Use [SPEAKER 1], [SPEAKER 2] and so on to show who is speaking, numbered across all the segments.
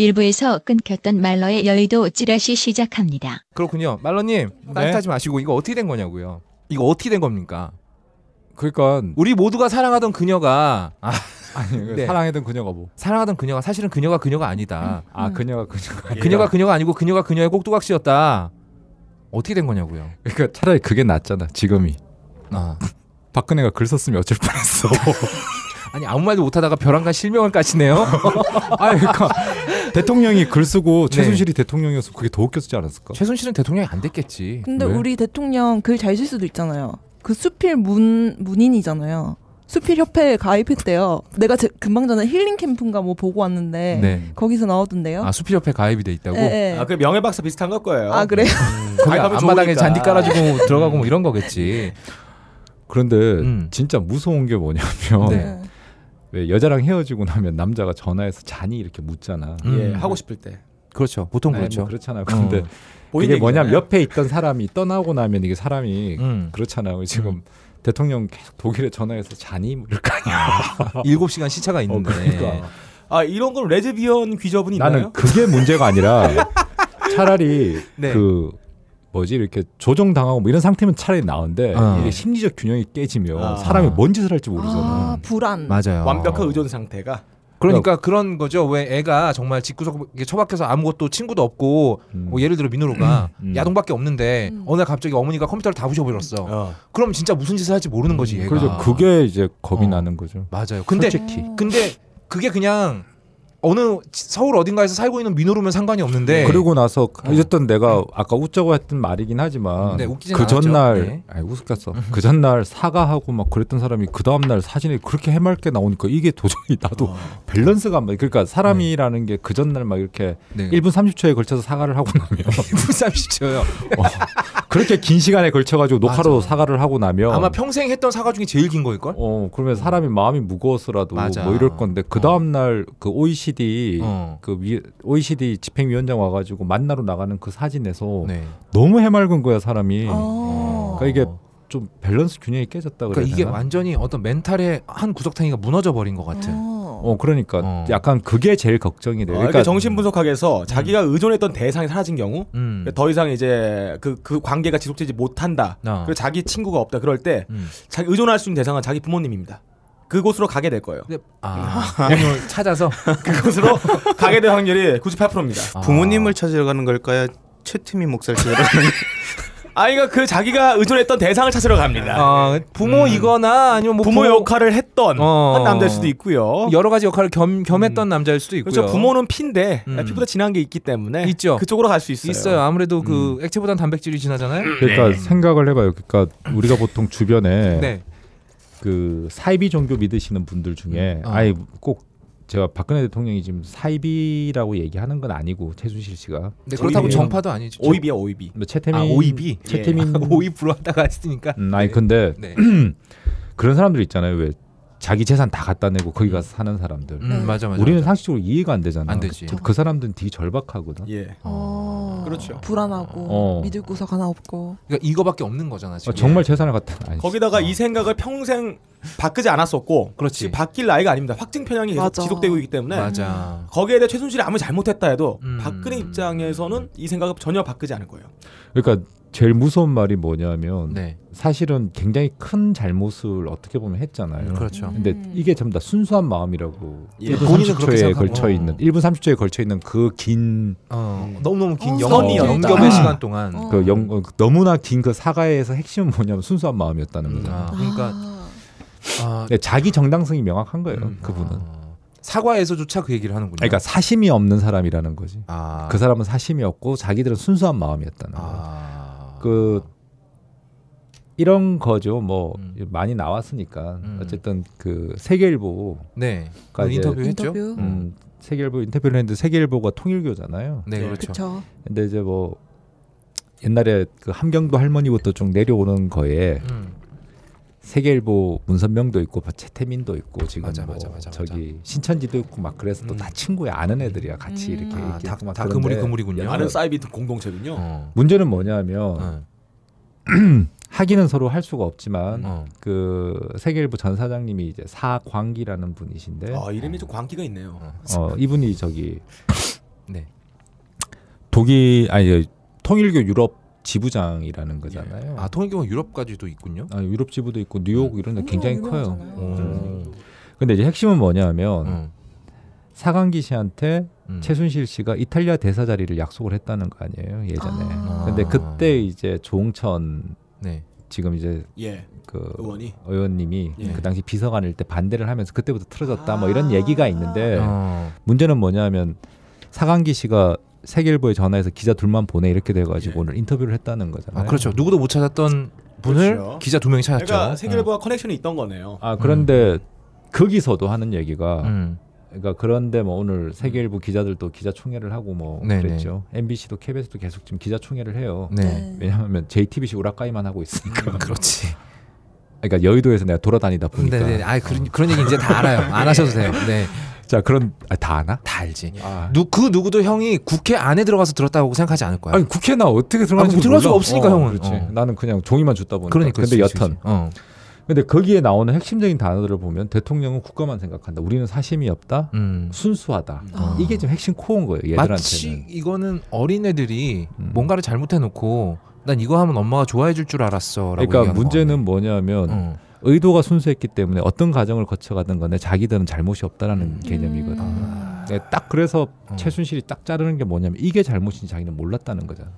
[SPEAKER 1] 일부에서 끊겼던 말러의 여의도 찌라시 시작합니다.
[SPEAKER 2] 그렇군요. 말러님,
[SPEAKER 3] 네.
[SPEAKER 2] 딴짓하지 마시고 이거 어떻게 된 거냐고요. 이거 어떻게 된 겁니까?
[SPEAKER 3] 그러니까
[SPEAKER 2] 우리 모두가 사랑하던 그녀가 아,
[SPEAKER 3] 아니 그
[SPEAKER 2] 네.
[SPEAKER 3] 사랑했던 그녀가 뭐.
[SPEAKER 2] 사랑하던 그녀가 사실은 그녀가 그녀가 아니다.
[SPEAKER 3] 아 그녀가 그녀가 아니라.
[SPEAKER 2] 그녀가 그녀가 아니고 그녀가 그녀의 꼭두각시였다. 어떻게 된 거냐고요.
[SPEAKER 3] 그러니까 차라리 그게 낫잖아 지금이.
[SPEAKER 2] 아.
[SPEAKER 3] 박근혜가 글 썼으면 어쩔 뻔했어.
[SPEAKER 2] 아니 아무 말도 못하다가 벼랑간 실명을 까시네요.
[SPEAKER 3] 아 그러니까 대통령이 글 쓰고
[SPEAKER 2] 네.
[SPEAKER 3] 최순실이 대통령이어서 그게 더 웃겼지 않았을까?
[SPEAKER 2] 최순실은 대통령이 안 됐겠지. 네?
[SPEAKER 4] 근데
[SPEAKER 3] 왜?
[SPEAKER 4] 우리 대통령 글 잘 쓸 수도 있잖아요. 그 수필 문 문인이잖아요. 수필 협회에 가입했대요. 내가 제, 금방 전에 힐링 캠프인가 뭐 보고 왔는데
[SPEAKER 2] 네.
[SPEAKER 4] 거기서 나오던데요.
[SPEAKER 2] 아 수필협회 가입이 돼 있다고.
[SPEAKER 4] 예, 예.
[SPEAKER 5] 아, 그 명예박사 비슷한 걸 거예요. 음.
[SPEAKER 4] 아, 그래요?
[SPEAKER 3] 네,
[SPEAKER 2] 거기
[SPEAKER 5] 가입하면
[SPEAKER 2] 앞마당에
[SPEAKER 5] 좋으니까.
[SPEAKER 2] 잔디 깔아주고 들어가고 뭐 이런 거겠지.
[SPEAKER 3] 그런데
[SPEAKER 2] 음.
[SPEAKER 3] 진짜 무서운 게 뭐냐면
[SPEAKER 2] 네.
[SPEAKER 4] 예.
[SPEAKER 3] 왜 여자랑 헤어지고 나면 남자가 전화해서 잔이 이렇게 묻잖아.
[SPEAKER 2] 음.
[SPEAKER 5] 예, 하고 싶을 때.
[SPEAKER 2] 그렇죠. 보통
[SPEAKER 3] 아니,
[SPEAKER 2] 그렇죠.
[SPEAKER 3] 뭐 그렇잖아. 근데 이게
[SPEAKER 5] 얘기잖아요.
[SPEAKER 3] 뭐냐면 옆에 있던 사람이 떠나고 나면 이게 사람이
[SPEAKER 2] 음.
[SPEAKER 3] 그렇잖아요. 지금 대통령 계속 독일에 전화해서 잔이 물을 거 아니야.
[SPEAKER 2] 7시간 시차가 있는데.
[SPEAKER 3] 그러니까.
[SPEAKER 5] 아, 이런 건 레즈비언 귀저분이
[SPEAKER 3] 나는
[SPEAKER 5] 있나요?
[SPEAKER 3] 그게 문제가 아니라 차라리
[SPEAKER 2] 네.
[SPEAKER 3] 그 뭐지 이렇게 조정 당하고 뭐 이런 상태면 차라리 나은데
[SPEAKER 2] 어.
[SPEAKER 3] 이게 심리적 균형이 깨지면
[SPEAKER 5] 아.
[SPEAKER 3] 사람이 뭔 짓을 할지 모르잖아.
[SPEAKER 4] 아 불안.
[SPEAKER 2] 맞아요.
[SPEAKER 5] 완벽한 의존 상태가.
[SPEAKER 2] 그러니까 그런 거죠. 왜 애가 정말 집구석에 처박혀서 아무것도 친구도 없고
[SPEAKER 3] 음.
[SPEAKER 2] 뭐 예를 들어 민호로가
[SPEAKER 3] 음.
[SPEAKER 2] 야동밖에 없는데
[SPEAKER 4] 음.
[SPEAKER 2] 어느 날 갑자기 어머니가 컴퓨터를 다 부셔버렸어.
[SPEAKER 5] 어.
[SPEAKER 2] 그럼 진짜 무슨 짓을 할지 모르는 거지 얘가.
[SPEAKER 3] 아. 그래서 그게 이제 겁이
[SPEAKER 2] 어.
[SPEAKER 3] 나는 거죠.
[SPEAKER 2] 맞아요. 근데
[SPEAKER 3] 솔직히.
[SPEAKER 2] 근데 그게 그냥 어느 지- 서울 어딘가에서 살고 있는 민호로면 상관이 없는데
[SPEAKER 3] 네. 그러고 나서 어쨌든 내가 아까 웃자고 했던 말이긴 하지만
[SPEAKER 2] 네, 웃기진
[SPEAKER 3] 그
[SPEAKER 2] 않았죠.
[SPEAKER 3] 전날
[SPEAKER 2] 네.
[SPEAKER 3] 아니 웃었겠어 그 전날 사과하고 막 그랬던 사람이 그 다음날 사진이 그렇게 해맑게 나오니까 이게 도저히 나도
[SPEAKER 2] 어.
[SPEAKER 3] 밸런스가 안 맞아 그러니까 사람이라는 게 그 전날 막 이렇게
[SPEAKER 2] 네.
[SPEAKER 3] 1분 30초에 걸쳐서 사과를 하고 나면
[SPEAKER 2] 1분 30초요.
[SPEAKER 3] 그렇게 긴 시간에 걸쳐가지고 녹화로
[SPEAKER 2] 맞아.
[SPEAKER 3] 사과를 하고 나면
[SPEAKER 2] 아마 평생 했던 사과 중에 제일 긴 거일 걸.
[SPEAKER 3] 어 그러면 사람이 마음이 무거워서라도
[SPEAKER 2] 맞아.
[SPEAKER 3] 뭐 이럴 건데 그 다음 날 그 OECD
[SPEAKER 2] 어.
[SPEAKER 3] 그 위, OECD 집행위원장 와가지고 만나러 나가는 그 사진에서
[SPEAKER 2] 네. 어.
[SPEAKER 3] 너무 해맑은 거야 사람이.
[SPEAKER 4] 아.
[SPEAKER 3] 그러니까 이게 좀 밸런스 균형이 깨졌다
[SPEAKER 2] 그러니까
[SPEAKER 3] 그래야
[SPEAKER 2] 이게
[SPEAKER 3] 되나?
[SPEAKER 2] 완전히 어떤 멘탈의 한 구석탱이가 무너져 버린 것 같은.
[SPEAKER 4] 어.
[SPEAKER 3] 어 그러니까
[SPEAKER 2] 어.
[SPEAKER 3] 약간 그게 제일 걱정이 돼.
[SPEAKER 5] 그
[SPEAKER 3] 그러니까
[SPEAKER 5] 러
[SPEAKER 3] 요
[SPEAKER 5] 이렇게 정신 분석학에서 자기가 의존했던 대상이 사라진 경우 그러니까
[SPEAKER 2] 음.
[SPEAKER 5] 더 이상 이제 그, 그 관계가 지속되지 못한다.
[SPEAKER 2] 아.
[SPEAKER 5] 그리고 자기 친구가 없다. 그럴 때
[SPEAKER 2] 음.
[SPEAKER 5] 자기 의존할 수 있는 대상은 자기 부모님입니다. 그곳으로 가게 될 거예요.
[SPEAKER 2] 근데 아, 부모님을 찾아서
[SPEAKER 5] 그곳으로 가게 될 확률이 98%입니다.
[SPEAKER 2] 어.
[SPEAKER 6] 부모님을 찾으러 가는 걸까요? 최태민 목사를 찾으러 가는
[SPEAKER 5] 아이가 그 자기가 의존했던 대상을 찾으러 갑니다.
[SPEAKER 2] 아, 부모이거나 아니면 뭐
[SPEAKER 5] 예. 음. 부모, 역할을 했던
[SPEAKER 2] 어.
[SPEAKER 5] 한 남자일 수도 있고요.
[SPEAKER 2] 여러 가지 역할을 겸, 겸했던 남자일 수도 있고요.
[SPEAKER 5] 그렇죠. 부모는 피인데
[SPEAKER 2] 음.
[SPEAKER 5] 피부다 진한 게 있기 때문에
[SPEAKER 2] 있죠.
[SPEAKER 5] 그쪽으로 갈 수 있어요. 음.
[SPEAKER 2] 있어요. 아무래도 그 액체보단 단백질이 진하잖아요.
[SPEAKER 3] 그러니까 생각을 해봐요. 그러니까 우리가 보통 주변에
[SPEAKER 2] 네.
[SPEAKER 3] 그 사이비 종교 믿으시는 분들 중에
[SPEAKER 2] 어.
[SPEAKER 3] 아예 꼭 제가 박근혜 대통령이 지금 사이비라고 얘기하는 건 아니고 최순실 씨가
[SPEAKER 2] 근데 그렇다고
[SPEAKER 5] 오이비예요.
[SPEAKER 2] 정파도 아니죠.
[SPEAKER 5] 오이비야 오이비.
[SPEAKER 3] 뭐 최태민
[SPEAKER 2] 아, 오이비. 예.
[SPEAKER 3] 최태민
[SPEAKER 2] 오입으로 하다가 했으니까.
[SPEAKER 3] 음, 아니 근데
[SPEAKER 2] 네.
[SPEAKER 3] 그런 사람들 있잖아요. 왜 자기 재산 다 갖다 내고 거기 가서 사는 사람들.
[SPEAKER 2] 음, 맞아 맞아.
[SPEAKER 3] 우리는 상식적으로 이해가 안 되잖아.
[SPEAKER 2] 안 되지.
[SPEAKER 3] 그, 그 사람들은 되게 절박하거든.
[SPEAKER 5] 예.
[SPEAKER 4] 어.
[SPEAKER 5] 그렇죠.
[SPEAKER 4] 불안하고
[SPEAKER 3] 어.
[SPEAKER 4] 믿을 구석 하나 없고.
[SPEAKER 2] 그러니까 이거밖에 없는 거잖아 지금.
[SPEAKER 3] 아, 정말 재산을 갖다 아니,
[SPEAKER 5] 거기다가 이 생각을 평생 바꾸지 않았었고
[SPEAKER 2] 그렇지.
[SPEAKER 5] 바뀔 나이가 아닙니다. 확증 편향이 계속
[SPEAKER 4] 맞아.
[SPEAKER 5] 지속되고 있기 때문에
[SPEAKER 2] 네. 맞아.
[SPEAKER 5] 거기에 대해 최순실이 아무 리 잘못했다 해도
[SPEAKER 2] 음.
[SPEAKER 5] 박근혜 입장에서는 이 생각을 전혀 바꾸지 않을 거예요.
[SPEAKER 3] 그러니까 제일 무서운 말이 뭐냐면
[SPEAKER 2] 네.
[SPEAKER 3] 사실은 굉장히 큰 잘못을 어떻게 보면 했잖아요.
[SPEAKER 2] 그렇죠.
[SPEAKER 3] 근데
[SPEAKER 4] 음.
[SPEAKER 3] 이게 전부 다 순수한 마음이라고
[SPEAKER 5] 예.
[SPEAKER 3] 1분
[SPEAKER 2] 본인은 그렇게
[SPEAKER 3] 30초에
[SPEAKER 2] 생각하고.
[SPEAKER 3] 걸쳐 있는 1분 30초에 걸쳐 있는 그긴
[SPEAKER 2] 어, 너무 너무 긴
[SPEAKER 4] 어,
[SPEAKER 2] 영,
[SPEAKER 5] 선이었다.
[SPEAKER 2] 영겹의
[SPEAKER 3] 아.
[SPEAKER 2] 시간 동안.
[SPEAKER 4] 어.
[SPEAKER 3] 그 영- 어, 너무나 긴 그 사과에서 핵심은 뭐냐면 순수한 마음이었다는
[SPEAKER 2] 음,
[SPEAKER 3] 거죠.
[SPEAKER 2] 아, 그러니까
[SPEAKER 4] 아.
[SPEAKER 2] 아,
[SPEAKER 3] 근데 자기 정당성이 명확한 거예요.
[SPEAKER 2] 음,
[SPEAKER 3] 네, 그분은.
[SPEAKER 2] 아. 사과에서조차 그 얘기를 하는군요.
[SPEAKER 3] 그러니까 사심이 없는 사람이라는 거지.
[SPEAKER 2] 아,
[SPEAKER 3] 그 사람은 사심이 없고 자기들은 순수한 마음이었다는 거예요.
[SPEAKER 2] 아.
[SPEAKER 3] 그 이런 거죠. 뭐
[SPEAKER 2] 음.
[SPEAKER 3] 많이 나왔으니까
[SPEAKER 2] 음.
[SPEAKER 3] 어쨌든 그 세계일보
[SPEAKER 2] 네. 그
[SPEAKER 3] 그러니까 이제-
[SPEAKER 2] 인터뷰했죠.
[SPEAKER 4] 인터뷰.
[SPEAKER 3] 음, 세계일보 인터뷰를 했는데 세계일보가 통일교잖아요.
[SPEAKER 2] 네,
[SPEAKER 5] 네,
[SPEAKER 2] 그렇죠.
[SPEAKER 4] 그렇죠.
[SPEAKER 3] 근데 이제 뭐 옛날에 그 함경도 할머니부터 쭉 내려오는 거에
[SPEAKER 2] 음.
[SPEAKER 3] 세계일보 문선명도 있고 뭐 최태민도 있고 지금
[SPEAKER 2] 맞아,
[SPEAKER 3] 뭐
[SPEAKER 2] 맞아, 맞아, 맞아.
[SPEAKER 3] 저기 신천지도 있고 막 그래서 또 다
[SPEAKER 2] 음.
[SPEAKER 3] 친구야 아는 애들이야 같이
[SPEAKER 4] 음.
[SPEAKER 3] 이렇게
[SPEAKER 4] 아,
[SPEAKER 2] 아,
[SPEAKER 3] 얘기하고
[SPEAKER 2] 다,
[SPEAKER 3] 막
[SPEAKER 2] 다
[SPEAKER 3] 그런데
[SPEAKER 2] 그물이 그물이군요.
[SPEAKER 5] 많은 사이비 공동체군요.
[SPEAKER 2] 어.
[SPEAKER 3] 문제는 뭐냐면
[SPEAKER 2] 어.
[SPEAKER 3] 하기는 서로 할 수가 없지만
[SPEAKER 2] 어.
[SPEAKER 3] 그 세계일보 전 사장님이 이제 사광기라는 분이신데
[SPEAKER 2] 아,
[SPEAKER 5] 아 이름이 좀 광기가 있네요.
[SPEAKER 3] 어, 이분이 저기
[SPEAKER 2] 네.
[SPEAKER 3] 독일 아니 그 통일교 유럽 지부장이라는 거잖아요.
[SPEAKER 2] 아 통일교가 유럽까지도 있군요.
[SPEAKER 3] 아, 유럽 지부도 있고 뉴욕 이런 데 굉장히 커요.
[SPEAKER 4] 음.
[SPEAKER 3] 어.
[SPEAKER 4] 유명하잖아요.
[SPEAKER 3] 음.
[SPEAKER 2] 오.
[SPEAKER 3] 근데 이제 핵심은 뭐냐면
[SPEAKER 2] 음.
[SPEAKER 3] 사강기 씨한테
[SPEAKER 2] 음.
[SPEAKER 3] 최순실 씨가 이탈리아 대사 자리를 약속을 했다는 거 아니에요 예전에.
[SPEAKER 4] 아.
[SPEAKER 3] 근데 그때 이제 조홍천
[SPEAKER 2] 네.
[SPEAKER 3] 지금 이제
[SPEAKER 5] 예.
[SPEAKER 3] 그
[SPEAKER 2] 뭐.
[SPEAKER 5] 의원이.
[SPEAKER 3] 의원님이
[SPEAKER 5] 예.
[SPEAKER 3] 그 당시 비서관일 때 반대를 하면서 그때부터 틀어졌다 뭐
[SPEAKER 4] 아.
[SPEAKER 3] 이런 얘기가 있는데
[SPEAKER 2] 어.
[SPEAKER 3] 문제는 뭐냐면 사강기 씨가 세계일보에 전화해서 기자 둘만 보내 이렇게 돼가지고
[SPEAKER 5] 예.
[SPEAKER 3] 오늘 인터뷰를 했다는 거잖아요.
[SPEAKER 2] 아 그렇죠. 누구도 못 찾았던 분을
[SPEAKER 5] 그렇죠.
[SPEAKER 2] 기자 두 명이 찾았죠. 음. 어.
[SPEAKER 5] 그러니까 세계일보와 커넥션이 있던 거네요.
[SPEAKER 3] 아, 그런데 거기서도 하는 얘기가
[SPEAKER 2] 음.
[SPEAKER 3] 그러니까 그런데 뭐 오늘 세계일보 기자들도 기자총회를 하고 뭐
[SPEAKER 2] 네네.
[SPEAKER 3] 그랬죠. MBC도 KBS도 계속 지금 기자총회를 해요.
[SPEAKER 2] 네.
[SPEAKER 3] 왜냐하면 JTBC 우라카이만 하고 있으니까.
[SPEAKER 2] 그렇지.
[SPEAKER 3] 그러니까 여의도에서 내가 돌아다니다 보니까.
[SPEAKER 2] 네네. 아 그런 그런 얘기 이제 다 알아요. 안 하셔도 돼요. 네.
[SPEAKER 3] 자 그런 아, 다 아나?
[SPEAKER 2] 다 알지.
[SPEAKER 3] 아.
[SPEAKER 2] 누, 그 누구도 형이 국회 안에 들어가서 들었다고 생각하지 않을 거야.
[SPEAKER 3] 아니 국회 나 어떻게 들어갈지
[SPEAKER 2] 아, 들어갈 수가 없으니까, 형은.
[SPEAKER 3] 그렇지.
[SPEAKER 2] 어.
[SPEAKER 3] 나는 그냥 종이만 줬다 보니까.
[SPEAKER 2] 그러니까.
[SPEAKER 3] 근데
[SPEAKER 2] 그렇지,
[SPEAKER 3] 여튼.
[SPEAKER 2] 그렇지. 어.
[SPEAKER 3] 근데 거기에 나오는 핵심적인 단어들을 보면 대통령은 국가만 생각한다. 우리는 사심이 없다.
[SPEAKER 2] 음.
[SPEAKER 3] 순수하다.
[SPEAKER 2] 아.
[SPEAKER 3] 이게 지금 핵심 코인 거예요. 얘들한테는.
[SPEAKER 2] 마치 이거는 어린애들이
[SPEAKER 3] 음.
[SPEAKER 2] 뭔가를 잘못해놓고 난 이거 하면 엄마가 좋아해 줄 줄 알았어. 라고
[SPEAKER 3] 그러니까 문제는 어, 뭐냐면
[SPEAKER 2] 응.
[SPEAKER 3] 의도가 순수했기 때문에 어떤 과정을 거쳐가든 간에 자기들은 잘못이 없다라는 개념이거든. 요 네,
[SPEAKER 2] 아.
[SPEAKER 4] 음.
[SPEAKER 3] 딱 그래서
[SPEAKER 2] 음. 어.
[SPEAKER 3] 최순실이 딱 자르는 게 뭐냐면 이게 잘못인지 자기는 몰랐다는 거잖아.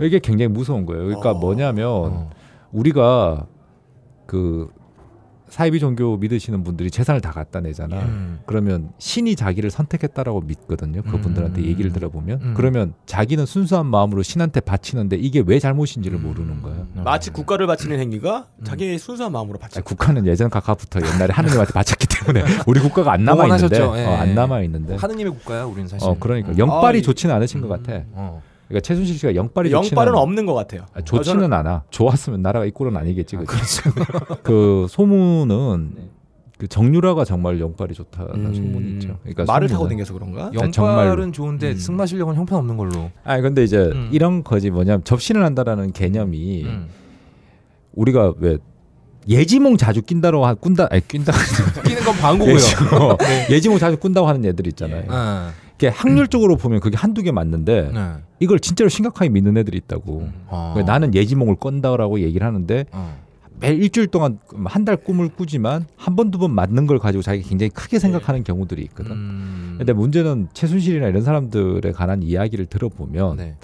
[SPEAKER 3] 이게 굉장히 무서운 거예요. 그러니까
[SPEAKER 5] 어.
[SPEAKER 3] 뭐냐면
[SPEAKER 2] 어.
[SPEAKER 3] 우리가 그 사이비 종교 믿으시는 분들이 재산을 다 갖다 내잖아.
[SPEAKER 2] 음.
[SPEAKER 3] 그러면 신이 자기를 선택했다라고 믿거든요. 그분들한테
[SPEAKER 2] 음.
[SPEAKER 3] 얘기를 들어보면
[SPEAKER 2] 음.
[SPEAKER 3] 그러면 자기는 순수한 마음으로 신한테 바치는데 이게 왜 잘못인지를 모르는 거야.
[SPEAKER 2] 어.
[SPEAKER 5] 마치 국가를 바치는 행위가 자기의 순수한 마음으로
[SPEAKER 3] 음. 아니,
[SPEAKER 5] 바치는
[SPEAKER 3] 국가는 예전 각하부터 옛날에 하느님한테 바쳤기 때문에 우리 국가가 안 남아 있는데
[SPEAKER 2] 영원하셨죠. 예.
[SPEAKER 3] 어, 안 남아 있는데.
[SPEAKER 2] 하느님의 국가야 우리는 사실. 음.
[SPEAKER 3] 어 그러니까 영빨이
[SPEAKER 5] 아, 이-
[SPEAKER 3] 좋지는 않으신 것 같아.
[SPEAKER 2] 어.
[SPEAKER 3] 그러니까 최순실 씨가 영빨이 좋지는
[SPEAKER 5] 영빨은
[SPEAKER 3] 않-
[SPEAKER 5] 없는 것 같아요.
[SPEAKER 3] 아, 좋지는
[SPEAKER 5] 어, 저는-
[SPEAKER 3] 않아. 좋았으면 나라가 이 꼴은 아니겠지.
[SPEAKER 2] 아,
[SPEAKER 3] 그치?
[SPEAKER 2] 그렇죠.
[SPEAKER 3] 그 소문은
[SPEAKER 5] 네.
[SPEAKER 3] 그 정유라가 정말 영빨이 좋다는
[SPEAKER 5] 음.
[SPEAKER 3] 소문이 있죠. 그러니까 음.
[SPEAKER 5] 말을
[SPEAKER 3] 소문은-
[SPEAKER 5] 타고 댕겨서 그런가?
[SPEAKER 2] 영빨은
[SPEAKER 3] 네, 정말로.
[SPEAKER 2] 좋은데
[SPEAKER 5] 음.
[SPEAKER 2] 승마 실력은 형편없는 걸로.
[SPEAKER 3] 아니 근데 이제
[SPEAKER 2] 음.
[SPEAKER 3] 이런 거지 뭐냐면 접신을 한다라는 개념이
[SPEAKER 2] 음.
[SPEAKER 3] 우리가 왜 예지몽 자주 낀다로 하 꾼다 아니 낀다
[SPEAKER 2] 끼는 건 방구고요.
[SPEAKER 3] 예지몽, 예지몽 자주 꾼다고 하는 애들 있잖아요.
[SPEAKER 2] 네.
[SPEAKER 3] 이게 확률적으로 보면 그게 한두 개 맞는데
[SPEAKER 2] 네.
[SPEAKER 3] 이걸 진짜로 심각하게 믿는 애들이 있다고.
[SPEAKER 2] 어.
[SPEAKER 3] 왜 나는 예지몽을 꼰다라고 얘기를 하는데
[SPEAKER 2] 어.
[SPEAKER 3] 매일 일주일 동안 한 달 꿈을 꾸지만 한 번 두 번 맞는 걸 가지고 자기가 굉장히 크게 생각하는 경우들이 있거든.
[SPEAKER 2] 네. 음.
[SPEAKER 3] 근데 문제는 최순실이나 이런 사람들에 관한 이야기를 들어보면
[SPEAKER 2] 네.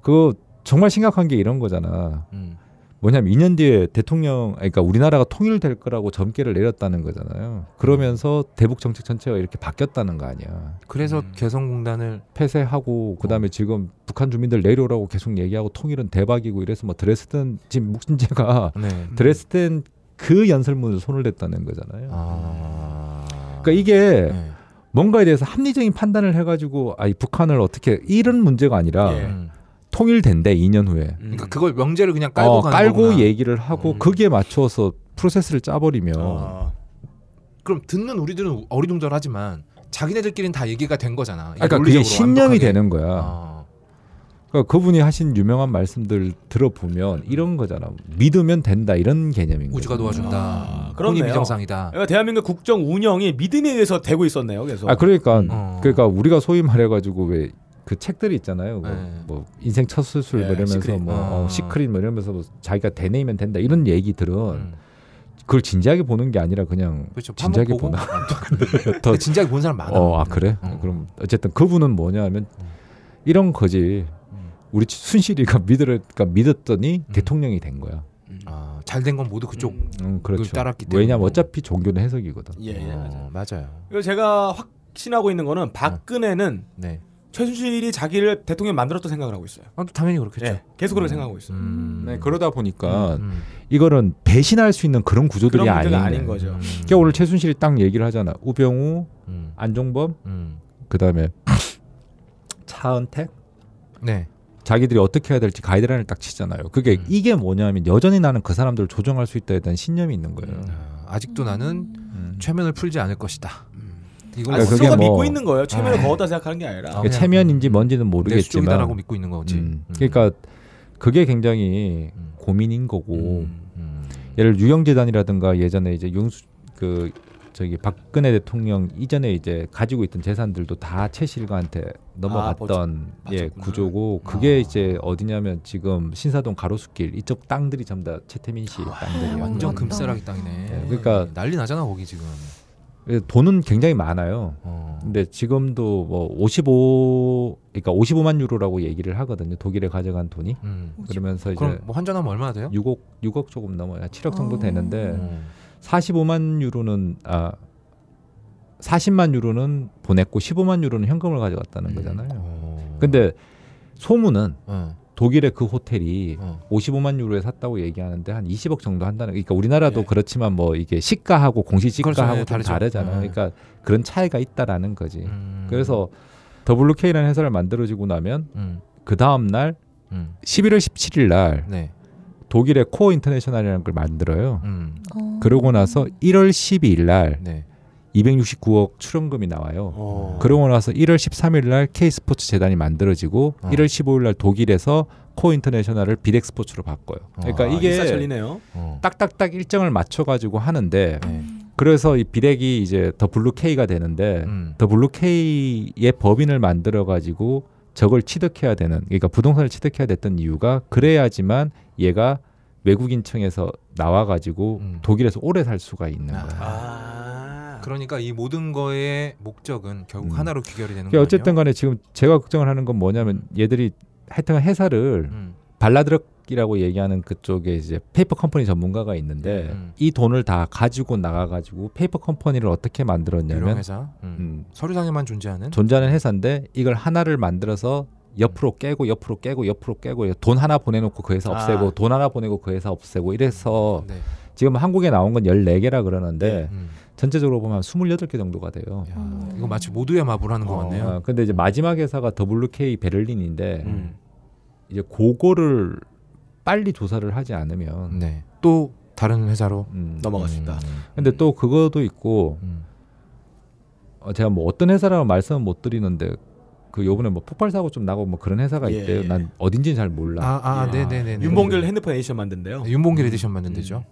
[SPEAKER 3] 그 정말 심각한 게 이런 거잖아.
[SPEAKER 2] 음.
[SPEAKER 3] 뭐냐면 2년 뒤에 대통령, 아니, 그러니까 우리나라가 통일될 거라고 점괘를 내렸다는 거잖아요. 그러면서 대북 정책 전체가 이렇게 바뀌었다는 거 아니야.
[SPEAKER 2] 그래서
[SPEAKER 3] 음.
[SPEAKER 2] 개성공단을
[SPEAKER 3] 폐쇄하고
[SPEAKER 2] 어.
[SPEAKER 3] 그다음에 지금 북한 주민들 내려오라고 계속 얘기하고 통일은 대박이고 이래서 뭐 드레스든 지금 문제가
[SPEAKER 2] 네.
[SPEAKER 3] 드레스든 그 연설문을 손을 댔다는 거잖아요.
[SPEAKER 2] 아.
[SPEAKER 3] 그러니까 이게
[SPEAKER 2] 네.
[SPEAKER 3] 뭔가에 대해서 합리적인 판단을 해가지고 아이 북한을 어떻게 이런 문제가 아니라
[SPEAKER 5] 예.
[SPEAKER 2] 음.
[SPEAKER 3] 통일된대 2년 후에
[SPEAKER 2] 그러니까 그걸 명제를 그냥 깔고
[SPEAKER 3] 음. 어,
[SPEAKER 2] 가는
[SPEAKER 3] 깔고
[SPEAKER 2] 거구나.
[SPEAKER 3] 얘기를 하고
[SPEAKER 5] 음.
[SPEAKER 3] 거기에 맞춰서 프로세스를 짜버리면
[SPEAKER 5] 어.
[SPEAKER 2] 그럼 듣는 우리들은 어리둥절하지만 자기네들끼리는 다 얘기가 된 거잖아. 어,
[SPEAKER 3] 그러니까 그게 신념이 되는
[SPEAKER 2] 아.
[SPEAKER 3] 거야. 그러니까 그분이 하신 유명한 말씀들 들어보면 이런 거잖아. 믿으면 된다 이런 개념인 거야.
[SPEAKER 2] 음. 우주가
[SPEAKER 5] 아,
[SPEAKER 2] 도와준다. 혼이
[SPEAKER 5] 그렇네요.
[SPEAKER 2] 비정상이다.
[SPEAKER 5] 그러니까 대한민국 국정 운영이 믿음에 의해서 되고 있었네요. 계속.
[SPEAKER 3] 아 그러니까
[SPEAKER 2] 어.
[SPEAKER 3] 그러니까 우리가 소위 말해가지고 왜 그 책들이 있잖아요. 뭐,
[SPEAKER 2] 네.
[SPEAKER 3] 뭐 인생 첫 수술
[SPEAKER 5] 예,
[SPEAKER 3] 뭐 이러면서
[SPEAKER 5] 시크릿.
[SPEAKER 3] 뭐
[SPEAKER 2] 어.
[SPEAKER 3] 어, 시크릿 뭐 이러면서 뭐 자기가 되뇌이면 된다 이런 얘기들은
[SPEAKER 5] 어,
[SPEAKER 2] 음.
[SPEAKER 3] 그걸 진지하게 보는 게 아니라 그냥
[SPEAKER 2] 그렇죠.
[SPEAKER 3] 진작에
[SPEAKER 2] 한번 보고.
[SPEAKER 3] 보나?
[SPEAKER 2] 근데 진작에 본 사람 많아.
[SPEAKER 3] 어, 아 그래?
[SPEAKER 2] 어.
[SPEAKER 3] 그럼 어쨌든 그분은 뭐냐면 이런 거지. 우리 순실이가 믿으러, 그러니까 믿었더니 대통령이 된 거야.
[SPEAKER 2] 아, 잘 된 건 모두 그쪽.
[SPEAKER 5] 음.
[SPEAKER 3] 음, 그렇죠.
[SPEAKER 2] 그걸 따랐기 때문에.
[SPEAKER 3] 왜냐면 어차피 종교는 해석이거든.
[SPEAKER 5] 예, 예 맞아요.
[SPEAKER 2] 어, 맞아요.
[SPEAKER 5] 그리고 제가 확신하고 있는 거는 박근혜는
[SPEAKER 3] 어.
[SPEAKER 2] 네.
[SPEAKER 5] 최순실이 자기를 대통령 만들었던 생각을 하고 있어요.
[SPEAKER 2] 아, 당연히 그렇겠죠.
[SPEAKER 5] 예, 계속 그렇게 생각하고 있어요.
[SPEAKER 2] 음.
[SPEAKER 3] 네, 그러다 보니까
[SPEAKER 2] 음.
[SPEAKER 3] 이거는 배신할 수 있는 그런 구조들이
[SPEAKER 5] 그런
[SPEAKER 3] 아닌
[SPEAKER 5] 문제가
[SPEAKER 3] 거야.
[SPEAKER 5] 아닌 거죠.
[SPEAKER 3] 그러니까 오늘 최순실이 딱 얘기를 하잖아. 우병우,
[SPEAKER 2] 음.
[SPEAKER 3] 안종범,
[SPEAKER 2] 음.
[SPEAKER 3] 그다음에 차은택
[SPEAKER 2] 네.
[SPEAKER 3] 자기들이 어떻게 해야 될지 가이드라인을 딱 치잖아요. 그게
[SPEAKER 2] 음.
[SPEAKER 3] 이게 뭐냐면 여전히 나는 그 사람들을 조정할 수 있다에 대한 신념이 있는 거예요.
[SPEAKER 2] 아, 아직도 나는
[SPEAKER 3] 음.
[SPEAKER 2] 최면을 풀지 않을 것이다. 이건
[SPEAKER 5] 아,
[SPEAKER 3] 그러니까
[SPEAKER 5] 스스로가
[SPEAKER 3] 그게 뭐-
[SPEAKER 5] 믿고 있는 거예요. 최면을 거었다 생각하는 게 아니라.
[SPEAKER 2] 아,
[SPEAKER 3] 그러니까 체면인지 뭔지는
[SPEAKER 2] 내 수족이다라고
[SPEAKER 3] 모르겠지만
[SPEAKER 2] 믿고 있는 거지.
[SPEAKER 3] 음,
[SPEAKER 2] 음.
[SPEAKER 3] 그러니까 그게 굉장히
[SPEAKER 2] 음.
[SPEAKER 3] 고민인 거고
[SPEAKER 5] 음.
[SPEAKER 2] 음.
[SPEAKER 3] 예를 유영재단이라든가 예전에 이제 윤수 그 저기 박근혜 대통령 이전에 이제 가지고 있던 재산들도 다 최실과한테 넘어갔던
[SPEAKER 5] 아, 버젓-
[SPEAKER 3] 예,
[SPEAKER 5] 맞췄구나.
[SPEAKER 3] 구조고 그게 이제 어디냐면 지금 신사동 가로수길 이쪽 땅들이 전부 다 최태민 씨 땅들이에요.
[SPEAKER 2] 아, 완전 그
[SPEAKER 4] 맞다.
[SPEAKER 2] 금싸라기 땅이네.
[SPEAKER 3] 예, 그러니까-
[SPEAKER 2] 난리 나잖아 거기 지금.
[SPEAKER 3] 예, 돈은 굉장히 많아요.
[SPEAKER 2] 어.
[SPEAKER 3] 근데 지금도 뭐55 그러니까 55만 유로라고 얘기를 하거든요. 독일에 가져간 돈이.
[SPEAKER 2] 음.
[SPEAKER 3] 그러면서 이제
[SPEAKER 2] 그럼 뭐 환전하면 얼마나 돼요?
[SPEAKER 3] 6억 6억 조금 넘어요. 7억 정도
[SPEAKER 4] 어.
[SPEAKER 3] 되는데
[SPEAKER 2] 어.
[SPEAKER 3] 45만 유로는 아 40만 유로는 보냈고 15만 유로는 현금을
[SPEAKER 2] 음.
[SPEAKER 3] 가져갔다는 거잖아요.
[SPEAKER 2] 어.
[SPEAKER 3] 근데 소문은
[SPEAKER 2] 어.
[SPEAKER 3] 독일의 그 호텔이
[SPEAKER 2] 어.
[SPEAKER 3] 55만 유로에 샀다고 얘기하는데 한 20억 정도 한다는 그러니까 우리나라도
[SPEAKER 5] 예.
[SPEAKER 3] 그렇지만 뭐 이게 시가하고
[SPEAKER 2] 그렇죠.
[SPEAKER 3] 공시지가하고
[SPEAKER 2] 예,
[SPEAKER 3] 좀
[SPEAKER 2] 다르죠.
[SPEAKER 3] 다르잖아요.
[SPEAKER 2] 예.
[SPEAKER 3] 그러니까 그런 차이가 있다라는 거지.
[SPEAKER 2] 음.
[SPEAKER 3] 그래서 WK라는 회사를 만들어지고 나면
[SPEAKER 2] 음.
[SPEAKER 3] 그 다음 날
[SPEAKER 2] 음.
[SPEAKER 3] 11월 17일 날
[SPEAKER 2] 네.
[SPEAKER 3] 독일의 코어 인터내셔널이라는 걸 만들어요.
[SPEAKER 2] 음.
[SPEAKER 4] 어.
[SPEAKER 3] 그러고 나서 1월 12일 날
[SPEAKER 2] 네.
[SPEAKER 3] 269억 출연금이 나와요.
[SPEAKER 5] 어.
[SPEAKER 3] 그러고 나서 1월 13일 날 K스포츠 재단이 만들어지고
[SPEAKER 2] 어.
[SPEAKER 3] 1월 15일 날 독일에서 코어 인터내셔널을 비덱스포츠로 바꿔요. 그러니까
[SPEAKER 2] 아,
[SPEAKER 3] 이게
[SPEAKER 5] 일사천리네요.
[SPEAKER 2] 어.
[SPEAKER 3] 딱딱딱 일정을 맞춰 가지고 하는데
[SPEAKER 2] 네.
[SPEAKER 3] 그래서 이 비덱이 이제 더 블루 K가 되는데
[SPEAKER 2] 음.
[SPEAKER 3] 더 블루 K의 법인을 만들어 가지고 저걸 취득해야 되는 그러니까 부동산을 취득해야 됐던 이유가 그래야지만 얘가 외국인청에서 나와 가지고
[SPEAKER 2] 음.
[SPEAKER 3] 독일에서 오래 살 수가 있는
[SPEAKER 2] 아.
[SPEAKER 3] 거예요.
[SPEAKER 5] 아.
[SPEAKER 2] 그러니까 이 모든 거의 목적은 결국
[SPEAKER 3] 음.
[SPEAKER 2] 하나로 귀결이 되는
[SPEAKER 3] 그러니까
[SPEAKER 2] 거예요.
[SPEAKER 3] 어쨌든 간에 지금 제가 걱정을 하는 건 뭐냐면 얘들이 하여튼 회사를
[SPEAKER 2] 음.
[SPEAKER 3] 발라드럭이라고 얘기하는 그쪽에 이제 페이퍼 컴퍼니 전문가가 있는데
[SPEAKER 2] 음.
[SPEAKER 3] 이 돈을 다 가지고 나가 가지고 페이퍼 컴퍼니를 어떻게
[SPEAKER 2] 유령
[SPEAKER 3] 만들었냐면
[SPEAKER 2] 회사. 음.
[SPEAKER 3] 음,
[SPEAKER 2] 서류상에만 존재하는.
[SPEAKER 3] 존재하는 회사인데 이걸 하나를 만들어서
[SPEAKER 2] 음.
[SPEAKER 3] 옆으로 깨고 옆으로 깨고 옆으로 깨고 이렇게 돈 하나 보내놓고 그 회사 없애고
[SPEAKER 5] 아.
[SPEAKER 3] 돈 하나 보내고 그 회사 없애고 이래서
[SPEAKER 2] 네.
[SPEAKER 3] 지금 한국에 나온 건 14개라 그러는데
[SPEAKER 2] 음.
[SPEAKER 3] 전체적으로 보면 28개 정도가 돼요.
[SPEAKER 2] 야, 이거 마치 모두의 마블하는 것
[SPEAKER 5] 어.
[SPEAKER 2] 같네요. 음.
[SPEAKER 3] 아, 근데 이제 마지막 회사가 WK 베를린인데
[SPEAKER 5] 음.
[SPEAKER 3] 이제 그거를 빨리 조사를 하지 않으면
[SPEAKER 2] 네. 또 다른 회사로
[SPEAKER 3] 음.
[SPEAKER 5] 넘어갈 수 있다.
[SPEAKER 3] 근데 또 그것도 있고
[SPEAKER 2] 음.
[SPEAKER 3] 어, 제가 뭐 어떤 회사라고 말씀은 못 드리는데 그 요번에 뭐 폭발 사고 좀 나고 뭐 그런 회사가
[SPEAKER 5] 예,
[SPEAKER 3] 있대요.
[SPEAKER 5] 예.
[SPEAKER 3] 난 어딘지는 잘 몰라.
[SPEAKER 2] 아, 아,
[SPEAKER 5] 예.
[SPEAKER 2] 네, 네,
[SPEAKER 3] 음.
[SPEAKER 2] 네. 네.
[SPEAKER 5] 윤봉길 음. 핸드폰 에디션 만든대요.
[SPEAKER 2] 네, 윤봉길 에디션 만든 데죠.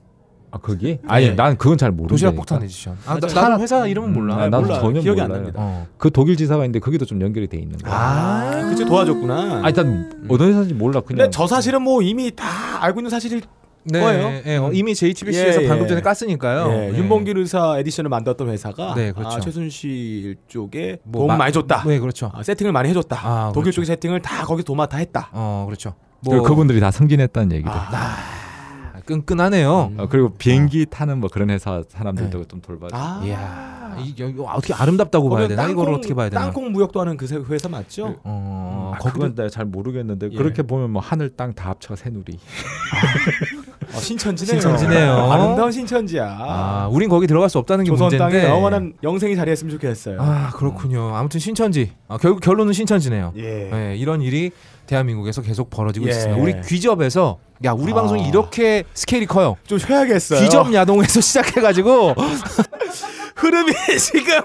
[SPEAKER 3] 아 거기? 아니
[SPEAKER 5] 예.
[SPEAKER 3] 난 그건 잘 모르는데.
[SPEAKER 2] 도시락 폭탄 에디션. 아, 나,
[SPEAKER 5] 맞아.
[SPEAKER 2] 나도 회사 이름은
[SPEAKER 3] 음,
[SPEAKER 2] 몰라.
[SPEAKER 3] 아, 나도
[SPEAKER 5] 몰라요.
[SPEAKER 3] 전혀
[SPEAKER 5] 기억이 안
[SPEAKER 3] 몰라요.
[SPEAKER 5] 납니다.
[SPEAKER 2] 어.
[SPEAKER 3] 그 독일 지사가 있는데 거기도 좀 연결이 돼 있는 거야.
[SPEAKER 5] 아, 그치 도와줬구나.
[SPEAKER 3] 아니 난 어느 회사인지 몰라 그냥.
[SPEAKER 5] 근데 저 사실은 뭐 이미 다 알고 있는 사실일
[SPEAKER 2] 네,
[SPEAKER 5] 거예요?
[SPEAKER 2] 예, 예, 어, 이미 JTBC에서
[SPEAKER 5] 예,
[SPEAKER 2] 방금
[SPEAKER 5] 예.
[SPEAKER 2] 전에 깠으니까요.
[SPEAKER 5] 예, 윤봉길 의사 에디션을 만들었던 회사가
[SPEAKER 2] 네, 그렇죠.
[SPEAKER 5] 아, 최순실 쪽에
[SPEAKER 2] 뭐
[SPEAKER 5] 도움
[SPEAKER 2] 마-
[SPEAKER 5] 많이 줬다.
[SPEAKER 2] 네, 그렇죠.
[SPEAKER 5] 아, 세팅을 많이 해줬다.
[SPEAKER 2] 아,
[SPEAKER 5] 독일
[SPEAKER 2] 그렇죠.
[SPEAKER 5] 쪽의 세팅을 다 거기서 도맡아 했다.
[SPEAKER 2] 어, 그렇죠.
[SPEAKER 3] 그리고 그분들이 다 승진했다는 얘기죠.
[SPEAKER 2] 아, 끈끈하네요.
[SPEAKER 5] 음.
[SPEAKER 3] 어, 네. 그리고 비행기 타는 뭐 그런 회사 사람들도 좀 돌봐줘.
[SPEAKER 5] 아,
[SPEAKER 2] 이야, 이, 이, 이거 어떻게 아름답다고 봐야
[SPEAKER 5] 거기는
[SPEAKER 2] 되나? 이거를 어떻게 봐야 되나?
[SPEAKER 5] 땅콩 음. 무역도 하는 그 세- 회사 맞죠?
[SPEAKER 2] 어,
[SPEAKER 3] 아,
[SPEAKER 2] 거기도
[SPEAKER 3] 그건 내가 잘 모르겠는데
[SPEAKER 5] 예.
[SPEAKER 3] 그렇게 보면 뭐 하늘 땅 다 합쳐가 새누리.
[SPEAKER 5] 어, 신천지네요.
[SPEAKER 2] 신천지네요.
[SPEAKER 5] 아름다운 신천지야.
[SPEAKER 2] 아, 우린 거기 들어갈 수 없다는 게
[SPEAKER 5] 조선
[SPEAKER 2] 문제인데.
[SPEAKER 5] 땅에 영원한 영생이 자리했으면 좋겠어요.
[SPEAKER 2] 아, 그렇군요. 아무튼 신천지. 아, 결국 결론은 신천지네요.
[SPEAKER 5] 예.
[SPEAKER 2] 예, 이런 일이 대한민국에서 계속 벌어지고
[SPEAKER 5] 예.
[SPEAKER 2] 있습니다. 우리 귀접에서 야 우리
[SPEAKER 5] 아.
[SPEAKER 2] 방송이 이렇게 스케일이 커요.
[SPEAKER 5] 좀 쉬어야겠어요.
[SPEAKER 2] 귀접 야동에서 시작해가지고
[SPEAKER 5] 흐름이 네, 지금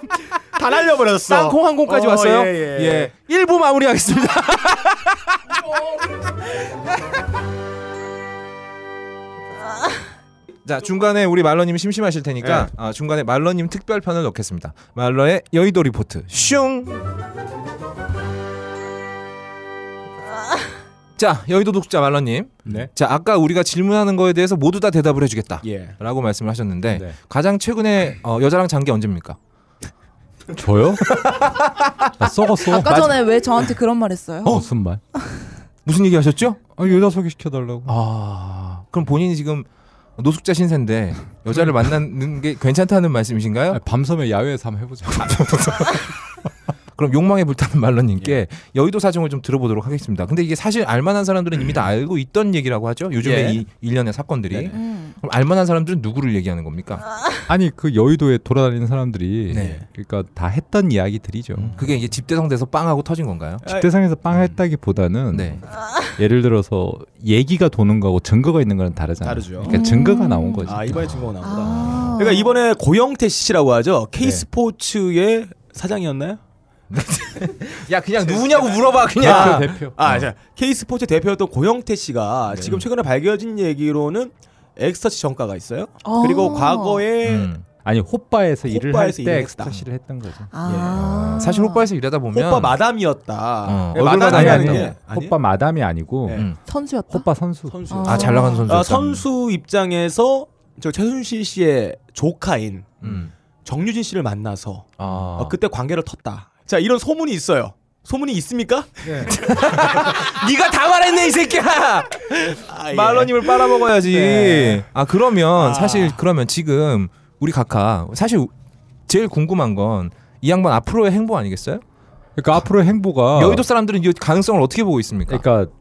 [SPEAKER 5] 다 날려버렸어.
[SPEAKER 2] 땅콩 항공까지
[SPEAKER 5] 어,
[SPEAKER 2] 왔어요.
[SPEAKER 5] 예, 예.
[SPEAKER 2] 예, 일 1부 마무리하겠습니다. 자 중간에 우리 말러님이 심심하실 테니까
[SPEAKER 5] 예.
[SPEAKER 2] 아, 중간에 말러님 특별편을 넣겠습니다. 말러의 여의도 리포트 슝. 자 여의도 독자 말러님.
[SPEAKER 3] 네.
[SPEAKER 2] 자 아까 우리가 질문하는 거에 대해서 모두 다 대답을 해주겠다.
[SPEAKER 5] 예.
[SPEAKER 2] 라고 말씀을 하셨는데
[SPEAKER 3] 네.
[SPEAKER 2] 가장 최근에 어, 여자랑 잔 게 언제입니까?
[SPEAKER 3] 저요? 나 썩었어.
[SPEAKER 4] 아까 전에 왜 저한테 그런 말 했어요?
[SPEAKER 3] 무슨 말?
[SPEAKER 2] 무슨 얘기 하셨죠?
[SPEAKER 3] 아, 여자 소개시켜 달라고.
[SPEAKER 2] 아 그럼 본인이 지금 노숙자 신세인데 여자를 만나는 게 괜찮다는 말씀이신가요?
[SPEAKER 3] 아, 밤섬에 야외에서 한번 해보자.
[SPEAKER 2] 그럼 욕망에 불타는 말러님께 여의도 사정을 좀 들어보도록 하겠습니다. 근데 이게 사실 알만한 사람들은 이미 다 알고 있던 얘기라고 하죠. 요즘에
[SPEAKER 5] 예.
[SPEAKER 2] 이 일련의 사건들이
[SPEAKER 5] 네네.
[SPEAKER 4] 음.
[SPEAKER 2] 그럼 알만한 사람들은 누구를 얘기하는 겁니까?
[SPEAKER 3] 아니 그 여의도에 돌아다니는 사람들이
[SPEAKER 2] 네. 음.
[SPEAKER 3] 그러니까 다 했던 이야기들이죠.
[SPEAKER 2] 그게 이게 집대성 돼서 빵하고 터진 건가요?
[SPEAKER 3] 집대상에서 빵 했다기보다는
[SPEAKER 2] 네.
[SPEAKER 3] 예를 들어서 얘기가 도는 거하고 증거가 있는 거는 다르잖아요.
[SPEAKER 5] 다르죠.
[SPEAKER 4] 음.
[SPEAKER 3] 그러니까 증거가 나온 거지.
[SPEAKER 5] 아 이번에 증거가 나온다. 네.
[SPEAKER 4] 아.
[SPEAKER 5] 그러니까 이번에 고영태 씨라고 하죠. K 스포츠의 사장이었나요?
[SPEAKER 2] 야 그냥 누구냐고 물어봐
[SPEAKER 5] 아,
[SPEAKER 2] 그냥.
[SPEAKER 3] 대표.
[SPEAKER 5] 아, 자, K 스포츠 대표였던 고영태 씨가 지금 최근에 밝혀진 얘기로는 엑스터치 정가가 있어요.
[SPEAKER 4] 아.
[SPEAKER 5] 그리고 과거에
[SPEAKER 2] 음.
[SPEAKER 3] 아니 호빠에서 일을 할
[SPEAKER 5] 호빠에서
[SPEAKER 3] 때
[SPEAKER 5] 일을 했다.
[SPEAKER 3] 엑스타시를 했던 거죠.
[SPEAKER 4] 아.
[SPEAKER 2] 예, 사실 호빠에서 일하다 보면
[SPEAKER 5] 호빠 마담이었다.
[SPEAKER 2] 어,
[SPEAKER 5] 네,
[SPEAKER 2] 얼굴만
[SPEAKER 5] 마담이
[SPEAKER 2] 아니야,
[SPEAKER 5] 아닌
[SPEAKER 2] 아니야.
[SPEAKER 5] 게 아니에요?
[SPEAKER 3] 호빠 마담이 아니고
[SPEAKER 5] 네.
[SPEAKER 2] 음.
[SPEAKER 4] 선수였다.
[SPEAKER 3] 호빠 선수.
[SPEAKER 5] 선수.
[SPEAKER 4] 아.
[SPEAKER 2] 아, 잘 나간 선수.
[SPEAKER 5] 아, 선수 입장에서 저 최순실 씨의 조카인
[SPEAKER 2] 음.
[SPEAKER 5] 정유진 씨를 만나서
[SPEAKER 2] 아.
[SPEAKER 5] 어, 그때 관계를 텄다. 자 이런 소문이 있어요. 소문이 있습니까?
[SPEAKER 2] 네가 다 말했네 이 새끼야.
[SPEAKER 5] 아, 예.
[SPEAKER 2] 말러님을 빨아먹어야지.
[SPEAKER 5] 네.
[SPEAKER 2] 아 그러면
[SPEAKER 5] 아.
[SPEAKER 2] 사실 그러면 지금 우리 각하 사실 제일 궁금한 건 이 양반 앞으로의 행보 아니겠어요?
[SPEAKER 3] 그러니까 앞으로의
[SPEAKER 5] 어.
[SPEAKER 3] 행보가
[SPEAKER 2] 여의도 사람들은 이 가능성을 어떻게 보고 있습니까?
[SPEAKER 3] 그러니까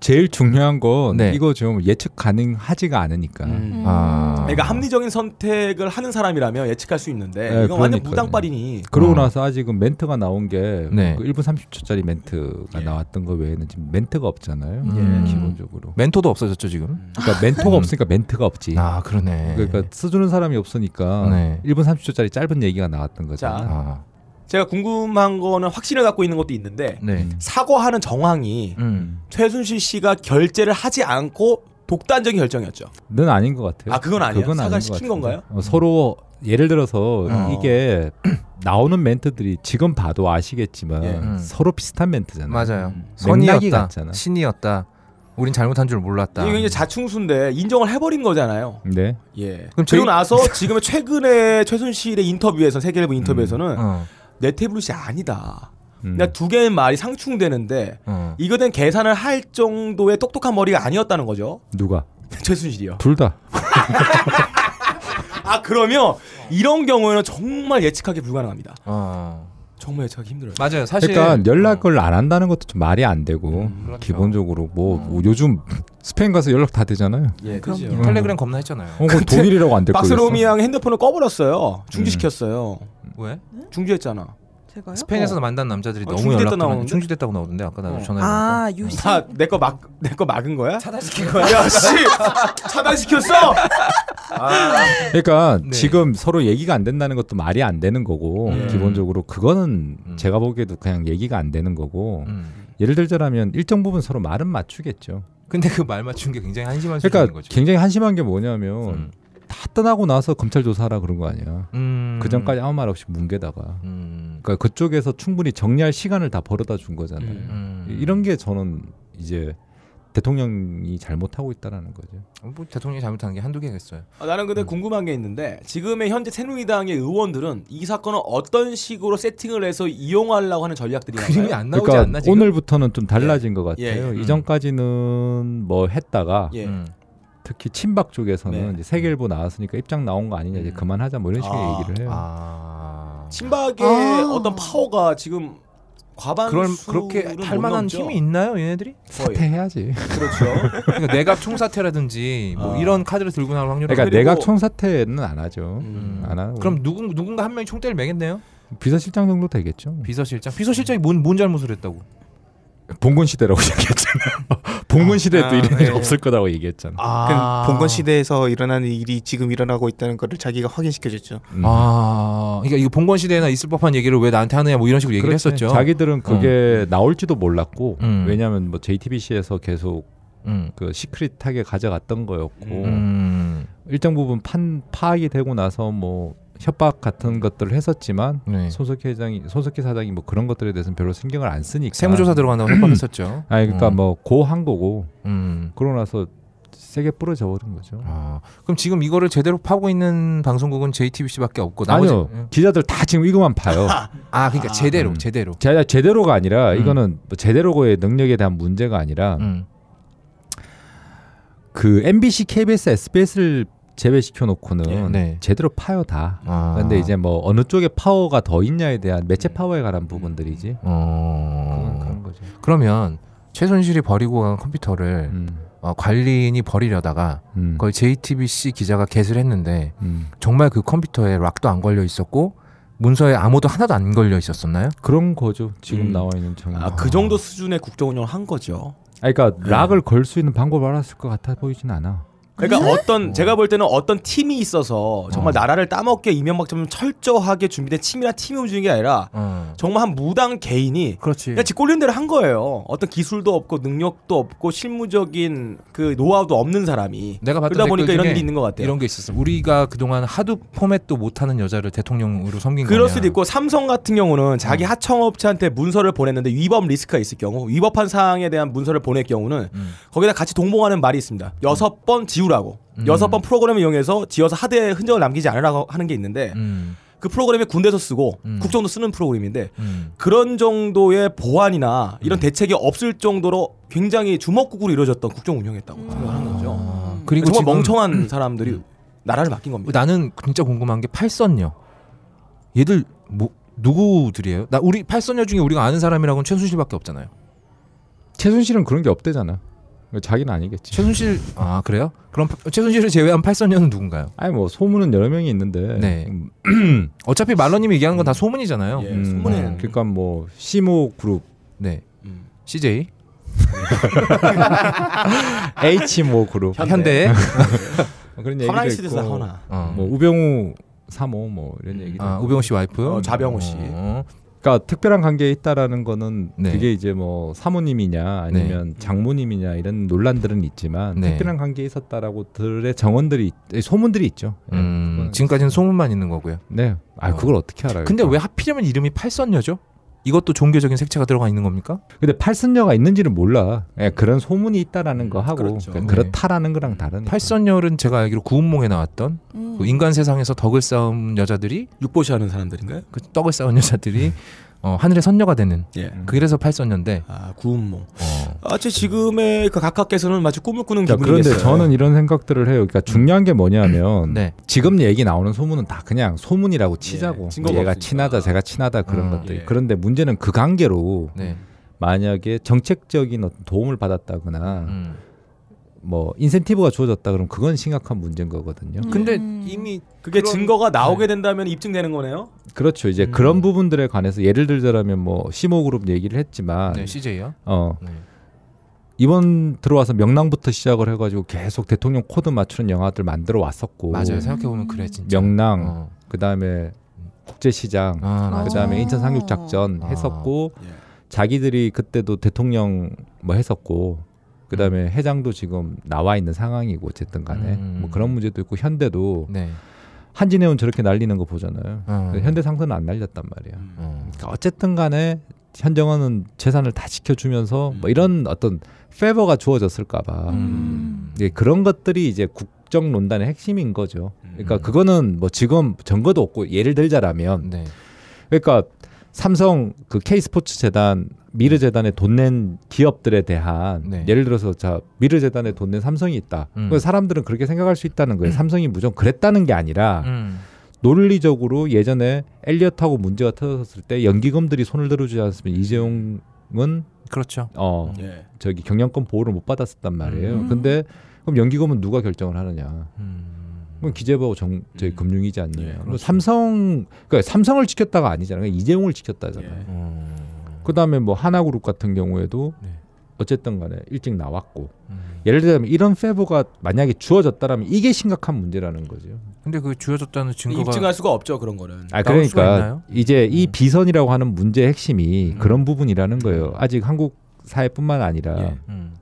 [SPEAKER 3] 제일 중요한 건
[SPEAKER 2] 네.
[SPEAKER 3] 이거 좀 예측 가능하지가 않으니까.
[SPEAKER 5] 음.
[SPEAKER 2] 아.
[SPEAKER 5] 그러니까 합리적인 선택을 하는 사람이라면 예측할 수 있는데
[SPEAKER 3] 네,
[SPEAKER 5] 이건 완전
[SPEAKER 3] 그러니까요.
[SPEAKER 5] 무당빨이니
[SPEAKER 3] 그러고
[SPEAKER 2] 어.
[SPEAKER 3] 나서 아직은 멘트가 나온 게
[SPEAKER 2] 네.
[SPEAKER 3] 그 1분 30초짜리 멘트가
[SPEAKER 5] 예.
[SPEAKER 3] 나왔던 거 외에는 지금 멘트가 없잖아요.
[SPEAKER 2] 음.
[SPEAKER 3] 기본적으로.
[SPEAKER 2] 멘토도 없어졌죠 지금.
[SPEAKER 5] 음.
[SPEAKER 3] 그러니까 멘토가 없으니까 멘트가 없지.
[SPEAKER 2] 음. 아 그러네.
[SPEAKER 3] 그러니까 써주는 사람이 없으니까
[SPEAKER 2] 네.
[SPEAKER 3] 1분 30초짜리 짧은 얘기가 나왔던 거잖아.
[SPEAKER 2] 아,
[SPEAKER 5] 제가 궁금한 거는 확신을 갖고 있는 것도 있는데
[SPEAKER 2] 네.
[SPEAKER 3] 음.
[SPEAKER 5] 사과하는 정황이
[SPEAKER 2] 음.
[SPEAKER 5] 최순실 씨가 결제를 하지 않고 독단적인 결정이었죠.
[SPEAKER 3] 는 아닌 것 같아요.
[SPEAKER 5] 아, 그건 아니에요?
[SPEAKER 3] 아닌
[SPEAKER 5] 사과를
[SPEAKER 3] 것 같은데.
[SPEAKER 5] 시킨 건가요?
[SPEAKER 3] 어, 서로 예를 들어서
[SPEAKER 2] 어.
[SPEAKER 3] 이게 나오는 멘트들이 지금 봐도 아시겠지만
[SPEAKER 5] 예.
[SPEAKER 2] 음.
[SPEAKER 3] 서로 비슷한 멘트잖아요.
[SPEAKER 2] 맞아요.
[SPEAKER 5] 음.
[SPEAKER 3] 맥락이
[SPEAKER 2] 선이었다.
[SPEAKER 3] 같잖아.
[SPEAKER 2] 신이었다. 우린 잘못한 줄 몰랐다.
[SPEAKER 5] 이게 이제 자충수인데 인정을 해버린 거잖아요.
[SPEAKER 3] 네.
[SPEAKER 5] 예.
[SPEAKER 2] 그럼
[SPEAKER 5] 그럼
[SPEAKER 2] 저희-
[SPEAKER 5] 그리고 나서 지금의 최근에 최순실의 인터뷰에서 세계일보 인터뷰에서는
[SPEAKER 2] 어,
[SPEAKER 5] 내 테이블이 아니다.
[SPEAKER 3] 음.
[SPEAKER 5] 그냥 두 개의 말이 상충되는데
[SPEAKER 2] 어.
[SPEAKER 5] 이거는 계산을 할 정도의 똑똑한 머리가 아니었다는 거죠.
[SPEAKER 3] 누가?
[SPEAKER 5] 최순실이요.
[SPEAKER 3] 둘 다.
[SPEAKER 5] 아 그러면 이런 경우에는 정말 예측하기 불가능합니다.
[SPEAKER 2] 어.
[SPEAKER 5] 정말 예측하기 힘들어요.
[SPEAKER 2] 맞아요. 사실 네.
[SPEAKER 3] 그러니까 연락을 안 한다는 것도 좀 말이 안 되고
[SPEAKER 2] 그렇죠.
[SPEAKER 3] 기본적으로 뭐 요즘 스페인 가서 연락 다 되잖아요.
[SPEAKER 5] 예,
[SPEAKER 4] 그럼-
[SPEAKER 5] 그죠.
[SPEAKER 2] 음. 텔레그램 겁나 했잖아요.
[SPEAKER 3] 어, 그 독일이라고 안 될 거겠어.
[SPEAKER 5] 박스로미양 핸드폰을 꺼버렸어요. 중지시켰어요.
[SPEAKER 2] 왜?
[SPEAKER 5] 중지했잖아.
[SPEAKER 4] 제가요?
[SPEAKER 2] 스페인에서 만난 남자들이
[SPEAKER 5] 어,
[SPEAKER 2] 너무
[SPEAKER 5] 중지됐다
[SPEAKER 2] 연락
[SPEAKER 5] 나오는데?
[SPEAKER 2] 충주됐다고 나오던데 아까 나도
[SPEAKER 5] 어.
[SPEAKER 2] 전화해.
[SPEAKER 4] 아 유시.
[SPEAKER 5] 다 내 거 막 내 거 막은 거야?
[SPEAKER 2] 차단시킨
[SPEAKER 5] 야 씨, 차단시켰어.
[SPEAKER 3] 그러니까
[SPEAKER 2] 네.
[SPEAKER 3] 지금 서로 얘기가 안 된다는 것도 말이 안 되는 거고
[SPEAKER 5] 음.
[SPEAKER 3] 기본적으로 그거는
[SPEAKER 2] 음.
[SPEAKER 3] 제가 보기에도 그냥 얘기가 안 되는 거고
[SPEAKER 2] 음.
[SPEAKER 3] 예를 들자라면 일정 부분 서로 말은 맞추겠죠. 근데
[SPEAKER 2] 그 말 맞춘 게 굉장히 한심한 소리인
[SPEAKER 3] 그러니까
[SPEAKER 2] 거죠.
[SPEAKER 3] 굉장히 한심한 게 뭐냐면
[SPEAKER 2] 음.
[SPEAKER 3] 다 떠나고 나서 검찰 조사하라 그런 거 아니야.
[SPEAKER 2] 음.
[SPEAKER 3] 그 전까지 아무 말 없이 뭉개다가
[SPEAKER 2] 음.
[SPEAKER 3] 그러니까 그쪽에서 충분히 정리할 시간을 다 벌어다 준 거잖아요.
[SPEAKER 5] 음.
[SPEAKER 2] 음.
[SPEAKER 3] 이런 게 저는 이제 대통령이 잘못하고 있다라는 거죠.
[SPEAKER 2] 뭐 대통령이 잘못한 게 한두 개겠어요.
[SPEAKER 5] 아, 나는 근데 궁금한 게 있는데 지금의 현재 새누리당의 의원들은 이 사건을 어떤 식으로 세팅을 해서 이용하려고 하는 전략들이
[SPEAKER 2] 예. 그림이
[SPEAKER 5] 나와요?
[SPEAKER 2] 안 나오지
[SPEAKER 3] 그러니까
[SPEAKER 2] 않나 지금?
[SPEAKER 3] 오늘부터는 좀 달라진 것 같아요.
[SPEAKER 5] 예, 예.
[SPEAKER 2] 음.
[SPEAKER 3] 이전까지는 뭐 했다가
[SPEAKER 5] 예.
[SPEAKER 2] 음.
[SPEAKER 3] 특히 친박 쪽에서는
[SPEAKER 5] 네.
[SPEAKER 3] 이제 세계일보 나왔으니까 입장 나온 거 아니냐 이제
[SPEAKER 2] 음.
[SPEAKER 3] 그만하자 뭐 이런 식의
[SPEAKER 5] 아,
[SPEAKER 3] 얘기를 해요.
[SPEAKER 2] 아.
[SPEAKER 5] 친박의
[SPEAKER 4] 아.
[SPEAKER 5] 어떤 파워가 지금
[SPEAKER 2] 그런
[SPEAKER 5] 과반수
[SPEAKER 2] 그렇게 탈만한 힘이 있나요, 얘네들이?
[SPEAKER 3] 사퇴해야지.
[SPEAKER 5] 그렇죠.
[SPEAKER 2] 그러니까 내각 총사태라든지 뭐
[SPEAKER 5] 아.
[SPEAKER 2] 이런 카드를 들고 나올 확률이
[SPEAKER 3] 그러니까
[SPEAKER 5] 그리고-
[SPEAKER 3] 내각 총사퇴는 안 하죠.
[SPEAKER 5] 음.
[SPEAKER 3] 안 음. 하고.
[SPEAKER 2] 그럼 누군 누군가 한 명이 총대를 매겠네요.
[SPEAKER 3] 비서실장 정도 되겠죠.
[SPEAKER 2] 비서실장. 비서실장이 뭔, 뭔 잘못을 했다고?
[SPEAKER 3] 봉건 시대라고 얘기했잖아요. 봉건 시대에도
[SPEAKER 6] 아,
[SPEAKER 3] 이런
[SPEAKER 6] 네.
[SPEAKER 3] 일 없을 거라고 얘기했잖아.
[SPEAKER 6] 그러니까 봉건 시대에서 일어나는 일이 지금 일어나고 있다는 거를 자기가 확인시켜줬죠.
[SPEAKER 3] 음.
[SPEAKER 2] 아, 그러니까 이거 봉건 시대나 있을 법한 얘기를 왜 나한테 하느냐 뭐 이런 식으로 얘기를
[SPEAKER 3] 그렇지.
[SPEAKER 2] 했었죠.
[SPEAKER 3] 자기들은 그게 나올지도 몰랐고
[SPEAKER 2] 음.
[SPEAKER 3] 왜냐하면 뭐 JTBC에서 계속
[SPEAKER 2] 음.
[SPEAKER 3] 그 시크릿하게 가져갔던 거였고
[SPEAKER 2] 음.
[SPEAKER 3] 일정 부분 판 파악이 되고 나서 뭐 협박 같은 것들을 했었지만
[SPEAKER 2] 음. 네.
[SPEAKER 3] 손석희 회장이 손석희 사장이 뭐 그런 것들에 대해서는 별로 신경을 안 쓰니까
[SPEAKER 2] 세무조사 들어간다고 협박했었죠.
[SPEAKER 3] 아니 그러니까
[SPEAKER 2] 어.
[SPEAKER 3] 뭐고한 거고
[SPEAKER 2] 음.
[SPEAKER 3] 그러고 나서 세게 뿌려져 버린 거죠.
[SPEAKER 2] 아, 그럼 지금 이거를 제대로 파고 있는 방송국은 JTBC밖에 없고 나머지 예.
[SPEAKER 3] 아니요 기자들 다 지금 이거만 봐요.
[SPEAKER 2] 아, 그러니까 제대로
[SPEAKER 3] 음.
[SPEAKER 2] 제대로.
[SPEAKER 3] 제가 제대로가 아니라
[SPEAKER 2] 음.
[SPEAKER 3] 이거는 뭐 제대로의 능력에 대한 문제가 아니라
[SPEAKER 2] 음.
[SPEAKER 3] 그 MBC, KBS, SBS를 제외시켜 놓고는
[SPEAKER 2] 예, 네.
[SPEAKER 3] 제대로 파요 다.
[SPEAKER 2] 아.
[SPEAKER 3] 근데 이제 뭐 어느 쪽에 파워가 더 있냐에 대한 매체
[SPEAKER 5] 네.
[SPEAKER 3] 파워에 관한 부분들이지.
[SPEAKER 5] 음.
[SPEAKER 3] 그건
[SPEAKER 2] 어.
[SPEAKER 3] 그런 거죠.
[SPEAKER 2] 그러면 최순실이 버리고 간 컴퓨터를
[SPEAKER 3] 음.
[SPEAKER 2] 어, 관리인이 버리려다가
[SPEAKER 3] 음.
[SPEAKER 2] 그걸 JTBC 기자가 개수를 했는데
[SPEAKER 3] 음.
[SPEAKER 2] 정말 그 컴퓨터에 락도 안 걸려 있었고 문서에 아무도 하나도 안 걸려 있었었나요?
[SPEAKER 3] 그런 거죠. 지금
[SPEAKER 5] 음.
[SPEAKER 3] 나와 있는 정황. 아, 네.
[SPEAKER 5] 아, 그 정도 수준의 국정 운영을 한 거죠.
[SPEAKER 3] 그러니까 락을 걸 수 있는 방법을 알았을 것 같아 보이진 않아.
[SPEAKER 2] 네?
[SPEAKER 5] 그러니까 어떤 제가 볼 때는 어떤 팀이 있어서 정말 나라를 따먹게 이명박처럼 철저하게 준비된 팀이나 팀이 움직이는 게 아니라
[SPEAKER 2] 어.
[SPEAKER 5] 정말 한 무당 개인이
[SPEAKER 2] 그렇지.
[SPEAKER 5] 그냥 지 꼴린 대로 한 거예요. 어떤 기술도 없고 능력도 없고 실무적인 그 노하우도 없는 사람이
[SPEAKER 2] 내가 봤던
[SPEAKER 5] 그러다 보니까
[SPEAKER 2] 네. 댓글
[SPEAKER 5] 이런
[SPEAKER 2] 중에
[SPEAKER 5] 일이 있는 것 같아요.
[SPEAKER 2] 이런 게 있었어. 우리가 그동안 하도 포맷도 못하는 여자를 대통령으로 섬긴
[SPEAKER 5] 그럴
[SPEAKER 2] 거냐.
[SPEAKER 5] 수도 있고 삼성 같은 경우는 자기 하청업체한테 문서를 보냈는데 위법 리스크가 있을 경우 위법한 사항에 대한 문서를 보낼 경우는
[SPEAKER 2] 음.
[SPEAKER 5] 거기다 같이 동봉하는 말이 있습니다. 여섯 번 지우라고
[SPEAKER 2] 음.
[SPEAKER 5] 여섯 번 프로그램을 이용해서 지어서 하드에 흔적을 남기지 않으라고 하는 게 있는데
[SPEAKER 2] 음,
[SPEAKER 5] 그 프로그램이 군대에서 쓰고
[SPEAKER 2] 음.
[SPEAKER 5] 국정도 쓰는 프로그램인데
[SPEAKER 2] 음.
[SPEAKER 5] 그런 정도의 보안이나 이런 대책이 없을 정도로 굉장히 주먹구구로 이루어졌던 국정 운영했다고 생각하는 거죠.
[SPEAKER 2] 아, 그리고
[SPEAKER 5] 정말
[SPEAKER 2] 지금
[SPEAKER 5] 멍청한 사람들이 나라를 맡긴 겁니다.
[SPEAKER 2] 나는 진짜 궁금한 게 팔선녀. 얘들 뭐 누구들이에요? 나 우리 팔선녀 중에 우리가 아는 사람이라고는 최순실밖에 없잖아요.
[SPEAKER 3] 최순실은 그런 게 없대잖아. 그러니까 자기는 아니겠지.
[SPEAKER 2] 최순실 아 그래요? 그럼 파- 최순실을 제외한 팔선녀는 누군가요?
[SPEAKER 3] 아니 뭐 소문은 여러 명이 있는데.
[SPEAKER 2] 네.
[SPEAKER 3] 음,
[SPEAKER 2] 어차피 말러님이 얘기하는 건 다 소문이잖아요.
[SPEAKER 5] 예,
[SPEAKER 3] 음,
[SPEAKER 5] 소문에는
[SPEAKER 3] 그러니까 뭐 시모 그룹,
[SPEAKER 2] 네,
[SPEAKER 5] 음.
[SPEAKER 2] CJ
[SPEAKER 5] 아,
[SPEAKER 3] H 모 그룹 네. 뭐
[SPEAKER 2] 현대.
[SPEAKER 3] 그런 얘기도
[SPEAKER 5] 하나의 시대에서
[SPEAKER 3] 있고.
[SPEAKER 5] 하나.
[SPEAKER 2] 어.
[SPEAKER 3] 뭐 우병우 사모 뭐 이런 얘기.
[SPEAKER 2] 아, 우병우 씨 와이프.
[SPEAKER 5] 어, 좌병우 씨.
[SPEAKER 2] 어,
[SPEAKER 3] 그러니까 특별한 관계에 있다라는 거는
[SPEAKER 2] 네.
[SPEAKER 3] 그게 이제 뭐 사모님이냐
[SPEAKER 5] 네.
[SPEAKER 3] 아니면 장모님이냐 이런 논란들은 있지만
[SPEAKER 2] 네.
[SPEAKER 3] 특별한 관계에 있었다라고들의 정언들이 있- 소문들이 있죠.
[SPEAKER 5] 네.
[SPEAKER 3] 예,
[SPEAKER 2] 음,
[SPEAKER 3] 그거는.
[SPEAKER 2] 지금까지는 소문만 있는 거고요.
[SPEAKER 3] 네. 아 그걸 어떻게 알아요?
[SPEAKER 2] 근데 왜 하필이면 이름이 팔선녀죠? 이것도 종교적인 색채가 들어가 있는 겁니까?
[SPEAKER 3] 근데 팔순녀가 있는지는 몰라. 예, 그런 소문이 있다라는 거 하고
[SPEAKER 5] 음. 그렇죠.
[SPEAKER 3] 그
[SPEAKER 2] 네.
[SPEAKER 3] 렇다라는 거랑 다른.
[SPEAKER 2] 팔선녀는 제가 알기로 구운몽에 나왔던
[SPEAKER 4] 음.
[SPEAKER 2] 그 인간 세상에서 덕을 쌓은 여자들이
[SPEAKER 5] 육보시하는 사람들인가요?
[SPEAKER 2] 그 떡을 쌓은 여자들이
[SPEAKER 3] 네.
[SPEAKER 2] 어, 하늘의 선녀가 되는
[SPEAKER 5] 예.
[SPEAKER 3] 음.
[SPEAKER 2] 그래서 팔선녀인데
[SPEAKER 5] 아 구운몽.
[SPEAKER 2] 어,
[SPEAKER 5] 아, 제 지금의 그 각하께서는 마치 꿈을 꾸는
[SPEAKER 3] 그러니까
[SPEAKER 5] 기분이겠어요. 음.
[SPEAKER 3] 그런데 저는 이런 생각들을 해요. 그러니까 중요한 게 뭐냐면
[SPEAKER 2] 네
[SPEAKER 3] 지금 얘기 나오는 소문은 다 그냥 소문이라고 치자고.
[SPEAKER 5] 예, 증거가
[SPEAKER 3] 얘가
[SPEAKER 5] 없으니까.
[SPEAKER 3] 친하다, 제가 친하다 그런
[SPEAKER 2] 음.
[SPEAKER 3] 것들.
[SPEAKER 5] 예.
[SPEAKER 3] 그런데 문제는 그 관계로
[SPEAKER 2] 네.
[SPEAKER 3] 만약에 정책적인 어떤 도움을 받았다거나
[SPEAKER 2] 음.
[SPEAKER 3] 뭐 인센티브가 주어졌다 그러면 그건 심각한 문제인 거거든요.
[SPEAKER 2] 근데
[SPEAKER 4] 음.
[SPEAKER 2] 이미
[SPEAKER 5] 그게
[SPEAKER 2] 그런-
[SPEAKER 5] 증거가 나오게 된다면 입증되는 거네요.
[SPEAKER 3] 그렇죠. 이제
[SPEAKER 2] 음.
[SPEAKER 3] 그런 부분들에 관해서 예를 들자면 뭐 시모 그룹 얘기를 했지만
[SPEAKER 2] 네, CJ요.
[SPEAKER 3] 어
[SPEAKER 2] 네.
[SPEAKER 3] 이번 들어와서 명랑부터 시작을 해가지고 계속 대통령 코드 맞추는 영화들 만들어 왔었고
[SPEAKER 2] 맞아요. 생각해 보면 그래 진짜.
[SPEAKER 3] 명랑
[SPEAKER 2] 어.
[SPEAKER 3] 그 다음에 국제시장
[SPEAKER 2] 아, 맞아.
[SPEAKER 3] 그 다음에
[SPEAKER 4] 아.
[SPEAKER 3] 인천 상륙작전
[SPEAKER 2] 아.
[SPEAKER 3] 했었고
[SPEAKER 5] 예.
[SPEAKER 3] 자기들이 그때도 대통령 뭐 했었고 그 다음에 해장도 지금 나와 있는 상황이고 어쨌든 간에
[SPEAKER 2] 음.
[SPEAKER 3] 뭐 그런 문제도 있고 현대도
[SPEAKER 2] 네.
[SPEAKER 3] 한진해운 저렇게 날리는 거 보잖아요.
[SPEAKER 2] 어.
[SPEAKER 3] 근데 그 현대 상선은 안 날렸단 말이야.
[SPEAKER 5] 음.
[SPEAKER 2] 어.
[SPEAKER 3] 그러니까 어쨌든 간에 현정원은 재산을 다 지켜주면서 뭐 이런 어떤 페버가 주어졌을까봐
[SPEAKER 2] 음.
[SPEAKER 3] 예, 그런 것들이 이제 국정 논단의 핵심인 거죠. 그러니까
[SPEAKER 2] 음.
[SPEAKER 3] 그거는 뭐 지금 증거도 없고 예를 들자라면
[SPEAKER 2] 네.
[SPEAKER 3] 그러니까 삼성 그 K 스포츠 재단 미르 재단에 돈 낸 기업들에 대한
[SPEAKER 2] 네.
[SPEAKER 3] 예를 들어서 자 미르 재단에 돈 낸 삼성이 있다.
[SPEAKER 2] 음.
[SPEAKER 3] 그 사람들은 그렇게 생각할 수 있다는 거예요. 삼성이 무조건 그랬다는 게 아니라
[SPEAKER 2] 음.
[SPEAKER 3] 논리적으로 예전에 엘리엇하고 문제가 터졌을 때 연기금들이 손을 들어주지 않았으면 이재용은
[SPEAKER 2] 그렇죠.
[SPEAKER 3] 어
[SPEAKER 5] 예.
[SPEAKER 3] 저기 경영권 보호를 못 받았었단 말이에요.
[SPEAKER 4] 음.
[SPEAKER 3] 근데 그럼 연기금은 누가 결정을 하느냐?
[SPEAKER 2] 음.
[SPEAKER 3] 그건 기재부하고 정, 저희
[SPEAKER 5] 음.
[SPEAKER 3] 금융이지
[SPEAKER 5] 예,
[SPEAKER 3] 않느냐?
[SPEAKER 2] 그렇죠.
[SPEAKER 3] 삼성 그러니까 삼성을 지켰다가 아니잖아요. 그러니까 이재용을 지켰다잖아요.
[SPEAKER 5] 예.
[SPEAKER 2] 음.
[SPEAKER 3] 그다음에 뭐 하나그룹 같은 경우에도
[SPEAKER 2] 네.
[SPEAKER 3] 어쨌든 간에 일찍 나왔고
[SPEAKER 2] 음.
[SPEAKER 3] 예를 들자면 이런 페보가 만약에 주어졌다라면 이게 심각한 문제라는 거죠.
[SPEAKER 2] 근데 그 주어졌다는 증거가
[SPEAKER 5] 입증할 수가 없죠 그런 거는.
[SPEAKER 3] 아
[SPEAKER 2] 나올 수가 있나요?
[SPEAKER 3] 그러니까 이제 이
[SPEAKER 2] 음.
[SPEAKER 3] 비선이라고 하는 문제의 핵심이
[SPEAKER 2] 음. 네.
[SPEAKER 3] 그런 부분이라는 거예요. 아직 한국 사회뿐만 아니라
[SPEAKER 5] 예.
[SPEAKER 2] 음.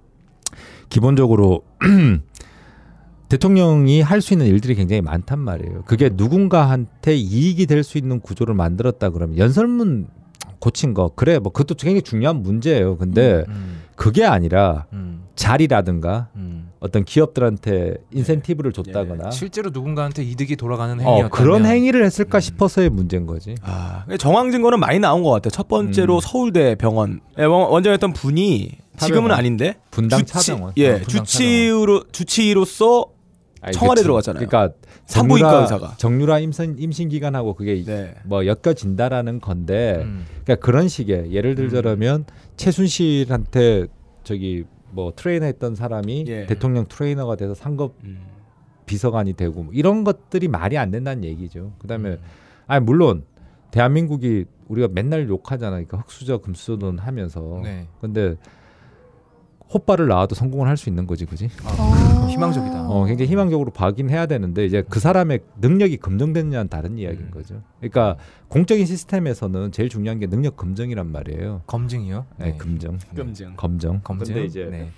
[SPEAKER 3] 기본적으로 대통령이 할 수 있는 일들이 굉장히 많단 말이에요. 그게
[SPEAKER 2] 음.
[SPEAKER 3] 누군가한테 이익이 될 수 있는 구조를 만들었다 그러면 연설문 고친 거 그래 뭐 그것도 굉장히 중요한 문제예요. 근데
[SPEAKER 2] 음.
[SPEAKER 3] 그게 아니라
[SPEAKER 2] 음.
[SPEAKER 3] 자리라든가
[SPEAKER 2] 음.
[SPEAKER 3] 어떤 기업들한테 인센티브를
[SPEAKER 5] 네.
[SPEAKER 3] 줬다거나
[SPEAKER 5] 예.
[SPEAKER 2] 실제로 누군가한테 이득이 돌아가는 행위였다면
[SPEAKER 3] 어, 그런 행위를
[SPEAKER 5] 음.
[SPEAKER 3] 했을까 싶어서의 문제인 거지.
[SPEAKER 5] 아, 음. 근데 정황 증거는 많이 나온 것 같아요. 첫 번째로 서울대 병원 예, 원- 원장했던 분이 지금은
[SPEAKER 3] 차병원.
[SPEAKER 5] 아닌데
[SPEAKER 3] 분당
[SPEAKER 5] 주치-
[SPEAKER 3] 차병원.
[SPEAKER 5] 예,
[SPEAKER 2] 어, 분당
[SPEAKER 5] 주치의로 주치의로서
[SPEAKER 3] 아니,
[SPEAKER 5] 청와대
[SPEAKER 3] 그치.
[SPEAKER 5] 들어갔잖아요.
[SPEAKER 3] 그러니까
[SPEAKER 5] 산부인과
[SPEAKER 3] 정유라-
[SPEAKER 5] 의사가.
[SPEAKER 3] 정유라 임신 임신 기간하고 그게
[SPEAKER 5] 네.
[SPEAKER 3] 뭐 엮여진다라는 건데
[SPEAKER 2] 음.
[SPEAKER 3] 그러니까 그런 식의 예를
[SPEAKER 5] 음.
[SPEAKER 3] 들자면 최순실한테 저기 뭐 트레이너 했던 사람이
[SPEAKER 5] 예.
[SPEAKER 3] 대통령 트레이너가 돼서 상급
[SPEAKER 5] 음.
[SPEAKER 3] 비서관이 되고 뭐 이런 것들이 말이 안 된다는 얘기죠. 그다음에 아 물론 대한민국이 우리가 맨날 욕하잖아. 그러니까 흑수저 금수저돈 하면서.
[SPEAKER 2] 네.
[SPEAKER 3] 근데 호빠를 낳아도 성공을 할 수 있는 거지, 그지?
[SPEAKER 4] 아.
[SPEAKER 2] 희망적이다.
[SPEAKER 3] 어, 굉장히 희망적으로 봐긴 해야 되는데 이제 그 사람의 능력이 검증됐냐는 다른
[SPEAKER 2] 네.
[SPEAKER 3] 이야기인 거죠. 그러니까 공적인 시스템에서는 제일 중요한 게 능력 검증이란 말이에요.
[SPEAKER 2] 검증이요?
[SPEAKER 3] 네, 검증,
[SPEAKER 5] 검증.
[SPEAKER 3] 검증.
[SPEAKER 2] 검증.
[SPEAKER 3] 근데 이제
[SPEAKER 2] 네.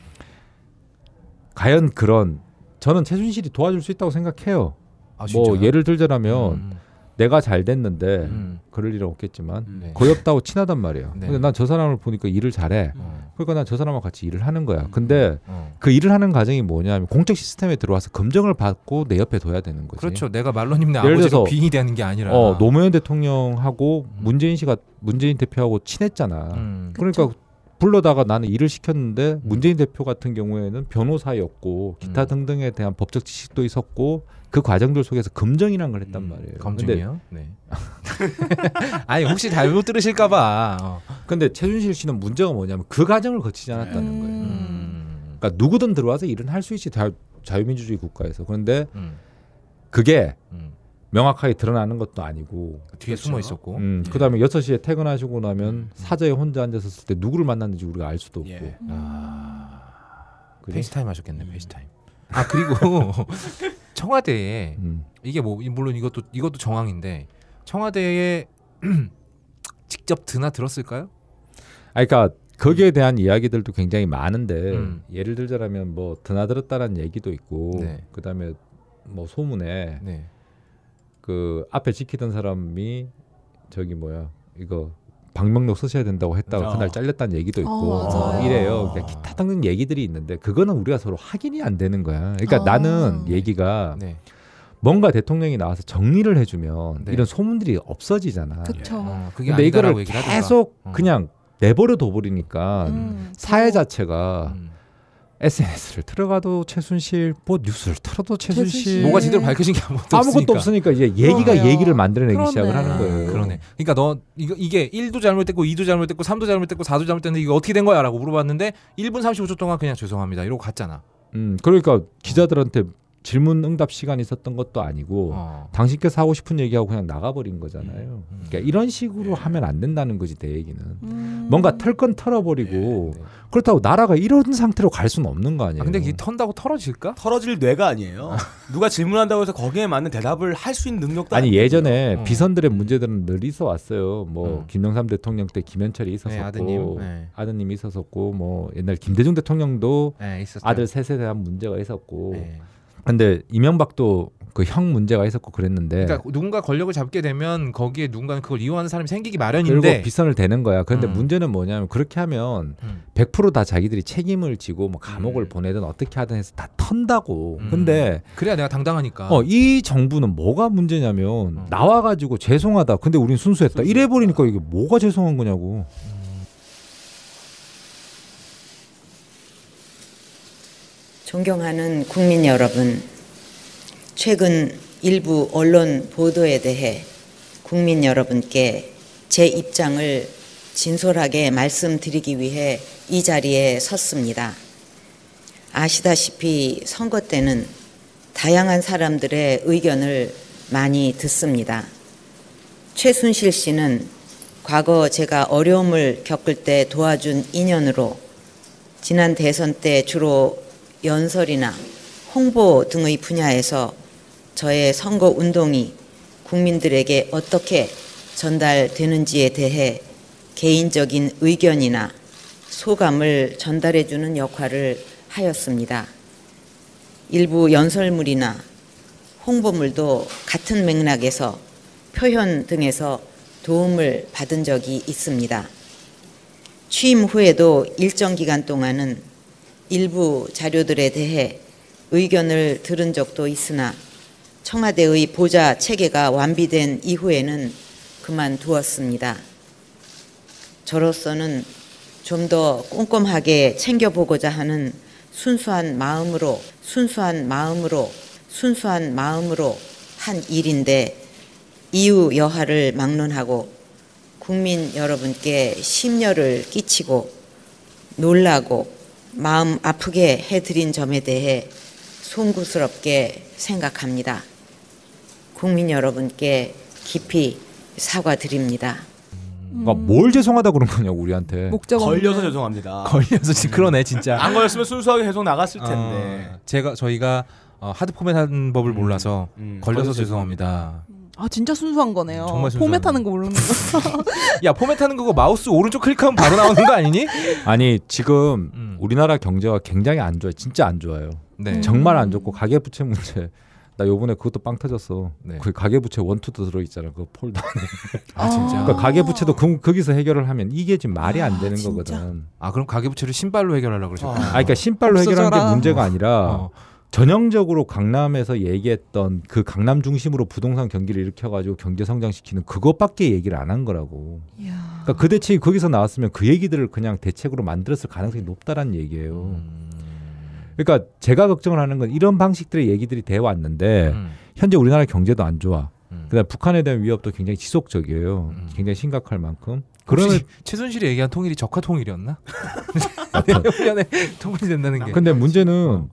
[SPEAKER 3] 과연 그런 저는 최순실이 도와줄 수 있다고 생각해요.
[SPEAKER 2] 아,
[SPEAKER 3] 뭐
[SPEAKER 2] 진짜요?
[SPEAKER 3] 예를 들자라면 네.
[SPEAKER 2] 음,
[SPEAKER 3] 내가 잘 됐는데
[SPEAKER 2] 음,
[SPEAKER 3] 그럴 일은 없겠지만
[SPEAKER 5] 음.
[SPEAKER 2] 네.
[SPEAKER 3] 거의 없다고 친하단 말이에요.
[SPEAKER 2] 네.
[SPEAKER 3] 근데 난 저 사람을 보니까 일을 잘해.
[SPEAKER 2] 어,
[SPEAKER 3] 그러니까 난 저 사람하고 같이 일을 하는 거야. 근데
[SPEAKER 2] 어.
[SPEAKER 3] 그 일을 하는 과정이 뭐냐면 공적 시스템에 들어와서 검증을 받고 내 옆에 둬야 되는 거지.
[SPEAKER 2] 그렇죠. 내가 말로님네
[SPEAKER 3] 예를
[SPEAKER 2] 아버지가
[SPEAKER 3] 들어서-
[SPEAKER 2] 빙이 되는 게 아니라.
[SPEAKER 3] 어, 노무현 대통령하고 문재인 씨가 문재인 대표하고 친했잖아.
[SPEAKER 2] 음.
[SPEAKER 3] 그러니까 불러다가 나는 일을 시켰는데 문재인 대표 같은 경우에는 변호사였고 기타
[SPEAKER 2] 음.
[SPEAKER 3] 등등에 대한 법적 지식도 있었고 그 과정들 속에서 검증이란 걸 했단
[SPEAKER 5] 음,
[SPEAKER 3] 말이에요.
[SPEAKER 2] 검증이요? 네. 아니 혹시 잘못 들으실까봐. 어.
[SPEAKER 3] 근데, 근데 최준실 씨는 문제가 뭐냐면 그 과정을 거치지 않았다는 거예요.
[SPEAKER 2] 음.
[SPEAKER 3] 그러니까 누구든 들어와서 일은 할 수 있지 자, 자유민주주의 국가에서. 그런데
[SPEAKER 2] 음.
[SPEAKER 3] 그게
[SPEAKER 2] 음.
[SPEAKER 3] 명확하게 드러나는 것도 아니고
[SPEAKER 2] 뒤에
[SPEAKER 5] 그렇죠.
[SPEAKER 2] 숨어 있었고.
[SPEAKER 3] 음, 그다음에 6시에 퇴근하시고
[SPEAKER 2] 음.
[SPEAKER 3] 나면 사저에 혼자 앉았을 때 누구를 만났는지 우리가 알 수도 없고. 음.
[SPEAKER 5] 예.
[SPEAKER 3] 그죠?
[SPEAKER 2] 페이스타임
[SPEAKER 3] 음.
[SPEAKER 2] 하셨겠네 페이스타임. 아 그리고 청와대에
[SPEAKER 3] 음.
[SPEAKER 2] 이게 뭐 물론 이것도 이것도 정황인데 청와대에 직접 드나 들었을까요?
[SPEAKER 3] 아 그러니까 거기에 대한 이야기들도 굉장히 많은데
[SPEAKER 2] 음.
[SPEAKER 3] 예를 들자라면 뭐 드나들었다라는 얘기도 있고
[SPEAKER 2] 네.
[SPEAKER 3] 그다음에 뭐 소문에
[SPEAKER 2] 네.
[SPEAKER 3] 그 앞에 지키던 사람이 저기 뭐야 이거 방명록 쓰셔야 된다고 했다가
[SPEAKER 5] 어.
[SPEAKER 3] 그날 잘렸다는 얘기도 있고
[SPEAKER 4] 어, 맞아요.
[SPEAKER 3] 뭐 이래요. 그러니까 기타 등등 얘기들이 있는데 그거는 우리가 서로 확인이 안 되는 거야. 그러니까
[SPEAKER 4] 어.
[SPEAKER 3] 나는 얘기가
[SPEAKER 2] 네.
[SPEAKER 3] 뭔가 대통령이 나와서 정리를 해주면
[SPEAKER 2] 네.
[SPEAKER 3] 이런 소문들이 없어지잖아.
[SPEAKER 4] 그쵸.
[SPEAKER 2] 어, 그게
[SPEAKER 3] 근데
[SPEAKER 2] 아니다라고
[SPEAKER 3] 이거를
[SPEAKER 2] 얘기를 하던가.
[SPEAKER 3] 계속
[SPEAKER 2] 어.
[SPEAKER 3] 그냥 내버려 둬버리니까
[SPEAKER 4] 음.
[SPEAKER 3] 사회 자체가
[SPEAKER 2] 음.
[SPEAKER 3] SNS를 틀어가도 최순실, 뭐 뉴스를 틀어도 최순실,
[SPEAKER 4] 최순실.
[SPEAKER 2] 뭐가 제대로 밝혀진 게 아무것도,
[SPEAKER 3] 음. 아무것도
[SPEAKER 2] 없으니까.
[SPEAKER 3] 없으니까 이제 얘기가
[SPEAKER 4] 그러네요.
[SPEAKER 3] 얘기를 만들어내기
[SPEAKER 4] 그러네.
[SPEAKER 3] 시작을 하는
[SPEAKER 2] 아,
[SPEAKER 3] 거예요.
[SPEAKER 2] 그러네. 그러니까 너 이거 이게 1도 잘못됐고 2도 잘못됐고 3도 잘못됐고 4도 잘못됐는데 이거 어떻게 된 거야라고 물어봤는데 1분 35초 동안 그냥 죄송합니다. 이러고 갔잖아.
[SPEAKER 3] 음, 그러니까 기자들한테 질문 응답 시간이 있었던 것도 아니고
[SPEAKER 2] 어.
[SPEAKER 3] 당신께서 하고 싶은 얘기하고 그냥 나가버린 거잖아요.
[SPEAKER 2] 음.
[SPEAKER 3] 그러니까 이런 식으로 하면 안 된다는 거지 내 얘기는.
[SPEAKER 4] 음.
[SPEAKER 3] 뭔가 털 건 털어버리고
[SPEAKER 2] 네.
[SPEAKER 3] 그렇다고 나라가 이런 상태로 갈 수는 없는 거 아니에요.
[SPEAKER 2] 아, 근데 이게 턴다고 털어질까?
[SPEAKER 5] 털어질 뇌가 아니에요. 누가 질문한다고 해서 거기에 맞는 대답을 할 수 있는 능력도
[SPEAKER 3] 아니
[SPEAKER 5] 아니에요.
[SPEAKER 3] 예전에
[SPEAKER 2] 어.
[SPEAKER 3] 비선들의 문제들은 늘 있어 왔어요. 뭐
[SPEAKER 2] 음.
[SPEAKER 3] 김영삼 대통령 때 김현철이 있었었고
[SPEAKER 2] 네, 아드님. 네.
[SPEAKER 3] 아드님이 있었었고 뭐 옛날 김대중 대통령도
[SPEAKER 2] 네, 있었죠.
[SPEAKER 3] 아들 셋에 대한 문제가 있었고
[SPEAKER 2] 네.
[SPEAKER 3] 근데 이명박도 그 형 문제가 있었고 그랬는데
[SPEAKER 2] 그러니까 누군가 권력을 잡게 되면 거기에 누군가는 그걸 이용하는 사람이 생기기
[SPEAKER 3] 그리고
[SPEAKER 2] 마련인데
[SPEAKER 3] 비선을 대는 거야. 그런데
[SPEAKER 2] 음.
[SPEAKER 3] 문제는 뭐냐면 그렇게 하면
[SPEAKER 2] 음.
[SPEAKER 3] 100%다 자기들이 책임을 지고 뭐 감옥을
[SPEAKER 5] 음.
[SPEAKER 3] 보내든 어떻게 하든 해서 다 턴다고.
[SPEAKER 2] 음. 아.
[SPEAKER 3] 근데
[SPEAKER 2] 그래야 내가 당당하니까.
[SPEAKER 3] 어, 이 정부는 뭐가 문제냐면
[SPEAKER 2] 어.
[SPEAKER 3] 나와가지고 죄송하다. 근데 우린 순수했다.
[SPEAKER 5] 순수했다.
[SPEAKER 3] 이래 버리니까 이게 뭐가 죄송한 거냐고.
[SPEAKER 7] 존경하는 국민 여러분, 최근 일부 언론 보도에 대해 국민 여러분께 제 입장을 진솔하게 말씀드리기 위해 이 자리에 섰습니다. 아시다시피 선거 때는 다양한 사람들의 의견을 많이 듣습니다. 최순실 씨는 과거 제가 어려움을 겪을 때 도와준 인연으로 지난 대선 때 주로 연설이나 홍보 등의 분야에서 저의 선거 운동이 국민들에게 어떻게 전달되는지에 대해 개인적인 의견이나 소감을 전달해 주는 역할을 하였습니다. 일부 연설물이나 홍보물도 같은 맥락에서 표현 등에서 도움을 받은 적이 있습니다. 취임 후에도 일정 기간 동안은 일부 자료들에 대해 의견을 들은 적도 있으나 청와대의 보좌 체계가 완비된 이후에는 그만두었습니다. 저로서는 좀 더 꼼꼼하게 챙겨보고자 하는 순수한 마음으로 순수한 마음으로 순수한 마음으로 한 일인데 이유 여하를 막론하고 국민 여러분께 심려를 끼치고 놀라고 마음 아프게 해드린 점에 대해 송구스럽게 생각합니다.
[SPEAKER 2] 음.
[SPEAKER 7] 국민 여러분께 깊이 사과드립니다.
[SPEAKER 3] 그러니까 뭘 죄송하다 그런 거냐고 우리한테.
[SPEAKER 4] 목적 없는-
[SPEAKER 5] 걸려서 죄송합니다.
[SPEAKER 2] 걸려서 지- 그러네 진짜.
[SPEAKER 5] 안 걸렸으면 순수하게 계속 나갔을 텐데.
[SPEAKER 2] 어, 제가 저희가 어, 하드 포맷 하는 법을 몰라서
[SPEAKER 5] 음,
[SPEAKER 2] 걸려서 죄송합니다.
[SPEAKER 4] 아 진짜 순수한 거네요.
[SPEAKER 2] 정말 순수한
[SPEAKER 4] 포맷하는 거 모르는 거.
[SPEAKER 2] 야 포맷 하는 거고 마우스 오른쪽 클릭하면 바로 나오는 거 아니니?
[SPEAKER 3] 아니 지금
[SPEAKER 2] 음.
[SPEAKER 3] 우리나라 경제가 굉장히 안 좋아요. 진짜 안 좋아요.
[SPEAKER 2] 네.
[SPEAKER 3] 정말 안 좋고 가계 부채 문제. 나 요번에 그것도 빵 터졌어.
[SPEAKER 2] 네.
[SPEAKER 3] 그 가계 부채 원투도 들어 있잖아. 그 폴더.
[SPEAKER 2] 아 진짜.
[SPEAKER 3] 그러니까 가계 부채도 그, 거기서 해결을 하면 이게 지금 말이 안 되는
[SPEAKER 4] 진짜?
[SPEAKER 3] 거거든.
[SPEAKER 2] 아 그럼 가계부채를 신발로 해결하려고 그러죠.
[SPEAKER 3] 아 그러니까 신발로 해결하는 게
[SPEAKER 4] 없어져라.
[SPEAKER 3] 문제가 아니라
[SPEAKER 2] 어.
[SPEAKER 3] 전형적으로 강남에서 얘기했던 그 강남 중심으로 부동산 경기를 일으켜가지고 경제 성장시키는 그것밖에 얘기를 안 한 거라고.
[SPEAKER 4] 이야.
[SPEAKER 3] 그러니까 그 대책이 거기서 나왔으면 그 얘기들을 그냥 대책으로 만들었을 가능성이 높다라는 얘기예요.
[SPEAKER 2] 음.
[SPEAKER 3] 그러니까 제가 걱정을 하는 건 이런 방식들의 얘기들이 되어
[SPEAKER 2] 네.
[SPEAKER 3] 왔는데 현재 우리나라 경제도 안 좋아.
[SPEAKER 2] 음.
[SPEAKER 3] 그다음 북한에 대한 위협도 굉장히 지속적이에요.
[SPEAKER 2] 음.
[SPEAKER 3] 굉장히 심각할 만큼.
[SPEAKER 2] 그러면
[SPEAKER 3] 그러면
[SPEAKER 2] 최순실이 얘기한 통일이 적화 통일이었나? 아, 연에 통일이 된다는 게.
[SPEAKER 3] 근데
[SPEAKER 2] 어.
[SPEAKER 3] 문제는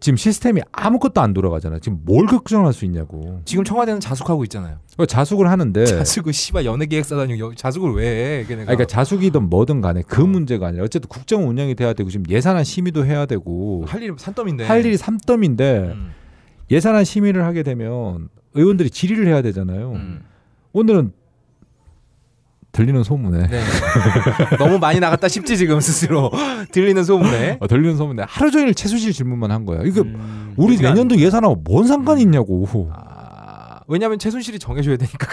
[SPEAKER 3] 지금 시스템이 아무것도 안 돌아가잖아. 지금 뭘 걱정할 수 있냐고.
[SPEAKER 2] 지금 청와대는 자숙하고 있잖아요.
[SPEAKER 3] 그러니까 자숙을
[SPEAKER 2] 네.
[SPEAKER 3] 하는데
[SPEAKER 2] 자숙을 씨발 연예기획사다니 자숙을 왜 해? 걔네가.
[SPEAKER 3] 아니, 그러니까 자숙이든 뭐든 간에 그
[SPEAKER 2] 어.
[SPEAKER 3] 문제가 아니라 어쨌든 국정 운영이 돼야 되고 지금 예산안 심의도 해야 되고
[SPEAKER 2] 뭐. 할 일이 산더미인데.
[SPEAKER 3] 할 일이 삼점인데
[SPEAKER 2] 아, 네. 음,
[SPEAKER 3] 예산안 심의를 하게 되면 의원들이 질의를 해야 되잖아요.
[SPEAKER 2] 음.
[SPEAKER 3] 오늘은 들리는 소문에
[SPEAKER 2] 네. 너무 많이 나갔다 싶지 지금 스스로 들리는 소문에.
[SPEAKER 3] 어, 들리는 소문에 하루 종일 최수실 질문만 한 거야. 이거
[SPEAKER 5] 음,
[SPEAKER 3] 우리
[SPEAKER 5] 그러니까
[SPEAKER 3] 내년도 예산하고 뭔 상관이 있냐고.
[SPEAKER 2] 음. 아, 왜냐하면 최순실이 정해줘야 되니까.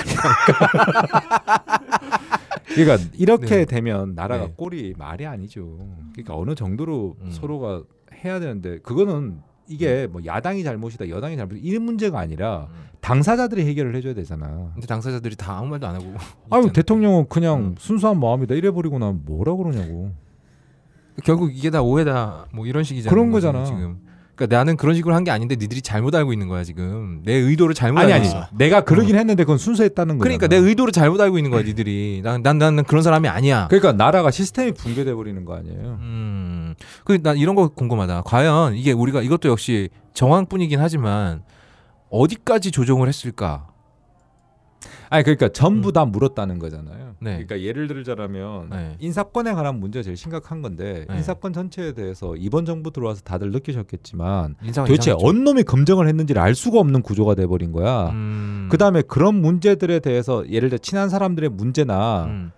[SPEAKER 3] 그러니까 이렇게
[SPEAKER 2] 네.
[SPEAKER 3] 되면 나라가
[SPEAKER 2] 네.
[SPEAKER 3] 꼴이 말이 아니죠. 그러니까 어느 정도로
[SPEAKER 2] 음.
[SPEAKER 3] 서로가 해야 되는데 그거는 이게 뭐 야당이 잘못이다, 여당이 잘못이다 이런 문제가 아니라
[SPEAKER 2] 음.
[SPEAKER 3] 당사자들이 해결을 해줘야 되잖아.
[SPEAKER 2] 근데 당사자들이 다 아무 말도 안 하고.
[SPEAKER 3] 아유
[SPEAKER 2] 있잖아.
[SPEAKER 3] 대통령은 그냥
[SPEAKER 2] 음.
[SPEAKER 3] 순수한 마음이다 이래 버리고 나면 뭐라 그러냐고.
[SPEAKER 2] 결국 이게 다 오해다 뭐 이런 식이잖아.
[SPEAKER 3] 그런 거잖아.
[SPEAKER 2] 지금. 그러니까 나는 그런 식으로 한 게 아닌데 니들이 잘못 알고 있는 거야 지금. 내 의도를 잘못
[SPEAKER 3] 아니
[SPEAKER 2] 알고
[SPEAKER 3] 아니
[SPEAKER 2] 있어.
[SPEAKER 3] 내가 그러긴 했는데 그건 순수했다는 거야.
[SPEAKER 2] 그러니까 내 의도를 잘못 알고 있는 거야 니들이. 난 난 나는 그런 사람이 아니야.
[SPEAKER 3] 그러니까 나라가 시스템이 붕괴돼 버리는 거 아니에요.
[SPEAKER 2] 음. 그난 이런 거 궁금하다. 과연 이게 우리가 이것도 역시 정황뿐이긴 하지만 어디까지 조정을 했을까?
[SPEAKER 3] 아니 그러니까 전부 다 물었다는 거잖아요.
[SPEAKER 2] 음. 네.
[SPEAKER 3] 그러니까 예를 들자면
[SPEAKER 2] 네.
[SPEAKER 3] 인사권에 관한 문제가 제일 심각한 건데
[SPEAKER 2] 네.
[SPEAKER 3] 인사권 전체에 대해서 이번 정부 들어와서 다들 느끼셨겠지만
[SPEAKER 2] 인사가
[SPEAKER 3] 도대체
[SPEAKER 2] 이상하죠.
[SPEAKER 3] 어느 놈이 검증을 했는지를 알 수가 없는 구조가 돼버린 거야.
[SPEAKER 2] 음.
[SPEAKER 3] 그다음에 그런 문제들에 대해서 예를 들어 친한 사람들의 문제나
[SPEAKER 2] 음.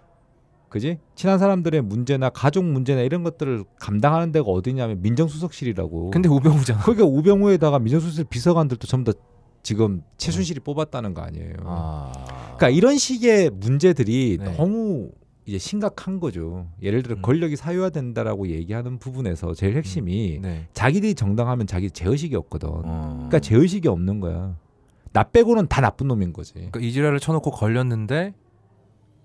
[SPEAKER 3] 그지 친한 사람들의 문제나 가족 문제나 이런 것들을 감당하는 데가 어디냐면 민정수석실이라고.
[SPEAKER 2] 근데 우병우잖아.
[SPEAKER 3] 그러니까 우병우에다가 민정수석실 비서관들도 전부 다 지금 최순실이 뽑았다는 거 아니에요.
[SPEAKER 2] 네. 아.
[SPEAKER 3] 그러니까 이런 식의 문제들이
[SPEAKER 2] 네.
[SPEAKER 3] 너무 이제 심각한 거죠. 예를 들어
[SPEAKER 2] 음.
[SPEAKER 3] 권력이 사유화된다라고 얘기하는 부분에서 제일 핵심이
[SPEAKER 2] 네.
[SPEAKER 3] 자기들이 정당하면 자기 제의식이 없거든.
[SPEAKER 2] 어.
[SPEAKER 3] 그러니까 제의식이 없는 거야. 나 빼고는 다 나쁜 놈인 거지.
[SPEAKER 2] 그러니까 이지라를 쳐놓고 걸렸는데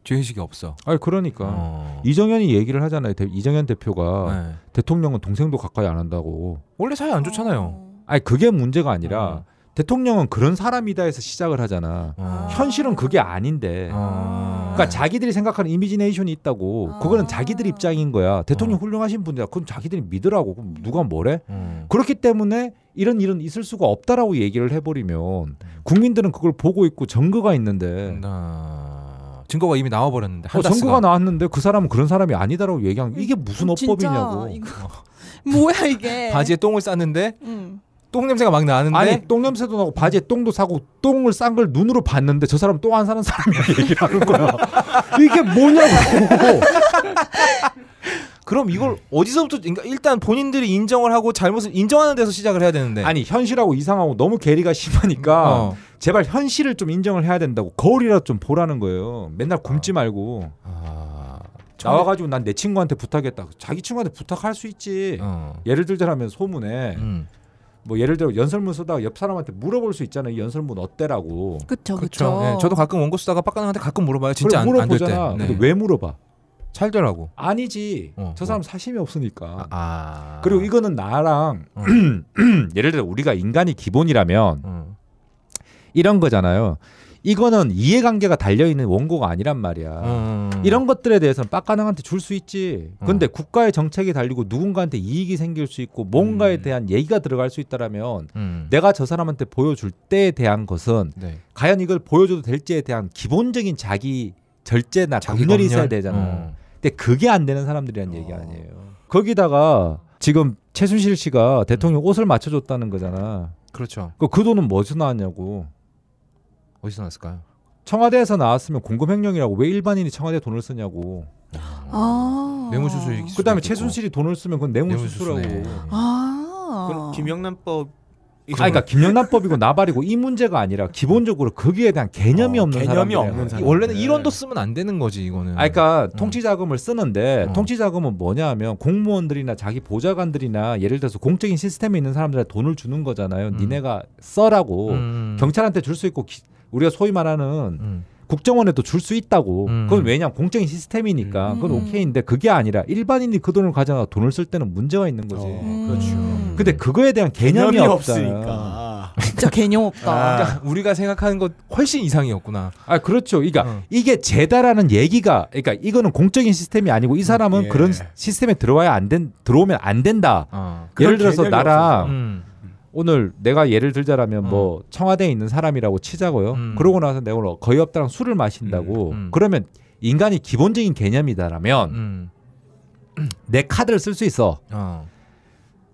[SPEAKER 2] 죄의식이 없어.
[SPEAKER 3] 아니 그러니까 어.
[SPEAKER 2] 어.
[SPEAKER 3] 이정현이 얘기를 하잖아요. 대- 이정현 대표가
[SPEAKER 2] 네.
[SPEAKER 3] 대통령은 동생도 가까이 안 한다고.
[SPEAKER 2] 원래 사이 안 좋잖아요.
[SPEAKER 4] 어.
[SPEAKER 3] 아니 그게 문제가 아니라 대통령은 그런 사람이다 해서 시작을 하잖아.
[SPEAKER 2] 어.
[SPEAKER 3] 현실은 그게 아닌데.
[SPEAKER 2] 어.
[SPEAKER 3] 그러니까 자기들이 생각하는 이미지네이션이 있다고.
[SPEAKER 4] 아.
[SPEAKER 3] 그거는 자기들 입장인 거야. 대통령
[SPEAKER 2] 어.
[SPEAKER 3] 훌륭하신 분이야. 그럼 자기들이 믿으라고. 그럼 누가 뭐래?
[SPEAKER 2] 음.
[SPEAKER 3] 그렇기 때문에 이런 일은 있을 수가 없다라고 얘기를 해버리면 국민들은 그걸 보고 있고 증거가
[SPEAKER 2] 음. 나...
[SPEAKER 3] 있는데
[SPEAKER 2] 네. 아. 증거가 이미 나와버렸는데
[SPEAKER 3] 음. 어,
[SPEAKER 2] 한다스가.
[SPEAKER 3] 증거가 나왔는데 그 사람은 그런 사람이 아니다라고 얘기한 게 이게 무슨
[SPEAKER 4] 진짜
[SPEAKER 3] 어법이냐고.
[SPEAKER 4] 이거 뭐야 이게?
[SPEAKER 2] 바지에 똥을 쌌는데
[SPEAKER 4] 음.
[SPEAKER 2] 똥 냄새가 막 나는데
[SPEAKER 3] 아니 똥 냄새도 나고 바지에 똥도 사고 똥을 싼 걸 눈으로 봤는데 저 사람 똥 안 사는 사람이 얘기를 하는 거야. 이게 뭐냐고.
[SPEAKER 2] 그럼 이걸
[SPEAKER 3] 음.
[SPEAKER 2] 어디서부터 그러니까 일단 본인들이 인정을 하고 잘못을 인정하는 데서 시작을 해야 되는데
[SPEAKER 3] 아니 현실하고 이상하고 너무 괴리가 심하니까
[SPEAKER 2] 네. 어.
[SPEAKER 3] 제발 현실을 좀 인정을 해야 된다고 거울이라도 좀 보라는 거예요. 맨날 굶지 말고
[SPEAKER 2] 아,
[SPEAKER 3] 나와가지고 난 내 친구한테 부탁했다. 자기 친구한테 부탁할 수 있지.
[SPEAKER 2] 어.
[SPEAKER 3] 예를 들자면 소문에
[SPEAKER 2] 음.
[SPEAKER 3] 뭐 예를 들어 연설문 쓰다가 옆 사람한테 물어볼 수 있잖아요. 이 연설문 어때라고.
[SPEAKER 4] 그쵸
[SPEAKER 2] 그렇죠.
[SPEAKER 4] 그쵸.
[SPEAKER 2] 예, 저도 가끔 원고 쓰다가 빡가능한테 가끔 물어봐요. 진짜 안, 안될 때.
[SPEAKER 3] 물어보잖아.
[SPEAKER 2] 네.
[SPEAKER 3] 근데 왜 물어봐?
[SPEAKER 2] 잘 되라고.
[SPEAKER 3] 아니지.
[SPEAKER 2] 어,
[SPEAKER 3] 저 사람 사심이 없으니까.
[SPEAKER 2] 아.
[SPEAKER 3] 그리고 이거는 나랑
[SPEAKER 2] 어.
[SPEAKER 3] 예를 들어 우리가 인간이 기본이라면
[SPEAKER 2] 음.
[SPEAKER 3] 이런 거잖아요. 이거는 이해관계가 달려있는 원고가 아니란 말이야.
[SPEAKER 2] 음.
[SPEAKER 3] 이런 것들에 대해서는 빡가능한테 줄 수 있지. 근데 국가의 정책이 달리고 누군가한테 이익이 생길 수 있고 뭔가에
[SPEAKER 2] 음.
[SPEAKER 3] 대한 얘기가 들어갈 수 있다라면
[SPEAKER 2] 음.
[SPEAKER 3] 내가 저 사람한테 보여줄 때에 대한 것은
[SPEAKER 2] 네.
[SPEAKER 3] 과연 이걸 보여줘도 될지에 대한 기본적인 자기 절제나
[SPEAKER 2] 검열.
[SPEAKER 3] 검열이 있어야 되잖아.
[SPEAKER 2] 어.
[SPEAKER 3] 근데 그게 안 되는 사람들이란 얘기 아니에요. 거기다가 지금 최순실 씨가 대통령 옷을 맞춰줬다는 거잖아.
[SPEAKER 2] 그렇죠.
[SPEAKER 3] 그, 그 돈은 뭐서 나왔냐고.
[SPEAKER 2] 어디서 났을까요?
[SPEAKER 3] 청와대에서 나왔으면 공금횡령이라고 왜 일반인이 청와대 돈을 쓰냐고.
[SPEAKER 4] 아.
[SPEAKER 2] 뇌물수수 얘기. 수도
[SPEAKER 3] 그다음에
[SPEAKER 2] 있겠고.
[SPEAKER 3] 최순실이 돈을 쓰면 그건 뇌물수수라고.
[SPEAKER 2] 뇌물수수네.
[SPEAKER 4] 아.
[SPEAKER 6] 그럼 김영란법
[SPEAKER 3] 아니, 그러니까 김영란법이고 나발이고 이 문제가 아니라 기본적으로 거기에 대한 개념이
[SPEAKER 5] 어,
[SPEAKER 3] 없는
[SPEAKER 5] 개념이
[SPEAKER 3] 사람들이야.
[SPEAKER 5] 없는 사람.
[SPEAKER 2] 아, 원래는 이론도 쓰면 안 되는 거지 이거는.
[SPEAKER 3] 아, 그러니까 통치 자금을 쓰는데
[SPEAKER 2] 어.
[SPEAKER 3] 통치 자금은 뭐냐면 공무원들이나 자기 보좌관들이나 예를 들어서 공적인 시스템에 있는 사람들한테 돈을 주는 거잖아요.
[SPEAKER 2] 음.
[SPEAKER 3] 니네가 써라고
[SPEAKER 2] 음.
[SPEAKER 3] 경찰한테 줄 수 있고 기- 우리가 소위 말하는
[SPEAKER 2] 음.
[SPEAKER 3] 국정원에도 줄 수 있다고.
[SPEAKER 2] 음.
[SPEAKER 3] 그건 왜냐 면 공적인 시스템이니까
[SPEAKER 4] 음.
[SPEAKER 3] 그건
[SPEAKER 4] 음.
[SPEAKER 3] 오케이인데 그게 아니라 일반인이 그 돈을 가져가 돈을 쓸 때는 문제가 있는 거지.
[SPEAKER 5] 어.
[SPEAKER 4] 음.
[SPEAKER 2] 그렇죠.
[SPEAKER 3] 근데 그거에 대한 개념이,
[SPEAKER 5] 개념이
[SPEAKER 3] 없잖아.
[SPEAKER 5] 없으니까.
[SPEAKER 4] 진짜 개념 없다.
[SPEAKER 2] 그러니까 우리가 생각하는 것 훨씬 이상이었구나.
[SPEAKER 3] 아 그렇죠. 그러니까
[SPEAKER 2] 어.
[SPEAKER 3] 이게 제다라는 얘기가 그러니까 이거는 공적인 시스템이 아니고 이 사람은
[SPEAKER 5] 예.
[SPEAKER 3] 그런 시스템에 들어와야 안 된 들어오면 안 된다.
[SPEAKER 2] 어.
[SPEAKER 5] 그런
[SPEAKER 3] 예를 들어서
[SPEAKER 5] 개념이
[SPEAKER 3] 나랑
[SPEAKER 2] 음.
[SPEAKER 3] 오늘 내가 예를 들자라면
[SPEAKER 2] 어.
[SPEAKER 5] 음.
[SPEAKER 3] 뭐 청와대에 있는 사람이라고 치자고요.
[SPEAKER 2] 음.
[SPEAKER 3] 그러고 나서 내가 오늘 거의 없다랑 술을 마신다고
[SPEAKER 2] 음, 음.
[SPEAKER 3] 그러면 인간이 기본적인 개념이다라면
[SPEAKER 2] 음.
[SPEAKER 3] 내 카드를 쓸 수 있어.
[SPEAKER 2] 어.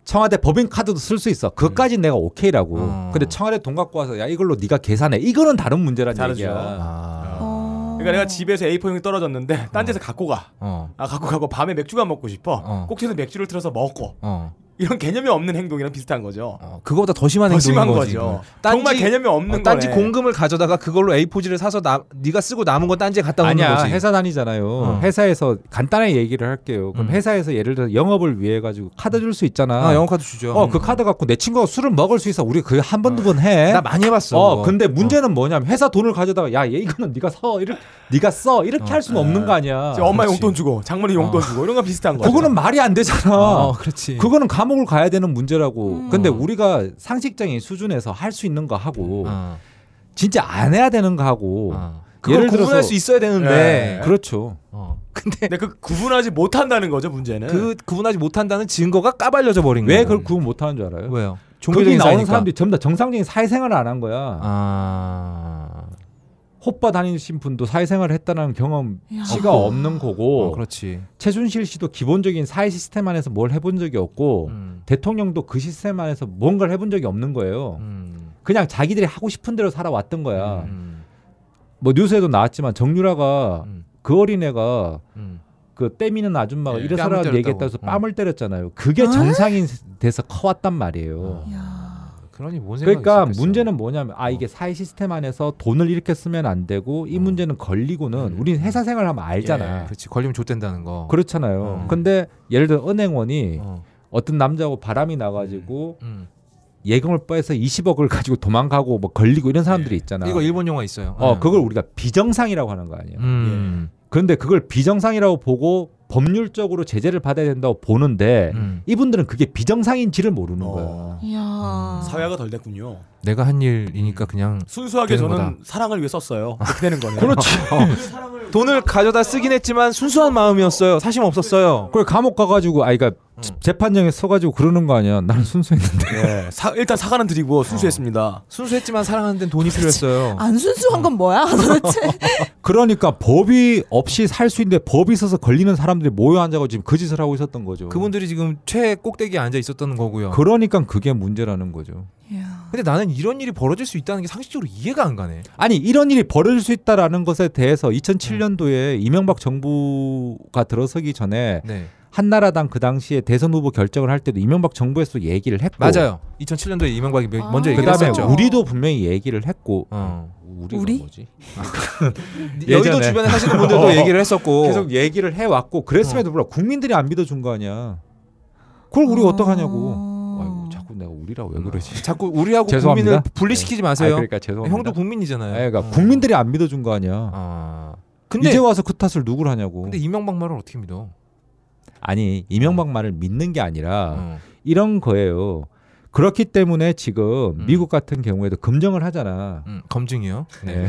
[SPEAKER 3] 청와대 법인 카드도 쓸 수 있어.
[SPEAKER 5] 음.
[SPEAKER 3] 그것까지 는 내가 오케이라고.
[SPEAKER 2] 어.
[SPEAKER 3] 근데 청와대 돈 갖고 와서 야 이걸로 네가 계산해. 이거는 다른 문제란
[SPEAKER 5] 다르죠.
[SPEAKER 3] 얘기야.
[SPEAKER 2] 아.
[SPEAKER 4] 어.
[SPEAKER 5] 그러니까 내가 집에서 A4용이 떨어졌는데 딴 데서 갖고 가.
[SPEAKER 2] 어.
[SPEAKER 5] 아 갖고 가고 밤에 맥주가 먹고 싶어.
[SPEAKER 2] 어.
[SPEAKER 5] 꼭지에서 맥주를 틀어서 먹고.
[SPEAKER 2] 어.
[SPEAKER 5] 이런 개념이 없는 행동이랑 비슷한 거죠.
[SPEAKER 2] 어. 그거보다 더 심한
[SPEAKER 5] 더 심한
[SPEAKER 2] 행동인 거지.
[SPEAKER 5] 거죠.
[SPEAKER 2] 이거는.
[SPEAKER 5] 정말 개념이 없는
[SPEAKER 2] 어, 딴지
[SPEAKER 5] 거네.
[SPEAKER 2] 공금을 가져다가 그걸로 A4지를 사서 나, 네가 쓰고 남은 건 딴지에 갖다 놓는
[SPEAKER 3] 아니야
[SPEAKER 2] 거지.
[SPEAKER 3] 회사 다니잖아요.
[SPEAKER 2] 어.
[SPEAKER 3] 회사에서 간단하게 얘기를 할게요. 그럼
[SPEAKER 2] 음.
[SPEAKER 3] 회사에서 예를 들어 서 영업을 위해 가지고 카드 줄 수 있잖아.
[SPEAKER 2] 아, 영어 카드 주죠.
[SPEAKER 3] 어 그 카드 갖고 내 친구가 술을 먹을 수 있어. 우리 그 한 번 두 번 해.
[SPEAKER 2] 음. 나 많이 해봤어.
[SPEAKER 3] 어
[SPEAKER 2] 그거.
[SPEAKER 3] 근데 문제는 뭐냐면 회사 돈을 가져다가 야 얘 이거는 네가 서 이렇게 네가 써
[SPEAKER 2] 어.
[SPEAKER 3] 이렇게 할 수는 없는 거 아니야.
[SPEAKER 5] 이제 엄마
[SPEAKER 2] 그렇지.
[SPEAKER 5] 용돈 주고 장모님 용돈 주고 이런 거 비슷한 거죠.
[SPEAKER 3] 그거는 말이 안 되잖아.
[SPEAKER 2] 어, 그렇지.
[SPEAKER 3] 그거는 감옥을 가야 되는 문제라고.
[SPEAKER 4] 음.
[SPEAKER 3] 근데
[SPEAKER 2] 어.
[SPEAKER 3] 우리가 상식적인 수준에서 할 수 있는 거 하고
[SPEAKER 2] 어.
[SPEAKER 3] 진짜 안 해야 되는 거 하고.
[SPEAKER 2] 어. 그걸
[SPEAKER 3] 예를 들어서-
[SPEAKER 2] 구분할 수 있어야 되는데.
[SPEAKER 5] 예.
[SPEAKER 3] 그렇죠.
[SPEAKER 2] 어. 근데
[SPEAKER 5] 근데 그 구분하지 못한다는 거죠 문제는. 어.
[SPEAKER 2] 그 구분하지 못한다는 증거가 까발려져 버린 거예요.
[SPEAKER 3] 예. 왜 그걸 구분 못 하는 줄 알아요?
[SPEAKER 2] 왜요?
[SPEAKER 3] 네. 거기
[SPEAKER 2] 종교적인
[SPEAKER 3] 나오는
[SPEAKER 2] 사이니까.
[SPEAKER 3] 사람들이 전부 다 정상적인 사회생활을 안 한 거야.
[SPEAKER 2] 아.
[SPEAKER 3] 호빠 다니신 분도 사회생활을 했다는 경험치가
[SPEAKER 4] 야.
[SPEAKER 3] 없는
[SPEAKER 2] 어,
[SPEAKER 3] 거고
[SPEAKER 2] 그렇지.
[SPEAKER 3] 최순실 씨도 기본적인 사회 시스템 안에서 뭘 해본 적이 없고
[SPEAKER 2] 음.
[SPEAKER 3] 대통령도 그 시스템 안에서 뭔가를 해본 적이 없는 거예요.
[SPEAKER 2] 음.
[SPEAKER 3] 그냥 자기들이 하고 싶은 대로 살아왔던 거야.
[SPEAKER 2] 음.
[SPEAKER 3] 뭐 뉴스에도 나왔지만 정유라가
[SPEAKER 2] 음.
[SPEAKER 3] 그 어린애가
[SPEAKER 2] 음.
[SPEAKER 3] 그 때미는 아줌마가
[SPEAKER 5] 예,
[SPEAKER 2] 뺨을
[SPEAKER 3] 이래서라
[SPEAKER 2] 때렸다고.
[SPEAKER 3] 얘기했다 해서
[SPEAKER 2] 어.
[SPEAKER 3] 뺨을 때렸잖아요. 그게 정상인 돼서 커왔단 말이에요.
[SPEAKER 4] 야.
[SPEAKER 2] 그러니 뭔 어. 생각이
[SPEAKER 3] 그러니까
[SPEAKER 2] 있었겠어.
[SPEAKER 3] 문제는 뭐냐면 아 이게 사회 시스템 안에서 돈을 이렇게 쓰면 안 되고 이
[SPEAKER 2] 음.
[SPEAKER 3] 문제는 걸리고는
[SPEAKER 2] 음. 예,
[SPEAKER 3] 우린 회사 생활하면 알잖아.
[SPEAKER 2] 그렇지. 걸리면 좆된다는 거.
[SPEAKER 3] 그렇잖아요.
[SPEAKER 2] 음.
[SPEAKER 3] 근데 예를 들어 은행원이
[SPEAKER 2] 어.
[SPEAKER 3] 어떤 남자하고 바람이 나가지고
[SPEAKER 2] 음.
[SPEAKER 3] 예금을 빼서 20억을 가지고 도망가고 뭐 걸리고 이런 사람들이 있잖아.
[SPEAKER 2] 예. 이거 일본 영화 있어요.
[SPEAKER 3] 어
[SPEAKER 2] 예.
[SPEAKER 3] 그걸 예. 우리가 비정상이라고 하는 거 아니에요.
[SPEAKER 2] 음.
[SPEAKER 3] 그런데 그걸 비정상이라고 보고 법률적으로 제재를 받아야 된다고 보는데
[SPEAKER 2] 음.
[SPEAKER 3] 이분들은 그게 비정상인지를 모르는
[SPEAKER 5] 어.
[SPEAKER 3] 거야.
[SPEAKER 4] 야.
[SPEAKER 3] 음,
[SPEAKER 5] 사회화가 덜 됐군요.
[SPEAKER 2] 내가 한 일이니까 그냥
[SPEAKER 5] 순수하게
[SPEAKER 2] 되는
[SPEAKER 5] 저는
[SPEAKER 2] 거다.
[SPEAKER 5] 사랑을 위해 썼어요. 이렇게 되는 거네요.
[SPEAKER 3] 그렇지.
[SPEAKER 2] 어. 돈을 가져다 쓰긴 했지만 순수한 마음이었어요. 사심 없었어요.
[SPEAKER 3] 그걸 감옥 가가지고 아이가
[SPEAKER 2] 음.
[SPEAKER 3] 재판장에 서가지고 그러는 거 아니야? 나는 순수했는데.
[SPEAKER 5] 예, 사- 일단 사과는 드리고 순수했습니다.
[SPEAKER 2] 순수했지만 사랑하는데 돈이 필요했어요.
[SPEAKER 3] 아.
[SPEAKER 4] 안 순수한 건 뭐야 도대체?
[SPEAKER 3] 그러니까 법이 없이 살 수 있는데 법이 있어서 걸리는 사람들이 모여 앉아가지고 지금 그 짓을 하고 있었던 거죠.
[SPEAKER 2] 그분들이 지금 최 꼭대기에 앉아 있었던 거고요.
[SPEAKER 3] 그러니까 그게 문제라는 거죠.
[SPEAKER 4] 이야.
[SPEAKER 2] 근데 나는 이런 일이 벌어질 수 있다는 게 상식적으로 이해가 안 가네.
[SPEAKER 3] 아니 이런 일이 벌어질 수 있다라는 것에 대해서
[SPEAKER 2] 음.
[SPEAKER 3] 2007년도에 이명박 정부가 들어서기 전에
[SPEAKER 2] 네.
[SPEAKER 3] 한나라당 그 당시에 대선 후보 결정을 할 때도 이명박 정부에서도 얘기를 했고
[SPEAKER 2] 맞아요. 2007년도에 이명박이 며-
[SPEAKER 4] 아.
[SPEAKER 2] 먼저 얘기를
[SPEAKER 3] 그다음에
[SPEAKER 2] 했었죠.
[SPEAKER 3] 우리도 분명히 얘기를 했고
[SPEAKER 2] 어.
[SPEAKER 3] 우리가
[SPEAKER 4] 우리?
[SPEAKER 3] 뭐지?
[SPEAKER 2] 여의도
[SPEAKER 3] 예전에.
[SPEAKER 2] 주변에 사시는 분들도
[SPEAKER 3] 어.
[SPEAKER 2] 얘기를 했었고
[SPEAKER 3] 계속 얘기를 해 왔고 그랬음에도 불구하고 국민들이 안 믿어준 거 아니야.
[SPEAKER 4] 어.
[SPEAKER 3] 그걸 우리가 어떡하냐고. 아이고 자꾸 내가 우리라 왜 그러지?
[SPEAKER 2] 자꾸 우리하고
[SPEAKER 3] 죄송합니다.
[SPEAKER 2] 국민을 분리시키지 마세요.
[SPEAKER 3] 아, 그러니까 죄송합니다.
[SPEAKER 2] 형도 국민이잖아요.
[SPEAKER 3] 아니, 그러니까
[SPEAKER 2] 어.
[SPEAKER 3] 국민들이 안 믿어준 거 아니야.
[SPEAKER 2] 아. 근데
[SPEAKER 3] 이제 와서 그 탓을 누굴 하냐고.
[SPEAKER 2] 근데 이명박 말을 어떻게 믿어?
[SPEAKER 3] 아니 이명박 말을 믿는 게 아니라
[SPEAKER 2] 어.
[SPEAKER 3] 이런 거예요. 그렇기 때문에 지금
[SPEAKER 2] 음.
[SPEAKER 3] 미국 같은 경우에도 검증을 하잖아.
[SPEAKER 2] 음, 검증이요.
[SPEAKER 3] 네.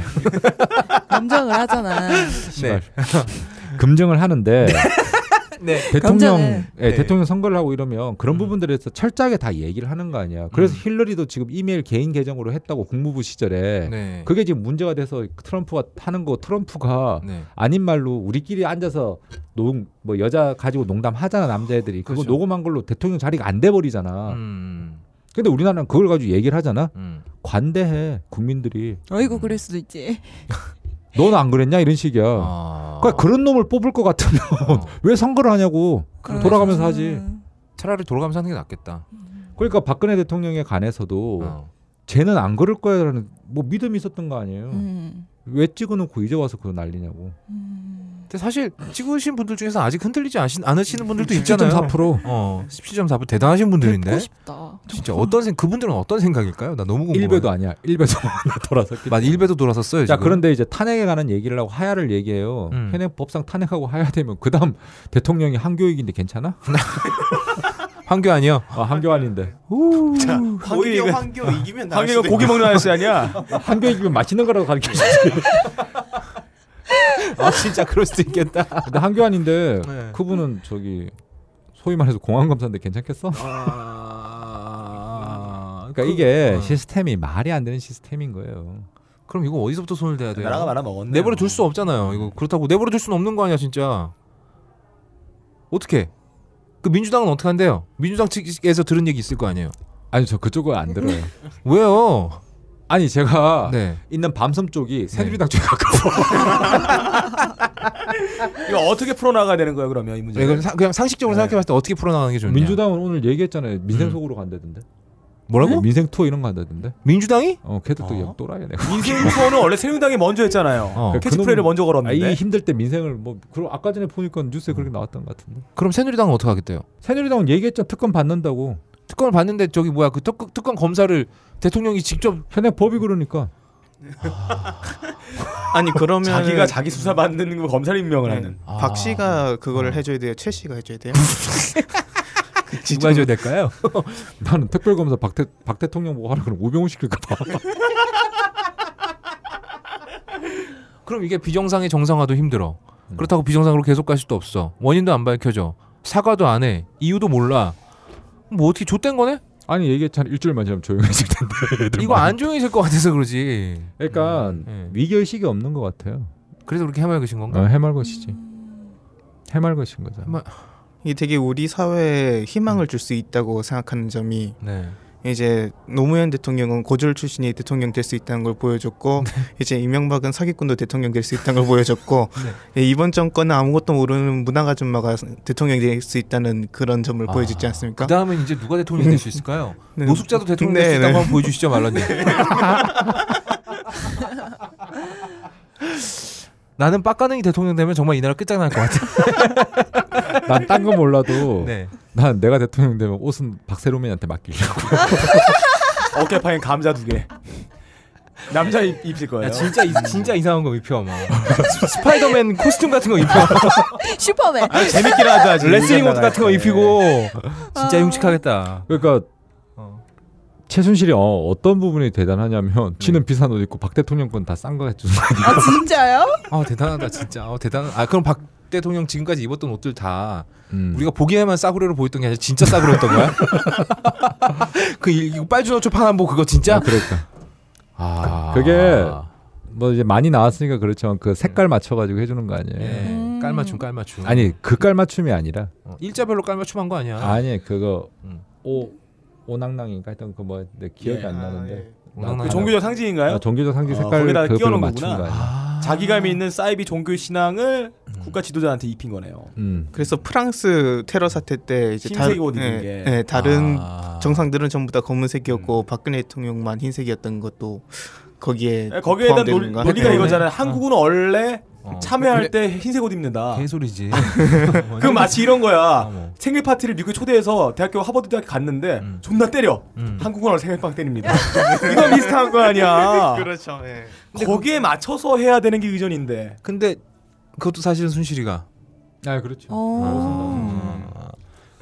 [SPEAKER 4] 감정을 하잖아.
[SPEAKER 3] 금증을 하는데
[SPEAKER 2] 네.
[SPEAKER 3] 대통령
[SPEAKER 4] 깜짝이야.
[SPEAKER 3] 예,
[SPEAKER 2] 네.
[SPEAKER 3] 대통령 선거를 하고 이러면 그런
[SPEAKER 2] 음.
[SPEAKER 3] 부분들에서 철저하게 다 얘기를 하는 거 아니야. 그래서
[SPEAKER 2] 음.
[SPEAKER 3] 힐러리도 지금 이메일 개인 계정으로 했다고 국무부 시절에
[SPEAKER 2] 네.
[SPEAKER 3] 그게 지금 문제가 돼서 트럼프가 하는 거 트럼프가
[SPEAKER 2] 네.
[SPEAKER 3] 아닌 말로 우리끼리 앉아서 농 뭐 여자 가지고 농담하잖아 남자애들이 그거
[SPEAKER 2] 그렇죠.
[SPEAKER 3] 녹음한 걸로 대통령 자리가 안 돼 버리잖아.
[SPEAKER 2] 음.
[SPEAKER 3] 근데 우리나라는 그걸 가지고 얘기를 하잖아.
[SPEAKER 2] 음.
[SPEAKER 3] 관대해 국민들이
[SPEAKER 4] 어이구 그럴 수도 있지.
[SPEAKER 3] 너는 안 그랬냐 이런 식이야.
[SPEAKER 2] 아.
[SPEAKER 3] 그러니까 그런 놈을 뽑을 것 같으면
[SPEAKER 2] 어.
[SPEAKER 3] 왜 선거를 하냐고 돌아가면서 하지.
[SPEAKER 4] 그렇죠. 음.
[SPEAKER 2] 차라리 돌아가면서 하는 게 낫겠다.
[SPEAKER 3] 그러니까 박근혜 대통령에 관해서도
[SPEAKER 2] 어.
[SPEAKER 3] 쟤는 안 그럴 거야라는 뭐 믿음이 있었던 거 아니에요.
[SPEAKER 4] 음.
[SPEAKER 3] 왜 찍어놓고 이제 와서 그거 난리냐고.
[SPEAKER 4] 음.
[SPEAKER 2] 근데 사실 찍으신 분들 중에서 아직 흔들리지 않으신, 않으시는 분들도 있잖아요.
[SPEAKER 3] 17.4%
[SPEAKER 2] 어, 17.4% 대단하신 분들인데
[SPEAKER 4] 뵙고 싶다.
[SPEAKER 2] 진짜 어떤 생 그분들은 어떤 생각일까요? 나 너무 궁금해.
[SPEAKER 3] 1배도 아니야. 1배도 돌아섰기
[SPEAKER 2] 맞 1배도 돌아섰어요.
[SPEAKER 3] 자
[SPEAKER 2] 지금.
[SPEAKER 3] 그런데 이제 탄핵에 관한 얘기를 하고 하야를 얘기해요.
[SPEAKER 2] 음.
[SPEAKER 3] 현행법상 탄핵하고 하야 되면 그다음 대통령이 한교익인데 괜찮아?
[SPEAKER 2] 황교 아니요.
[SPEAKER 3] 아, 한교환인데
[SPEAKER 6] 자,
[SPEAKER 5] 거의 이거-
[SPEAKER 6] 황교 황교 이기면 나갈
[SPEAKER 5] 한개가
[SPEAKER 6] 수도
[SPEAKER 5] 고기
[SPEAKER 6] 아, 있고.
[SPEAKER 5] 먹는 아저씨 아니야?
[SPEAKER 3] 한교익이면 맛있는 거라고 가르쳐주지.
[SPEAKER 2] 아 진짜 그럴 수도 있겠다.
[SPEAKER 3] 근데 한교환인데
[SPEAKER 2] 네.
[SPEAKER 3] 그분은 저기 소위 말해서 공항 검사인데 괜찮겠어?
[SPEAKER 5] 아...
[SPEAKER 3] 그러니까 이게
[SPEAKER 2] 어.
[SPEAKER 3] 시스템이 말이 안 되는 시스템인 거예요.
[SPEAKER 2] 그럼 이거 어디서부터 손을 대야 돼요?
[SPEAKER 5] 나라가 말아 먹었네.
[SPEAKER 2] 내버려 둘 수 없잖아요. 이거 그렇다고 내버려 둘 수는 없는 거 아니야 진짜. 어떻게? 그 민주당은 어떻게 한대요? 민주당 측에서 들은 얘기 있을 거 아니에요.
[SPEAKER 3] 아니 저 그쪽은 안 들어요.
[SPEAKER 2] 왜요?
[SPEAKER 3] 아니 제가
[SPEAKER 2] 네.
[SPEAKER 3] 있는 밤섬 쪽이 새누리당 쪽에 가까워.
[SPEAKER 5] 이거 어떻게 풀어 나가야 되는 거야 그러면 이 문제?
[SPEAKER 2] 네, 그럼 사- 그냥 상식적으로
[SPEAKER 5] 네.
[SPEAKER 2] 생각해봤을 때 어떻게 풀어나가는 게 좋냐?
[SPEAKER 3] 민주당은 오늘 얘기했잖아요. 민생
[SPEAKER 2] 음.
[SPEAKER 3] 속으로 간다던데. 네,
[SPEAKER 2] 뭐라고?
[SPEAKER 3] 민생 투어 이런 거 한다던데.
[SPEAKER 2] 민주당이?
[SPEAKER 3] 어 걔도 또
[SPEAKER 5] 어?
[SPEAKER 3] 역도라야 내가.
[SPEAKER 5] 민생 투어는 원래 새누리당이 먼저 했잖아요.
[SPEAKER 2] 어.
[SPEAKER 5] 캐치프레이를
[SPEAKER 3] 그놈-
[SPEAKER 5] 먼저
[SPEAKER 3] 아, 이
[SPEAKER 5] 걸었는데.
[SPEAKER 3] 힘들 때 민생을 뭐 그리고 아까 전에 보니까 뉴스에 그렇게 나왔던 것 같은데.
[SPEAKER 2] 그럼 새누리당은 어떻게 하겠대요?
[SPEAKER 3] 새누리당은 얘기했죠. 특검 받는다고.
[SPEAKER 2] 특검을 봤는데 저기 뭐야 그 특, 특검 검사를 대통령이 직접
[SPEAKER 3] 현행 법이 그러니까.
[SPEAKER 6] 아니 그러면
[SPEAKER 5] 자기가 자기 수사 받는 거 검사를 임명을 하는.
[SPEAKER 2] 아.
[SPEAKER 6] 박 씨가 그거를 해줘야 돼요. 최 씨가 해줘야 돼요. 그
[SPEAKER 3] 누가
[SPEAKER 6] 지점은-
[SPEAKER 3] 해줘야 될까요? 나는 특별검사 박대, 박 대통령 보고 하라 그러면 우병우 시킬까 봐.
[SPEAKER 2] 그럼 이게 비정상의 정상화도 힘들어.
[SPEAKER 3] 음.
[SPEAKER 2] 그렇다고 비정상으로 계속 갈 수도 없어. 원인도 안 밝혀져. 사과도 안 해. 이유도 몰라. 뭐 어떻게 좆된 거네?
[SPEAKER 3] 아니 얘기했잖아. 일주일만 지나면 조용해질 텐데. 애들
[SPEAKER 2] 이거
[SPEAKER 3] 마음.
[SPEAKER 2] 안 조용해질 것 같아서 그러지.
[SPEAKER 3] 그러니까
[SPEAKER 2] 예.
[SPEAKER 3] 위기의식이 없는 것 같아요.
[SPEAKER 2] 그래서 그렇게 해맑으신 건가?
[SPEAKER 3] 어, 해맑으시지. 해맑으신 거죠.
[SPEAKER 2] 해맑-
[SPEAKER 6] 이게 되게 우리 사회에 희망을 줄 수 있다고 생각하는 점이
[SPEAKER 2] 네.
[SPEAKER 6] 이제 노무현 대통령은 고졸 출신이 대통령 될 수 있다는 걸 보여줬고 이제 이명박은 사기꾼도 대통령 될 수 있다는 걸 보여줬고 예, 이번 정권은 아무것도 모르는 문학 아줌마가 대통령 될 수 있다는 아. 그런 점을 보여주지 않습니까?
[SPEAKER 2] 그 다음엔 이제 누가 대통령이 될 수 있을까요?
[SPEAKER 6] 그러니까? 네.
[SPEAKER 2] 노숙자도 대통령 될 수
[SPEAKER 6] 네,
[SPEAKER 2] 있다고
[SPEAKER 6] 네.
[SPEAKER 2] 한번 보여주시죠, 말라님. 나는 빡가능이 대통령 되면 정말 이 나라 끝장날 것 같아.
[SPEAKER 3] 난 딴 거 몰라도
[SPEAKER 2] 네.
[SPEAKER 3] 난 내가 대통령 되면 옷은 박세롬이한테 맡기려고.
[SPEAKER 5] 어깨 파인 감자 두 개. 남자 입, 입힐 거예요.
[SPEAKER 2] 야, 아, 진짜 이- 진짜 이상한 거 입혀 막 스파이더맨 코스튬 같은 거 입혀
[SPEAKER 4] 슈퍼맨.
[SPEAKER 3] 아,
[SPEAKER 5] 재밌긴 하다.
[SPEAKER 2] 레슬링 옷 같은 거 입히고 진짜 흉측하겠다.
[SPEAKER 3] 그러니까
[SPEAKER 2] 어.
[SPEAKER 3] 최순실이 어, 어떤 부분이 대단하냐면 지는 비싼 옷 입고 박 대통령 건 다 싼 거 해주는 거야.
[SPEAKER 4] 아 진짜요?
[SPEAKER 2] 아 대단하다 진짜. 아 대단. 아 그럼 박 대통령 지금까지 입었던 옷들 다
[SPEAKER 3] 음.
[SPEAKER 2] 우리가 보기에만 싸구려로 보였던 게 아니라 진짜 싸구려였던 거야? 그 일- 이거 빨주노초 파남보 그거 진짜?
[SPEAKER 3] 아, 그러니까
[SPEAKER 2] 아
[SPEAKER 3] 그게 뭐 이제 많이 나왔으니까 그렇지만 그 색깔 맞춰가지고 해주는 거 아니에요.
[SPEAKER 2] 예, 깔맞춤 깔맞춤.
[SPEAKER 3] 아니 그 깔 맞춤이 아니라
[SPEAKER 2] 어, 일자별로 깔맞춤한 거 아니야?
[SPEAKER 3] 아니 그거
[SPEAKER 2] 음.
[SPEAKER 3] 오 오낭낭인가 했던 그뭐 내 기억이
[SPEAKER 5] 예.
[SPEAKER 3] 안
[SPEAKER 6] 아,
[SPEAKER 3] 나는데
[SPEAKER 6] 예.
[SPEAKER 2] 오낭낭.
[SPEAKER 5] 그 종교적 상징인가요?
[SPEAKER 3] 아, 종교적 상징
[SPEAKER 5] 어,
[SPEAKER 3] 색깔
[SPEAKER 5] 거기다
[SPEAKER 3] 그걸
[SPEAKER 5] 끼워놓은
[SPEAKER 3] 맞춘 거
[SPEAKER 5] 거구나.
[SPEAKER 3] 아니야.
[SPEAKER 2] 아,
[SPEAKER 5] 자기감이 있는 사이비 종교 신앙을
[SPEAKER 6] 음.
[SPEAKER 5] 국가 지도자한테 입힌 거네요.
[SPEAKER 3] 음.
[SPEAKER 6] 그래서 프랑스 테러 사태 때 이제
[SPEAKER 5] 흰색 옷 입은
[SPEAKER 6] 예,
[SPEAKER 5] 게.
[SPEAKER 6] 예, 다른
[SPEAKER 2] 아.
[SPEAKER 6] 정상들은 전부 다 검은색이었고 박근혜 대통령만 흰색이었던 것도 거기에
[SPEAKER 5] 예, 거기에 대한
[SPEAKER 6] 네, 포함되는
[SPEAKER 5] 논,
[SPEAKER 6] 거
[SPEAKER 5] 논리가
[SPEAKER 2] 네.
[SPEAKER 5] 이거잖아요. 한국은 원래
[SPEAKER 2] 어.
[SPEAKER 5] 참여할 때 흰색 옷
[SPEAKER 2] 아.
[SPEAKER 5] 입는다.
[SPEAKER 2] 개소리지.
[SPEAKER 5] 그 마치 이런 거야.
[SPEAKER 2] 아, 뭐.
[SPEAKER 5] 생일 파티를 미국 초대해서 대학교 하버드 대학교 갔는데
[SPEAKER 2] 음.
[SPEAKER 5] 존나 때려.
[SPEAKER 2] 음. 네.
[SPEAKER 5] 한국은 원래 생일빵 때립니다. 이거 비슷한 거 아니야.
[SPEAKER 6] 그렇죠. 예.
[SPEAKER 5] 거기에 맞춰서 해야 되는 게 의전인데.
[SPEAKER 2] 근데 그것도 사실은 순실이가 아.
[SPEAKER 3] 아 그렇죠.
[SPEAKER 4] 어.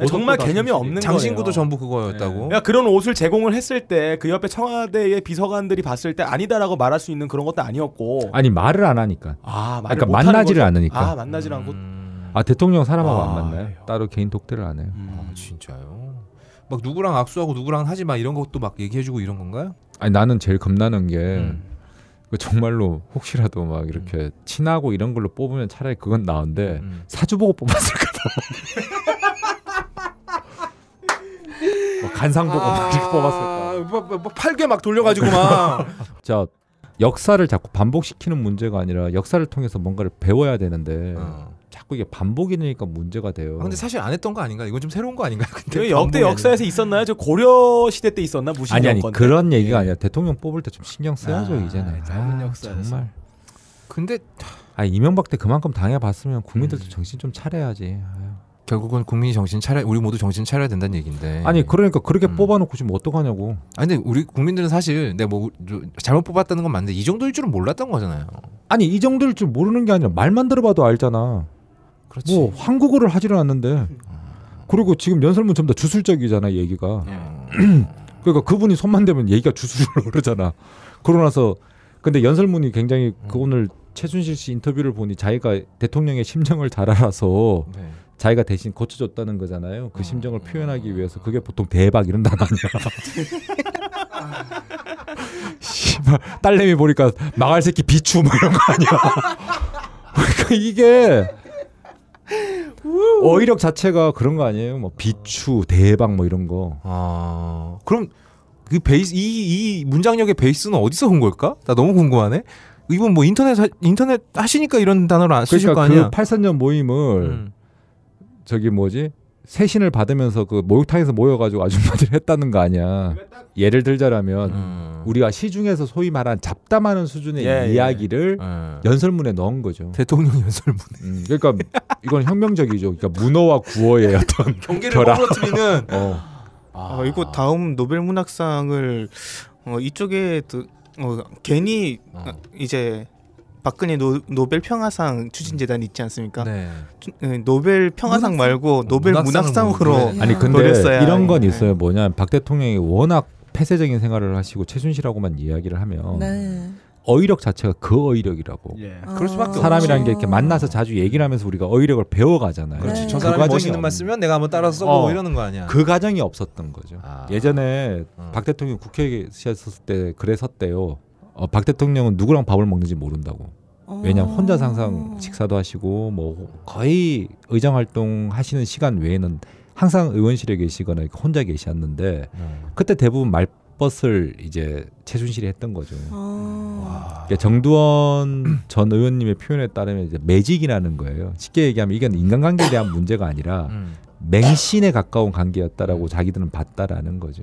[SPEAKER 5] 정말 개념이 없는
[SPEAKER 2] 장신구도
[SPEAKER 5] 거예요.
[SPEAKER 2] 전부 그거였다고.
[SPEAKER 5] 음. 야, 그런 옷을 제공을 했을 때 그 옆에 청와대의 비서관들이 봤을 때 아니다라고 말할 수 있는 그런 것도 아니었고.
[SPEAKER 3] 아니 말을 안 하니까.
[SPEAKER 5] 아, 말을
[SPEAKER 3] 그러니까
[SPEAKER 5] 못하는
[SPEAKER 3] 만나지를
[SPEAKER 5] 거죠.
[SPEAKER 3] 않으니까.
[SPEAKER 5] 아, 만나지를 않고.
[SPEAKER 2] 음.
[SPEAKER 3] 아 대통령 사람하고 안
[SPEAKER 5] 아,
[SPEAKER 3] 만나요?
[SPEAKER 5] 예.
[SPEAKER 3] 따로 개인 독대를 안
[SPEAKER 5] 음.
[SPEAKER 3] 해요.
[SPEAKER 2] 아, 진짜요? 막 누구랑 악수하고 누구랑 하지 마 이런 것도 막 얘기해주고 이런 건가요?
[SPEAKER 3] 아니 나는 제일 겁나는 게
[SPEAKER 2] 음.
[SPEAKER 3] 그 정말로 혹시라도 막 이렇게
[SPEAKER 5] 음.
[SPEAKER 3] 친하고 이런 걸로 뽑으면 차라리 그건 나은데
[SPEAKER 2] 음.
[SPEAKER 3] 사주보고 뽑았을까봐. 뭐 간상보고 막
[SPEAKER 5] 아.
[SPEAKER 3] 이렇게 뽑았을까.
[SPEAKER 2] 막, 막, 막 뭐, 팔개 막 돌려가지고 막.
[SPEAKER 3] 자 역사를 자꾸 반복시키는 문제가 아니라 역사를 통해서 뭔가를 배워야 되는데
[SPEAKER 2] 어.
[SPEAKER 3] 자꾸 이게 반복이 되니까 문제가 돼요.
[SPEAKER 2] 아, 근데 사실 안 했던 거 아닌가? 이건 좀 새로운 거 아닌가? 근데
[SPEAKER 5] 그 역대
[SPEAKER 2] 반복이
[SPEAKER 5] 역사에서 있었나요? 저 고려 시대 때 있었나 무신
[SPEAKER 3] 아니 아니
[SPEAKER 5] 정권 때?
[SPEAKER 3] 그런 얘기가 아니라 대통령 뽑을 때 좀 신경 써야죠
[SPEAKER 5] 예. 아,
[SPEAKER 3] 이제는.
[SPEAKER 5] 젊은
[SPEAKER 3] 아,
[SPEAKER 5] 역사에서.
[SPEAKER 3] 정말.
[SPEAKER 2] 아니라. 근데
[SPEAKER 3] 아 이명박 때 그만큼 당해봤으면
[SPEAKER 5] 음.
[SPEAKER 3] 국민들도 정신 좀 차려야지. 아유.
[SPEAKER 2] 결국은 국민이 정신 차려 우리 모두 정신 차려야 된다는 얘기인데.
[SPEAKER 3] 아니 그러니까 그렇게
[SPEAKER 2] 음.
[SPEAKER 3] 뽑아놓고 지금 어떡하냐고.
[SPEAKER 2] 아니 근데 우리 국민들은 사실 내가 뭐 저- 잘못 뽑았다는 건 맞는데 이 정도일 줄은 몰랐던 거잖아요.
[SPEAKER 3] 아니 이 정도일 줄 모르는 게 아니라 말만 들어봐도 알잖아.
[SPEAKER 2] 그렇지.
[SPEAKER 3] 뭐 한국어를 하지를 않는데. 음. 그리고 지금 연설문 전부 다 주술적이잖아 얘기가.
[SPEAKER 2] 어.
[SPEAKER 3] 그러니까 그분이 손만 대면 얘기가 주술로 그러잖아. 그러고 나서 근데 연설문이 굉장히 그 오늘 최순실 씨 인터뷰를 보니 자기가 대통령의 심정을 잘 알아서
[SPEAKER 2] 네.
[SPEAKER 3] 자기가 대신 고쳐줬다는 거잖아요. 그 심정을 표현하기 위해서 그게 보통 대박 이런 단어 아니야. 씨발 딸내미 보니까 망할 새끼 비추 뭐 이런 거 아니야. 그러니까 이게 어휘력 자체가 그런 거 아니에요. 뭐 비추 대박 뭐 이런 거.
[SPEAKER 2] 아 그럼 그 베이스 이, 이 문장력의 베이스는 어디서 온 걸까? 나 너무 궁금하네. 이분 뭐 인터넷 하, 인터넷 하시니까 이런 단어를 안 쓰실
[SPEAKER 3] 그러니까
[SPEAKER 2] 거 아니야?
[SPEAKER 3] 그 83년 모임을
[SPEAKER 2] 음.
[SPEAKER 3] 저기 뭐지 세신을 받으면서 그 목욕탕에서 모여가지고 아줌마들 했다는 거 아니야. 예를 들자라면
[SPEAKER 2] 음.
[SPEAKER 3] 우리가 시중에서 소위 말한 잡담하는 수준의
[SPEAKER 5] 예, 예.
[SPEAKER 3] 이야기를
[SPEAKER 2] 예.
[SPEAKER 3] 연설문에 넣은 거죠.
[SPEAKER 2] 대통령 연설문 뭐
[SPEAKER 3] 음, 그러니까 이건 혁명적이죠. 그러니까 문어와 구어의 어떤
[SPEAKER 2] 경계를
[SPEAKER 3] 결합.
[SPEAKER 2] 떨어뜨리는
[SPEAKER 3] 어,
[SPEAKER 6] 어, 이거 다음 노벨문학상을 어, 이쪽에 드- 어, 괜히
[SPEAKER 2] 어.
[SPEAKER 6] 이제 박근혜 노, 노벨 평화상 추진재단 있지 않습니까?
[SPEAKER 2] 네.
[SPEAKER 6] 추- 에, 노벨 평화상
[SPEAKER 4] 문학상?
[SPEAKER 6] 말고 노벨
[SPEAKER 2] 문학상은
[SPEAKER 6] 문학상으로
[SPEAKER 2] 뭐, 네.
[SPEAKER 3] 아니 근데
[SPEAKER 6] 노렸어야
[SPEAKER 3] 이런 건
[SPEAKER 6] 예.
[SPEAKER 3] 있어요. 뭐냐 박 대통령이 워낙 폐쇄적인 생활을 하시고 최순실하고만 이야기를 하면
[SPEAKER 4] 네.
[SPEAKER 3] 어휘력 자체가 그 어휘력이라고.
[SPEAKER 5] 예.
[SPEAKER 2] 그럴 수밖에 없지.
[SPEAKER 4] 그렇죠.
[SPEAKER 3] 사람이라는 게 이렇게 만나서 자주 얘기를 하면서 우리가 어휘력을 배워가잖아요.
[SPEAKER 4] 그렇지. 저
[SPEAKER 3] 그
[SPEAKER 2] 그렇죠. 사람이
[SPEAKER 3] 과정이
[SPEAKER 2] 멋있는
[SPEAKER 3] 없-
[SPEAKER 2] 말 쓰면 내가 한번 따라 써보고
[SPEAKER 3] 어.
[SPEAKER 2] 이러는 거 아니야?
[SPEAKER 3] 그 과정이 없었던 거죠.
[SPEAKER 2] 아.
[SPEAKER 3] 예전에
[SPEAKER 2] 음.
[SPEAKER 3] 박 대통령 국회에 있었을 때 그랬었대요. 어, 박 대통령은 누구랑 밥을 먹는지 모른다고.
[SPEAKER 4] 어.
[SPEAKER 3] 왜냐
[SPEAKER 2] 음.
[SPEAKER 3] 면 혼자 항상 식사도 하시고 뭐 거의 의정 활동 하시는 시간 외에는 항상 의원실에 계시거나 이렇게 혼자 계셨는데
[SPEAKER 2] 음.
[SPEAKER 3] 그때 대부분 말벗을 이제 최순실이 했던 거죠.
[SPEAKER 2] 음.
[SPEAKER 4] 아.
[SPEAKER 3] 그러니까 정두원 전 의원님의 표현에 따르면 이제 매직이라는 거예요. 쉽게 얘기하면 이건 인간관계에 대한 문제가 아니라
[SPEAKER 2] 음.
[SPEAKER 3] 맹신에 가까운 관계였다라고 자기들은 봤다라는 거죠.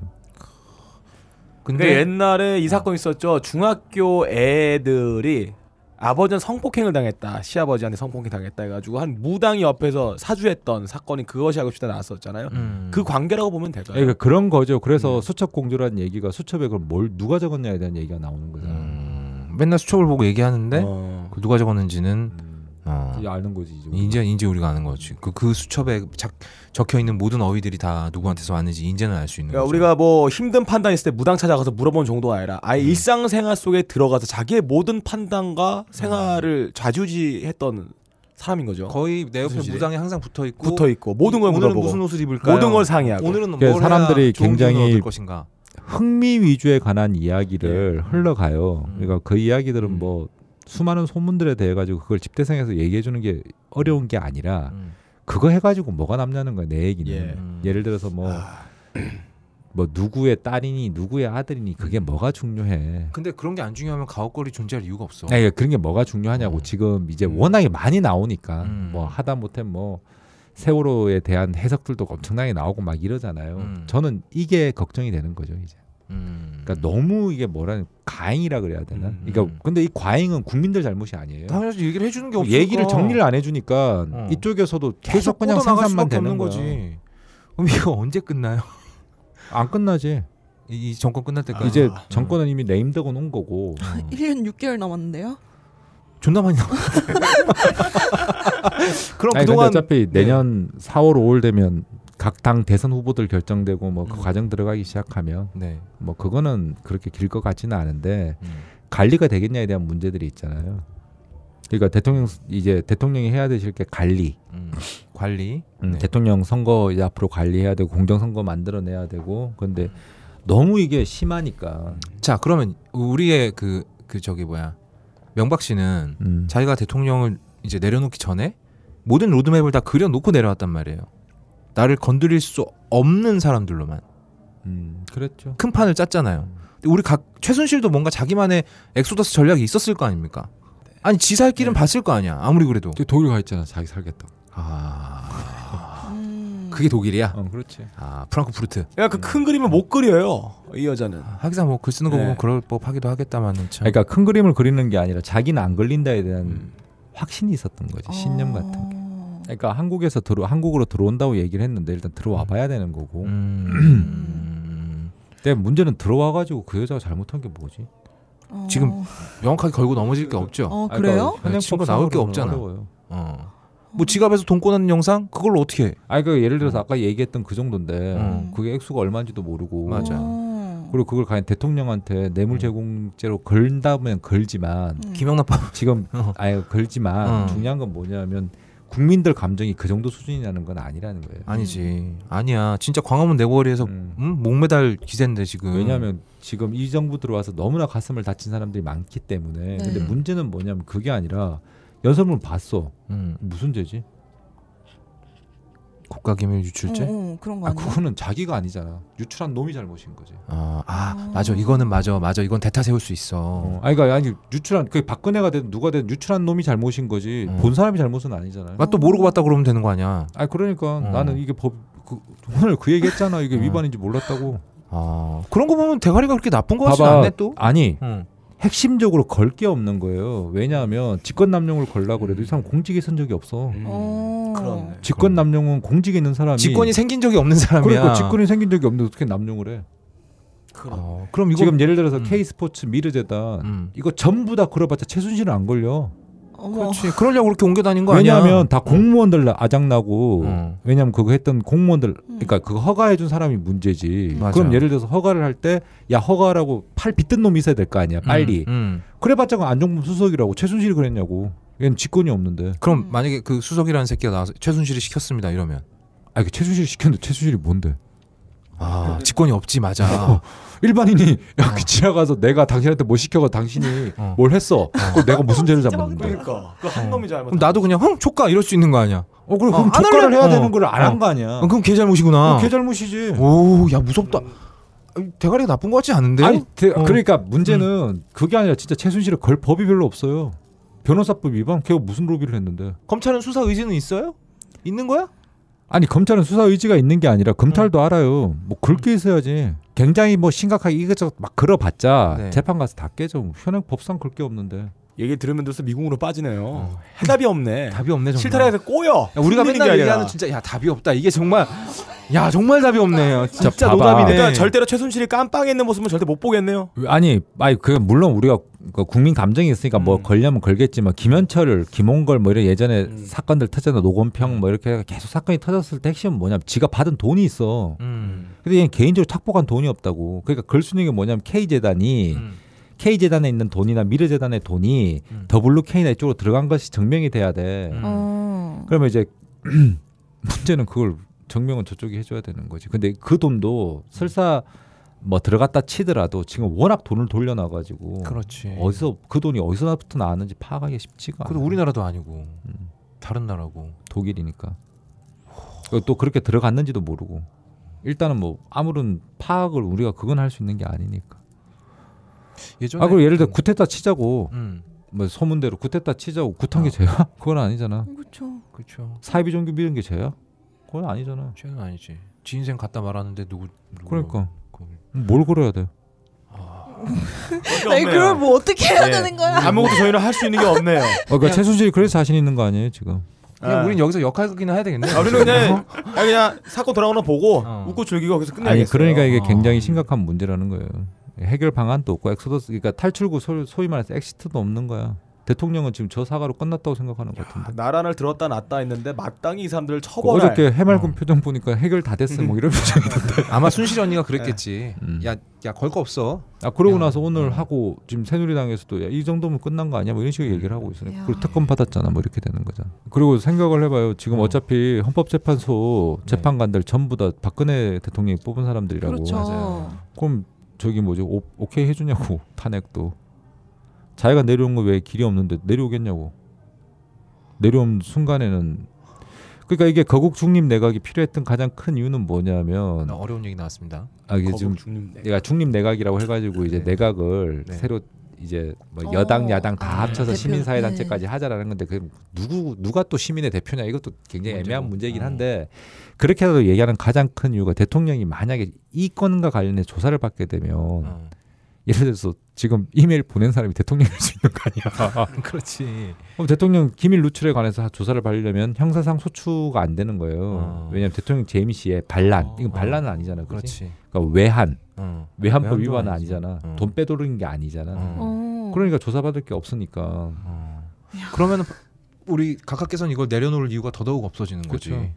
[SPEAKER 5] 근데 아.
[SPEAKER 2] 근데
[SPEAKER 5] 옛날에 이 사건 있었죠. 중학교 애들이 아버지는 성폭행을 당했다. 시아버지한테 성폭행 당했다 해가지고 한 무당 옆에서 사주했던 사건이 그것이 알고 싶다 나왔었잖아요.
[SPEAKER 2] 음.
[SPEAKER 5] 그 관계라고 보면 될까요?
[SPEAKER 3] 그러니까 그런 거죠. 그래서 수첩 공조라는 얘기가 수첩에 그럼 뭘 누가 적었냐에 대한 얘기가 나오는 거잖아요.
[SPEAKER 2] 음, 맨날 수첩을 보고
[SPEAKER 3] 네?
[SPEAKER 2] 얘기하는데
[SPEAKER 5] 어. 음.
[SPEAKER 2] 그 누가 적었는지는 어.
[SPEAKER 3] 이제 아는 거지 이제.
[SPEAKER 2] 이제 이제 우리가 아는 거지. 그, 그 수첩에 작, 적혀 있는 모든 어휘들이 다 누구한테서 왔는지 이제는 알 수 있는
[SPEAKER 5] 그러니까
[SPEAKER 2] 거죠.
[SPEAKER 5] 우리가 뭐 힘든 판단 있을 때 무당 찾아가서 물어본 정도가 아니라 아예
[SPEAKER 2] 음.
[SPEAKER 5] 일상생활 속에 들어가서 자기의 모든 판단과
[SPEAKER 2] 음.
[SPEAKER 5] 생활을 좌지우지했던 사람인 거죠.
[SPEAKER 2] 거의 내 옆에
[SPEAKER 5] 무슨
[SPEAKER 2] 무당이 항상 붙어 있고
[SPEAKER 5] 붙어 있고 모든 걸
[SPEAKER 2] 오늘은
[SPEAKER 5] 물어보고
[SPEAKER 2] 무슨 옷을 입을까요?
[SPEAKER 5] 모든 걸 상의하고
[SPEAKER 2] 오늘은 뭘
[SPEAKER 3] 그러니까
[SPEAKER 2] 해야
[SPEAKER 3] 사람들이
[SPEAKER 2] 좋은
[SPEAKER 3] 굉장히-
[SPEAKER 2] 기운을 얻을 것인가?
[SPEAKER 3] 흥미 위주에 관한 이야기를 흘러가요.
[SPEAKER 2] 네. 음.
[SPEAKER 3] 그러니까 그 이야기들은
[SPEAKER 2] 음.
[SPEAKER 3] 뭐 수많은 소문들에 대해 가지고 그걸 집대상에서 얘기해 주는 게 어려운 게 아니라
[SPEAKER 2] 음.
[SPEAKER 3] 그거 해 가지고 뭐가 남냐는 거야 내 얘기는.
[SPEAKER 5] 예.
[SPEAKER 2] 음.
[SPEAKER 3] 예를 들어서 뭐 뭐
[SPEAKER 5] 아,
[SPEAKER 3] 누구의 딸이니 누구의 아들이니 그게 뭐가 중요해.
[SPEAKER 2] 근데 그런 게 안 중요하면 가옥거리 존재할 이유가 없어.
[SPEAKER 3] 네, 예, 그런 게 뭐가 중요하냐고
[SPEAKER 2] 음.
[SPEAKER 3] 지금 이제
[SPEAKER 2] 음.
[SPEAKER 3] 워낙에 많이 나오니까
[SPEAKER 2] 음.
[SPEAKER 3] 뭐 하다 못해 뭐 세월호에 대한 해석들도 엄청나게 나오고 막 이러잖아요.
[SPEAKER 2] 음.
[SPEAKER 3] 저는 이게 걱정이 되는 거죠 이제.
[SPEAKER 2] 음.
[SPEAKER 3] 그러니까 너무 이게 뭐라 과잉이라 그래야 되나?
[SPEAKER 2] 음.
[SPEAKER 3] 그러니까 근데 이 과잉은 국민들 잘못이 아니에요.
[SPEAKER 2] 당연히 얘기를 해주는 게 없어.
[SPEAKER 3] 얘기를 정리를 안 해주니까
[SPEAKER 2] 어.
[SPEAKER 3] 이쪽에서도 계속 그냥
[SPEAKER 2] 뻗어나갈
[SPEAKER 3] 생산만
[SPEAKER 2] 수밖에
[SPEAKER 3] 되는
[SPEAKER 2] 없는
[SPEAKER 3] 거지.
[SPEAKER 2] 거지. 그럼 이거 언제 끝나요?
[SPEAKER 3] 안 끝나지.
[SPEAKER 2] 이, 이 정권 끝날 때까지.
[SPEAKER 3] 이제
[SPEAKER 5] 아.
[SPEAKER 3] 정권은 이미 네임덕은 온 거고.
[SPEAKER 2] 음.
[SPEAKER 4] 1년 6개월 남았는데요.
[SPEAKER 2] 존나 많이 나와. 그럼
[SPEAKER 3] 아니,
[SPEAKER 2] 그동안 예.
[SPEAKER 3] 근데 어차피 내년 4월 5월 되면 각 당 대선 후보들 결정되고 뭐 그
[SPEAKER 2] 음.
[SPEAKER 3] 과정 들어가기 시작하면
[SPEAKER 2] 네.
[SPEAKER 3] 뭐 그거는 그렇게 길 것 같지는 않은데
[SPEAKER 2] 음.
[SPEAKER 3] 관리가 되겠냐에 대한 문제들이 있잖아요. 그러니까 대통령 이제 대통령이 해야 되실 게 관리.
[SPEAKER 2] 음, 관리.
[SPEAKER 3] 음,
[SPEAKER 2] 네.
[SPEAKER 3] 대통령 선거 이제 앞으로 관리해야 되고 공정 선거 만들어내야 되고 근데 너무 이게 심하니까
[SPEAKER 2] 자 그러면 우리의 그 그 저기 뭐야 명박 씨는
[SPEAKER 3] 음.
[SPEAKER 2] 자기가 대통령을 이제 내려놓기 전에 모든 로드맵을 다 그려놓고 내려왔단 말이에요. 나를 건드릴 수 없는 사람들로만
[SPEAKER 3] 음, 그랬죠.
[SPEAKER 2] 큰 판을 짰잖아요. 근데 우리 각 최순실도 뭔가 자기만의 엑소더스 전략이 있었을 거 아닙니까? 아니 지살 길은 봤을 거 아니야. 아무리 네. 그래도.
[SPEAKER 3] 독일 가 있잖아 자기 살겠다.
[SPEAKER 2] 아
[SPEAKER 4] 음.
[SPEAKER 2] 그게 독일이야.
[SPEAKER 3] 어 그렇지.
[SPEAKER 2] 아 프랑크푸르트.
[SPEAKER 5] 그러니까 그 큰 그림을 못 그려요. 이 여자는.
[SPEAKER 2] 아, 하기사 뭐 글 쓰는 거
[SPEAKER 5] 네.
[SPEAKER 2] 보면 그럴 법하기도 하겠다만은 참.
[SPEAKER 3] 그러니까 큰 그림을 그리는 게 아니라 자기는 안 걸린다에 대한
[SPEAKER 2] 음.
[SPEAKER 3] 확신이 있었던 거지 신념 같은 게.
[SPEAKER 4] 어.
[SPEAKER 3] 그러니까 한국에서 들어 한국으로 들어온다고 얘기를 했는데 일단 들어와 봐야 되는 거고.
[SPEAKER 2] 음.
[SPEAKER 3] 근데 문제는 들어와 가지고 그 여자가 잘못한 게 뭐지?
[SPEAKER 4] 어.
[SPEAKER 2] 지금- 명확하게 걸고 넘어질 게 없죠.
[SPEAKER 4] 어
[SPEAKER 3] 아,
[SPEAKER 4] 그래요?
[SPEAKER 3] 그러니까 현행법
[SPEAKER 2] 친구 나올 게
[SPEAKER 3] 상으로는
[SPEAKER 2] 없잖아.
[SPEAKER 3] 어려워요.
[SPEAKER 2] 어. 뭐 지갑에서 돈 꺼내는 영상 그걸로 어떻게 해?
[SPEAKER 3] 아니 그 예를 들어서 아까 얘기했던 그 정도인데
[SPEAKER 2] 음.
[SPEAKER 3] 그게 액수가 얼마인지도 모르고
[SPEAKER 2] 맞아. 음.
[SPEAKER 4] 어.
[SPEAKER 3] 그리고 그걸 과연 대통령한테 뇌물 제공죄로 걸다면 걸지만
[SPEAKER 4] 음.
[SPEAKER 2] 김영란법
[SPEAKER 3] 지금
[SPEAKER 2] 어.
[SPEAKER 3] 아예 걸지만
[SPEAKER 2] 어.
[SPEAKER 3] 중요한 건 뭐냐면 국민들 감정이 그 정도 수준이라는 건 아니라는 거예요.
[SPEAKER 2] 아니지 아니야 진짜 광화문 내거리에서
[SPEAKER 3] 음.
[SPEAKER 2] 음? 목매달 기세인데 지금
[SPEAKER 3] 왜냐하면 지금 이 정부 들어와서 너무나 가슴을 다친 사람들이 많기 때문에
[SPEAKER 4] 네.
[SPEAKER 3] 근데 문제는 뭐냐면 그게 아니라 연설문 봤어
[SPEAKER 2] 음.
[SPEAKER 3] 무슨 죄지?
[SPEAKER 2] 국가기밀 유출죄
[SPEAKER 4] 어, 어, 그런 거
[SPEAKER 3] 아
[SPEAKER 4] 아니야?
[SPEAKER 3] 그거는 자기가 아니잖아 유출한 놈이 잘못인 거지.
[SPEAKER 2] 아, 아
[SPEAKER 4] 어.
[SPEAKER 2] 맞아 이거는 맞아 맞아 이건 대타 세울 수 있어
[SPEAKER 4] 음.
[SPEAKER 3] 어. 아니 그러니까 아니 유출한 그 박근혜가 되든 누가 되든 유출한 놈이 잘못인 거지
[SPEAKER 2] 음.
[SPEAKER 3] 본 사람이 잘못은 아니잖아요.
[SPEAKER 2] 아, 또 모르고 봤다 그러면 되는 거 아니야
[SPEAKER 3] 아니 그러니까
[SPEAKER 2] 음.
[SPEAKER 3] 나는 이게 법 그, 오늘 그 얘기했잖아 이게
[SPEAKER 2] 음.
[SPEAKER 3] 위반인지 몰랐다고.
[SPEAKER 2] 아 그런 거 보면 대가리가 그렇게 나쁜 거 같진
[SPEAKER 3] 봐봐
[SPEAKER 2] 않네 또 음.
[SPEAKER 3] 아니
[SPEAKER 2] 응.
[SPEAKER 3] 핵심적으로 걸 게 없는 거예요. 왜냐하면 직권남용을 걸라고 그래도 이 사람 공직에 선 적이
[SPEAKER 2] 음.
[SPEAKER 3] 없어. 음.
[SPEAKER 4] 어.
[SPEAKER 5] 그렇네.
[SPEAKER 3] 직권남용은 공직에 있는 사람이
[SPEAKER 2] 직권이 생긴 적이 없는 사람이야
[SPEAKER 3] 그러니까 직권이 생긴 적이 없는데 어떻게 남용을 해?
[SPEAKER 5] 그럼.
[SPEAKER 2] 어, 그럼 이거
[SPEAKER 3] 지금 예를 들어서
[SPEAKER 2] 음.
[SPEAKER 3] K 스포츠 미르재단
[SPEAKER 2] 음.
[SPEAKER 3] 이거 전부 다 걸어봤자 최순실은 안 걸려.
[SPEAKER 4] 어머.
[SPEAKER 2] 그렇지 그러려고 그렇게 옮겨 다닌 거 아니야 음.
[SPEAKER 3] 왜냐하면 다 공무원들 아작나고
[SPEAKER 2] 어.
[SPEAKER 3] 왜냐하면 그거 했던 공무원들 그러니까 그거 허가해준 사람이 문제지.
[SPEAKER 2] 맞아요.
[SPEAKER 3] 그럼 예를 들어서 허가를 할 때 야 허가라고 팔 빗든 놈이 있어야 될 거 아니야 빨리.
[SPEAKER 2] 음, 음.
[SPEAKER 3] 그래봤자 그 안종범 수석이라고 최순실이 그랬냐고. 얘는 직권이 없는데.
[SPEAKER 2] 그럼 만약에 그 수석이라는 새끼가 나와서 최순실이 시켰습니다 이러면
[SPEAKER 3] 아 이게 최순실 시켰는데 최순실이 뭔데?
[SPEAKER 2] 아 직권이 없지 맞아
[SPEAKER 3] 일반인이 여기 지나가서 내가 당신한테 뭐 시켜가 당신이
[SPEAKER 2] 어.
[SPEAKER 3] 뭘 했어? 그럼 내가 무슨 죄를 잡았는데?
[SPEAKER 5] 그러니까 그한 놈이 잘못.
[SPEAKER 2] 그럼 나도 그냥 헝 조까 이럴 수 있는 거 아니야
[SPEAKER 3] 어 그럼
[SPEAKER 2] 어,
[SPEAKER 3] 그럼
[SPEAKER 2] 안
[SPEAKER 3] 조카를
[SPEAKER 2] 할래?
[SPEAKER 3] 해야
[SPEAKER 2] 어.
[SPEAKER 3] 되는 걸 안 한
[SPEAKER 2] 어.
[SPEAKER 3] 거 아니야?
[SPEAKER 2] 어, 그럼 걔 잘못이구나
[SPEAKER 3] 걔 잘못이지.
[SPEAKER 5] 어.
[SPEAKER 2] 오야 무섭다 아니, 대가리가 나쁜 거 같지 않은데요?
[SPEAKER 3] 아니 대-
[SPEAKER 2] 어. 음.
[SPEAKER 3] 그러니까 문제는 그게 아니라 진짜 최순실을 걸 법이 별로 없어요. 변호사법 위반 걔가 무슨 로비를 했는데?
[SPEAKER 2] 검찰은 수사 의지는 있어요? 있는 거야?
[SPEAKER 3] 아니 검찰은 수사 의지가 있는 게 아니라
[SPEAKER 2] 음.
[SPEAKER 3] 검찰도 알아요. 뭐 그렇게 있어야지. 굉장히 뭐 심각하게 이것저것 막 걸어봤자
[SPEAKER 2] 네.
[SPEAKER 3] 재판 가서 다 깨져. 뭐 현행 법상 그럴 게 없는데.
[SPEAKER 5] 얘기 들으면 들수 미궁으로 빠지네요. 해답이 없네.
[SPEAKER 2] 답이 어. 없네 정말
[SPEAKER 5] 실타래에서 꼬여.
[SPEAKER 2] 야, 우리가
[SPEAKER 5] 숨기는
[SPEAKER 2] 맨날
[SPEAKER 5] 게 아니라.
[SPEAKER 2] 얘기하는 진짜 야 답이 없다 이게 정말 야 정말 답이 없네요 진짜
[SPEAKER 3] 자, 봐봐.
[SPEAKER 2] 노답이네
[SPEAKER 5] 그러니까 절대로 최순실이 깜빵에 있는 모습은 절대 못 보겠네요.
[SPEAKER 3] 아니, 아니 그 물론 우리가 그 국민 감정이 있으니까
[SPEAKER 2] 음.
[SPEAKER 3] 뭐 걸려면 걸겠지만 김현철을, 김홍걸 뭐 이런 예전에
[SPEAKER 2] 음.
[SPEAKER 3] 사건들 터졌나 노건평 뭐 이렇게 계속 사건이 터졌을 때 핵심은 뭐냐면 지가 받은 돈이 있어.
[SPEAKER 2] 음,
[SPEAKER 3] 근데 얘는 개인적으로 착복한 돈이 없다고. 그러니까 걸 수 있는 게 뭐냐면 K 재단이
[SPEAKER 2] 음.
[SPEAKER 3] K 재단에 있는 돈이나 미르 재단의 돈이
[SPEAKER 2] 음.
[SPEAKER 3] 더블로 K나 이쪽으로 들어간 것이 증명이 돼야 돼.
[SPEAKER 2] 음.
[SPEAKER 4] 어.
[SPEAKER 3] 그러면 이제 문제는 그걸 증명은 저쪽이 해줘야 되는 거지. 근데 그 돈도 설사 뭐 들어갔다 치더라도 지금 워낙 돈을 돌려놔가지고
[SPEAKER 2] 음, 그렇지
[SPEAKER 3] 어디서 그 돈이 어디서부터 나왔는지 파악하기 쉽지가
[SPEAKER 2] 그래도
[SPEAKER 3] 않아.
[SPEAKER 2] 우리나라도 아니고 다른 나라고
[SPEAKER 3] 독일이니까 그리고 또 그렇게 들어갔는지도 모르고 일단은 뭐 아무런 파악을 우리가 그건 할 수 있는 게 아니니까.
[SPEAKER 2] 예전에
[SPEAKER 3] 아 그리고 예를
[SPEAKER 5] 네.
[SPEAKER 3] 들어 구테타 치자고
[SPEAKER 2] 음,
[SPEAKER 3] 뭐 소문대로 구테타 치자고 구탄
[SPEAKER 5] 아.
[SPEAKER 3] 게 죄야? 그건 아니잖아.
[SPEAKER 4] 그렇죠.
[SPEAKER 2] 그렇죠
[SPEAKER 3] 사이비 종교 믿은 게 죄야? 그건 아니잖아.
[SPEAKER 2] 죄는 아니지 지 인생 갖다 말았는데 누구 누구라고.
[SPEAKER 3] 그러니까
[SPEAKER 2] 그걸.
[SPEAKER 3] 뭘 걸어야 돼?
[SPEAKER 4] 아니 그걸 뭐 어떻게 해야 되는 거야?
[SPEAKER 5] 아무것도 네. 저희는 할 수 있는 게 없네요.
[SPEAKER 3] 어, 그러니까 최순실이 그래서 자신 있는 거 아니에요 지금?
[SPEAKER 2] 그냥
[SPEAKER 5] 아.
[SPEAKER 2] 우린 여기서 역할극이나 해야 되겠네
[SPEAKER 3] 그렇죠.
[SPEAKER 5] 아, 우리는 그냥, 아, 그냥 사건 돌아오는 거 보고
[SPEAKER 2] 어.
[SPEAKER 5] 웃고 즐기고 거기서
[SPEAKER 3] 어? 아니
[SPEAKER 5] 끝내야겠어요.
[SPEAKER 3] 그러니까 이게
[SPEAKER 2] 아.
[SPEAKER 3] 굉장히 심각한 문제라는 거예요. 해결 방안도 없고 엑소더스 그러니까 탈출구 소, 소위 말해서 엑시트도 없는 거야. 대통령은 지금 저 사과로 끝났다고 생각하는 것
[SPEAKER 5] 아,
[SPEAKER 3] 같은데.
[SPEAKER 5] 나라를 들었다 놨다 했는데 마땅히 이 사람들을 처벌할
[SPEAKER 3] 어저께 해맑은 표정 보니까 해결 다 됐어
[SPEAKER 5] 음.
[SPEAKER 3] 뭐 이런 표정이던데.
[SPEAKER 2] 그렇죠? 아마 순실 언니가 그랬겠지.
[SPEAKER 3] 음.
[SPEAKER 2] 야, 야, 걸 거 없어.
[SPEAKER 3] 아 그러고
[SPEAKER 2] 야,
[SPEAKER 3] 나서 오늘
[SPEAKER 2] 어.
[SPEAKER 3] 하고 지금 새누리당에서도 야, 이 정도면 끝난 거 아니야 뭐 이런 식으로 얘기를 하고 있으니까 그리고 특검 받았잖아 뭐 이렇게 되는 거잖아. 그리고 생각을 해봐요. 지금
[SPEAKER 2] 어. 네.
[SPEAKER 3] 어차피 헌법재판소 재판관들 전부 다 박근혜 대통령이 뽑은 사람들이라고.
[SPEAKER 4] 그렇죠.
[SPEAKER 3] 그럼 저기 뭐지 오, 오케이 해주냐고 탄핵도 자기가 내려온 거 왜 길이 없는데 내려오겠냐고 내려온 순간에는 그러니까 이게 거국 중립 내각이 필요했던 가장 큰 이유는
[SPEAKER 2] 나
[SPEAKER 3] 뭐냐면
[SPEAKER 2] 어려운 얘기 나왔습니다.
[SPEAKER 3] 아 이게
[SPEAKER 5] 거북
[SPEAKER 3] 지금
[SPEAKER 5] 중립 내
[SPEAKER 3] 내가 중립 내각이라고 해가지고 이제
[SPEAKER 2] 네.
[SPEAKER 3] 내각을
[SPEAKER 2] 네.
[SPEAKER 3] 새로 이제 뭐
[SPEAKER 4] 어.
[SPEAKER 3] 여당 야당 다
[SPEAKER 2] 아,
[SPEAKER 3] 합쳐서
[SPEAKER 4] 대표,
[SPEAKER 3] 시민사회
[SPEAKER 4] 네.
[SPEAKER 3] 단체까지 하자라는 건데 그 누구 누가 또 시민의 대표냐 이것도 굉장히 애매한
[SPEAKER 2] 문제고.
[SPEAKER 3] 문제이긴
[SPEAKER 2] 어.
[SPEAKER 3] 한데 그렇게라도 얘기하는 가장 큰 이유가 대통령이 만약에 이 건과 관련해 조사를 받게 되면
[SPEAKER 2] 어.
[SPEAKER 3] 예를 들어서 지금 이메일 보낸 사람이 대통령일 수 있는 거 아니야?
[SPEAKER 2] 그렇지.
[SPEAKER 3] 그럼 대통령 기밀 누출에 관해서 조사를 받으려면 형사상 소추가 안 되는 거예요.
[SPEAKER 2] 어.
[SPEAKER 3] 왜냐하면 대통령 제임 씨의 반란,
[SPEAKER 5] 어.
[SPEAKER 3] 이건 반란은 아. 아니잖아, 그렇지?
[SPEAKER 2] 그렇지.
[SPEAKER 3] 그러니까 외한,
[SPEAKER 2] 어.
[SPEAKER 3] 외환법
[SPEAKER 2] 외환도
[SPEAKER 3] 위반은
[SPEAKER 2] 아니지.
[SPEAKER 3] 아니잖아.
[SPEAKER 2] 어.
[SPEAKER 3] 돈 빼돌린 게 아니잖아.
[SPEAKER 2] 어.
[SPEAKER 4] 어.
[SPEAKER 3] 그러니까 조사받을 게 없으니까.
[SPEAKER 2] 어. 그러면 우리 각하께서는 이걸 내려놓을 이유가 더더욱 없어지는 거지.
[SPEAKER 3] 그렇죠.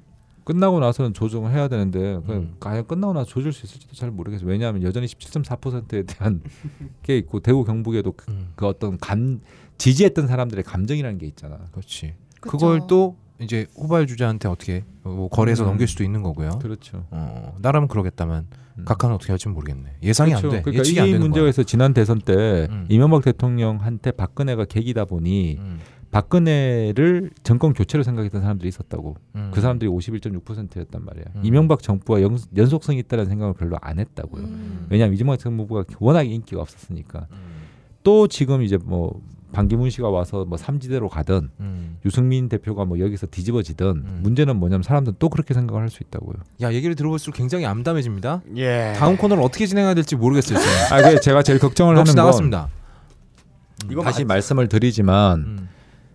[SPEAKER 3] 끝나고 나서는 조정을 해야 되는데 그냥
[SPEAKER 2] 음.
[SPEAKER 3] 과연 끝나고 나서 조질 수 있을지도 잘 모르겠어요. 왜냐하면 여전히 17.4%에 대한 게 있고 대구 경북에도 그,
[SPEAKER 2] 음.
[SPEAKER 3] 그 어떤 감 지지했던 사람들의 감정이라는 게 있잖아.
[SPEAKER 2] 그렇지. 그
[SPEAKER 4] 그쵸.
[SPEAKER 2] 걸또 이제 후발 주자한테 어떻게 뭐 거래해서
[SPEAKER 3] 음.
[SPEAKER 2] 넘길 수도 있는 거고요.
[SPEAKER 3] 그렇죠.
[SPEAKER 2] 어, 나라면 그러겠다만
[SPEAKER 3] 음.
[SPEAKER 2] 각하는 어떻게 할지 는 모르겠네. 예상이
[SPEAKER 3] 그렇죠.
[SPEAKER 2] 안 돼.
[SPEAKER 3] 그러니까
[SPEAKER 2] 예측이 안
[SPEAKER 3] 이
[SPEAKER 2] 되는 거야.
[SPEAKER 3] 문제에서 지난 대선 때
[SPEAKER 2] 음.
[SPEAKER 3] 이명박 대통령한테 박근혜가 계기다 보니
[SPEAKER 2] 음.
[SPEAKER 3] 박근혜를 정권 교체로 생각했던 사람들이 있었다고.
[SPEAKER 2] 음.
[SPEAKER 3] 그 사람들이 51.6%였단 말이야.
[SPEAKER 2] 음.
[SPEAKER 3] 이명박 정부와 연, 연속성이 있다는 생각을 별로 안 했다고요.
[SPEAKER 4] 음.
[SPEAKER 3] 왜냐하면 이명박 정부가 워낙 인기가 없었으니까. 또 지금 이제 뭐 반기문 씨가 와서 뭐 삼지대로 가든
[SPEAKER 2] 음.
[SPEAKER 3] 유승민 대표가 뭐 여기서 뒤집어지든
[SPEAKER 2] 음.
[SPEAKER 3] 문제는 뭐냐면 사람들은 또 그렇게 생각을 할 수 있다고요.
[SPEAKER 2] 야 얘기를 들어볼수록 굉장히 암담해집니다.
[SPEAKER 5] 예.
[SPEAKER 2] 다음 코너를 어떻게 진행해야 될지 모르겠어요. 지금.
[SPEAKER 3] 아, 그게 제가 제일 걱정을 하는
[SPEAKER 2] 역시
[SPEAKER 3] 건
[SPEAKER 2] 나갔습니다.
[SPEAKER 5] 이건
[SPEAKER 3] 다시 말씀을 드리지만
[SPEAKER 2] 음.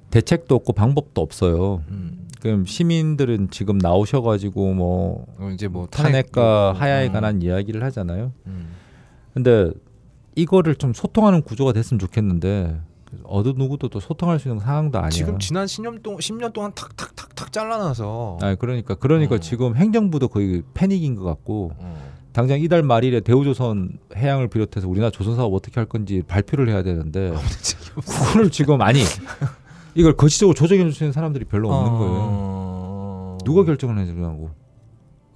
[SPEAKER 3] 대책도 없고 방법도 없어요.
[SPEAKER 2] 음.
[SPEAKER 3] 그럼 시민들은 지금 나오셔가지고 뭐
[SPEAKER 2] 어, 이제 뭐 탄핵,
[SPEAKER 3] 탄핵과 하야에
[SPEAKER 2] 음.
[SPEAKER 3] 관한 이야기를 하잖아요.
[SPEAKER 2] 음.
[SPEAKER 3] 근데 이거를 좀 소통하는 구조가 됐으면 좋겠는데 어느 누구도 또 소통할 수 있는 상황도 아니야.
[SPEAKER 2] 지금 지난 10년 동안 10년 동안 탁탁탁탁 잘라놔서
[SPEAKER 3] 아 그러니까 그러니까
[SPEAKER 2] 어.
[SPEAKER 3] 지금 행정부도 거의 패닉인 것 같고
[SPEAKER 2] 어.
[SPEAKER 3] 당장 이달 말일에 대우조선 해양을 비롯해서 우리나라 조선 사업 어떻게 할 건지 발표를 해야 되는데 그거를 지금 아니 이걸 거시적으로 조정해 주시는 사람들이
[SPEAKER 2] 어.
[SPEAKER 3] 별로 없는 거예요.
[SPEAKER 2] 거예요.
[SPEAKER 3] 누가 결정을 해주냐고.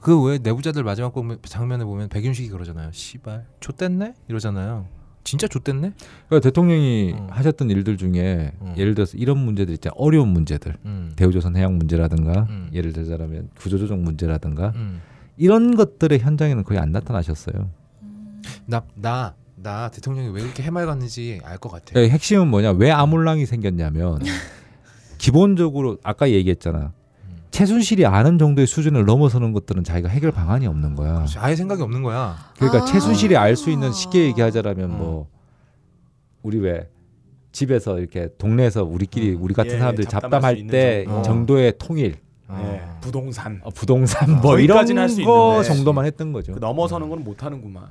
[SPEAKER 2] 그왜 내부자들 마지막 보면, 장면에 보면 백윤식이 그러잖아요. 씨발 좆됐네 이러잖아요. 진짜 좆됐네.
[SPEAKER 3] 그러니까 대통령이
[SPEAKER 2] 음.
[SPEAKER 3] 하셨던 일들 중에
[SPEAKER 2] 음.
[SPEAKER 3] 예를 들어서 이런 문제들 있잖아 어려운 문제들
[SPEAKER 2] 음.
[SPEAKER 3] 대우조선 해양 문제라든가
[SPEAKER 2] 음.
[SPEAKER 3] 예를 들자면 구조조정 문제라든가
[SPEAKER 2] 음.
[SPEAKER 3] 이런 것들의 현장에는 거의 안 나타나셨어요.
[SPEAKER 5] 네.
[SPEAKER 2] 나나나 대통령이 왜 이렇게 해맑았는지 알 것 같아.
[SPEAKER 3] 그러니까 핵심은 뭐냐
[SPEAKER 5] 음.
[SPEAKER 3] 왜 아물랑이 생겼냐면 기본적으로 아까 얘기했잖아
[SPEAKER 2] 음.
[SPEAKER 3] 최순실이 아는 정도의 수준을 넘어서는 것들은 자기가 해결 방안이 없는 거야.
[SPEAKER 5] 그렇죠.
[SPEAKER 2] 그렇지. 아예 생각이 없는 거야.
[SPEAKER 3] 그러니까
[SPEAKER 4] 아.
[SPEAKER 3] 최순실이 알 수 있는 쉽게 얘기하자라면
[SPEAKER 2] 음.
[SPEAKER 3] 뭐 우리 왜 집에서 이렇게 동네에서 우리끼리
[SPEAKER 2] 음.
[SPEAKER 3] 우리 같은
[SPEAKER 5] 예,
[SPEAKER 3] 사람들이
[SPEAKER 5] 잡담할 수
[SPEAKER 3] 잡담할
[SPEAKER 5] 있는 어.
[SPEAKER 3] 때
[SPEAKER 2] 정도.
[SPEAKER 3] 정도의 통일,
[SPEAKER 2] 네.
[SPEAKER 5] 예. 부동산
[SPEAKER 3] 어, 부동산 뭐 이런
[SPEAKER 5] 거기까지는 할수
[SPEAKER 3] 거
[SPEAKER 5] 있는데.
[SPEAKER 3] 정도만 했던 거죠.
[SPEAKER 5] 그 넘어서는 건
[SPEAKER 3] 음.
[SPEAKER 5] 못하는구만.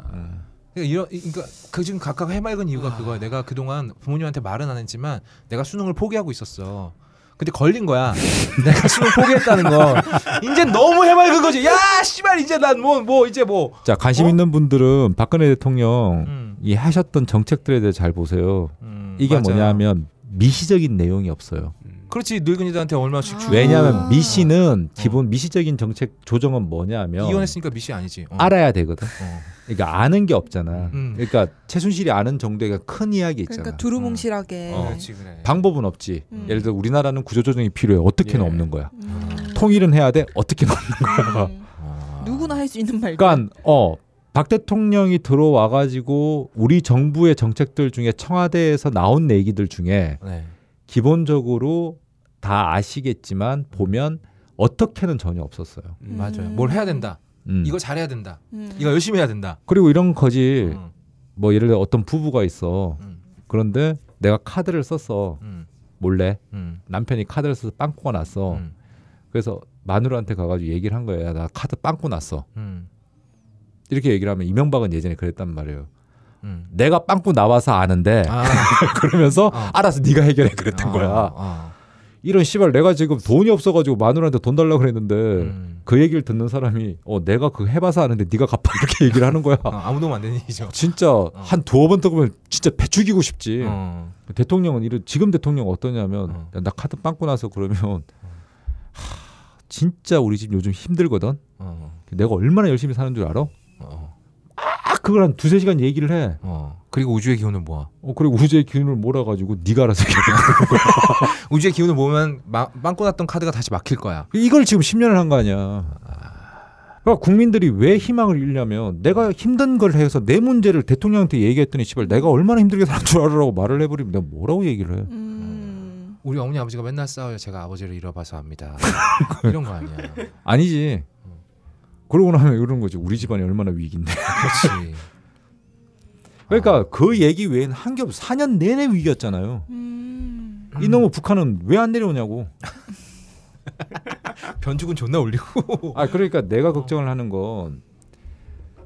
[SPEAKER 2] 그러니까 이런 그러니까 그 지금 각각 해맑은 이유가 그거야. 내가 그동안 부모님한테 말은 안 했지만 내가 수능을 포기하고 있었어. 근데 걸린 거야. 내가 수능 포기했다는
[SPEAKER 3] 음.
[SPEAKER 2] 거. 이제 너무 해맑은 거지. 야, 씨발 이제 난 뭐 뭐 이제 뭐.
[SPEAKER 3] 자 관심
[SPEAKER 2] 어?
[SPEAKER 3] 있는 분들은 박근혜 대통령
[SPEAKER 2] 음,
[SPEAKER 3] 이 하셨던 정책들에 대해 잘 보세요.
[SPEAKER 2] 음,
[SPEAKER 3] 이게
[SPEAKER 2] 맞아.
[SPEAKER 3] 뭐냐면 미시적인 내용이 없어요.
[SPEAKER 5] 음.
[SPEAKER 2] 그렇지 늙은이들한테 얼마씩
[SPEAKER 4] 아.
[SPEAKER 2] 주고. 아.
[SPEAKER 3] 왜냐하면 미시는 기본 미시적인 정책 조정은 뭐냐면
[SPEAKER 2] 음. 이혼했으니까 미시 아니지. 어.
[SPEAKER 3] 알아야 되거든.
[SPEAKER 2] 어.
[SPEAKER 3] 그러니까 아는 게 없잖아.
[SPEAKER 2] 음.
[SPEAKER 3] 그러니까 최순실이 아는 정도의 큰 이야기 있잖아.
[SPEAKER 4] 그러니까 두루뭉실하게.
[SPEAKER 3] 어.
[SPEAKER 2] 음. 그렇지 그래.
[SPEAKER 3] 방법은 없지.
[SPEAKER 4] 음.
[SPEAKER 3] 예를 들어 우리나라는 구조조정이 필요해. 어떻게는
[SPEAKER 5] 예.
[SPEAKER 3] 없는 거야.
[SPEAKER 4] 음.
[SPEAKER 3] 통일은 해야 돼. 어떻게는 없는 거야.
[SPEAKER 4] 음.
[SPEAKER 2] 어.
[SPEAKER 4] 누구나 할 수 있는 말.
[SPEAKER 3] 그러니까 어박 대통령이 들어와 가지고 우리 정부의 정책들 중에 청와대에서 나온 얘기들 중에
[SPEAKER 2] 네.
[SPEAKER 3] 기본적으로 다 아시겠지만 보면 어떻게는 전혀 없었어요.
[SPEAKER 5] 음.
[SPEAKER 2] 맞아요. 뭘 해야 된다.
[SPEAKER 3] 음.
[SPEAKER 2] 이거 잘해야 된다.
[SPEAKER 4] 음.
[SPEAKER 2] 이거 열심히 해야 된다.
[SPEAKER 3] 그리고 이런 거지.
[SPEAKER 2] 음,
[SPEAKER 3] 뭐 예를 들어 어떤 부부가 있어.
[SPEAKER 2] 음,
[SPEAKER 3] 그런데 내가 카드를 썼어.
[SPEAKER 2] 음,
[SPEAKER 3] 몰래
[SPEAKER 2] 음,
[SPEAKER 3] 남편이 카드를 써서 빵꾸가 났어.
[SPEAKER 2] 음,
[SPEAKER 3] 그래서 마누라한테 가가지고 얘기를 한 거야. 야, 나 카드 빵꾸 났어.
[SPEAKER 2] 음.
[SPEAKER 3] 이렇게 얘기를 하면 이명박은 예전에 그랬단 말이에요.
[SPEAKER 2] 음.
[SPEAKER 8] 내가 빵꾸 나와서
[SPEAKER 3] 네.
[SPEAKER 8] 아는데
[SPEAKER 2] 아,
[SPEAKER 8] 그러면서
[SPEAKER 2] 어.
[SPEAKER 8] 알아서 네가 해결해 그랬던 거야.
[SPEAKER 2] 어.
[SPEAKER 3] 이런 씨발 내가 지금 돈이 없어가지고 마누라한테 돈 달라 그랬는데
[SPEAKER 2] 음.
[SPEAKER 3] 그 얘기를 듣는 사람이 어 내가 그거 해봐서 아는데 네가 갚아 이렇게 얘기를 하는 거야.
[SPEAKER 2] 어, 아무 도움 안 되는 일이죠.
[SPEAKER 3] 진짜 한 두어 번 떠보면 진짜 배 죽이고 싶지.
[SPEAKER 2] 어.
[SPEAKER 3] 대통령은 이런 지금 대통령 어떠냐면
[SPEAKER 2] 어.
[SPEAKER 3] 야, 나 카드 빵꾸 나서 그러면 하, 진짜 우리 집 요즘 힘들거든.
[SPEAKER 2] 어.
[SPEAKER 3] 내가 얼마나 열심히 사는 줄 알아?
[SPEAKER 2] 어.
[SPEAKER 3] 아 그걸 한 두세 시간 얘기를 해.
[SPEAKER 2] 어. 그리고 우주의 기운을 모아.
[SPEAKER 3] 어, 그리고 우주의 기운을 몰아가지고 네가 알아서 해결해.
[SPEAKER 2] 우주의 기운을 모으면 마, 빵꾸 났던 카드가 다시 막힐 거야.
[SPEAKER 3] 이걸 지금 10년을 한 거 아니야. 그러니까 국민들이 왜 희망을 잃냐면 내가 힘든 걸 해서 내 문제를 대통령한테 얘기했더니 씨발 내가 얼마나 힘들게 사는 줄 알아라고 말을 해버리면 내가 뭐라고 얘기를 해.
[SPEAKER 4] 음.
[SPEAKER 2] 우리 어머니 아버지가 맨날 싸워요. 제가 아버지를 잃어봐서 합니다. 이런 거 아니야.
[SPEAKER 3] 아니지. 그러고 나면 이런 거지. 우리 집안이 얼마나 위기인데.
[SPEAKER 2] 그렇지.
[SPEAKER 3] 그러니까 그 얘기 외엔 한 게 없어. 4년 내내 위기였잖아요.
[SPEAKER 4] 음.
[SPEAKER 3] 이놈의 북한은 왜 안 내려오냐고.
[SPEAKER 2] 변죽은 존나 올리고.
[SPEAKER 3] 아 그러니까
[SPEAKER 2] 어.
[SPEAKER 3] 내가 걱정을 하는 건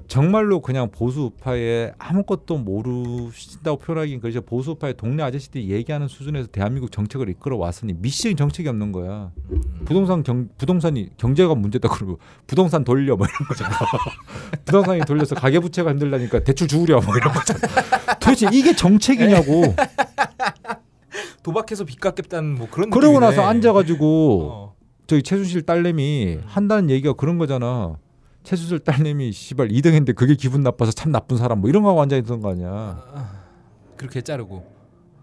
[SPEAKER 3] 정말로 그냥 보수파에 아무것도 모르신다고 표현하기엔 그렇죠 보수파의 동네 아저씨들이 얘기하는 수준에서 대한민국 정책을 이끌어 왔으니 미시적인 정책이 없는 거야
[SPEAKER 2] 음.
[SPEAKER 3] 부동산 경 부동산이 경제가 문제다 그러고 부동산 돌려 뭐 이런 거잖아 부동산이 돌려서 가계 부채가 힘들다니까 대출 주우려 뭐 이런 거잖아 도대체 이게 정책이냐고
[SPEAKER 2] 도박해서 빚 갚겠다는 뭐 그런
[SPEAKER 3] 그러고
[SPEAKER 2] 느낌이네.
[SPEAKER 3] 나서 앉아가지고
[SPEAKER 2] 어.
[SPEAKER 3] 저기 최순실 딸내미 한다는 얘기가 그런 거잖아. 최순실 딸내미 씨발 2등 했는데 그게 기분 나빠서 참 나쁜 사람 뭐 이런 거 하고 앉아 있던 거 아니야.
[SPEAKER 2] 그렇게 자르고.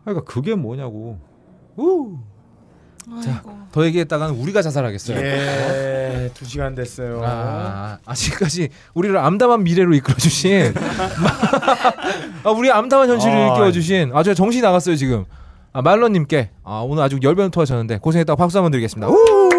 [SPEAKER 3] 그러니까 그게 뭐냐고.
[SPEAKER 2] 우.
[SPEAKER 4] 아이고.
[SPEAKER 2] 더 얘기했다가는 우리가 자살하겠어요.
[SPEAKER 5] 예, 두 시간 됐어요.
[SPEAKER 2] 아, 아직까지 우리를 암담한 미래로 이끌어주신 아, 우리 암담한 현실을
[SPEAKER 5] 아,
[SPEAKER 2] 이끌어주신 아주 정신이 나갔어요 지금 아, 말러님께 아, 오늘 아주 열변을 토하셨는데 고생했다고 박수 한번 드리겠습니다 우!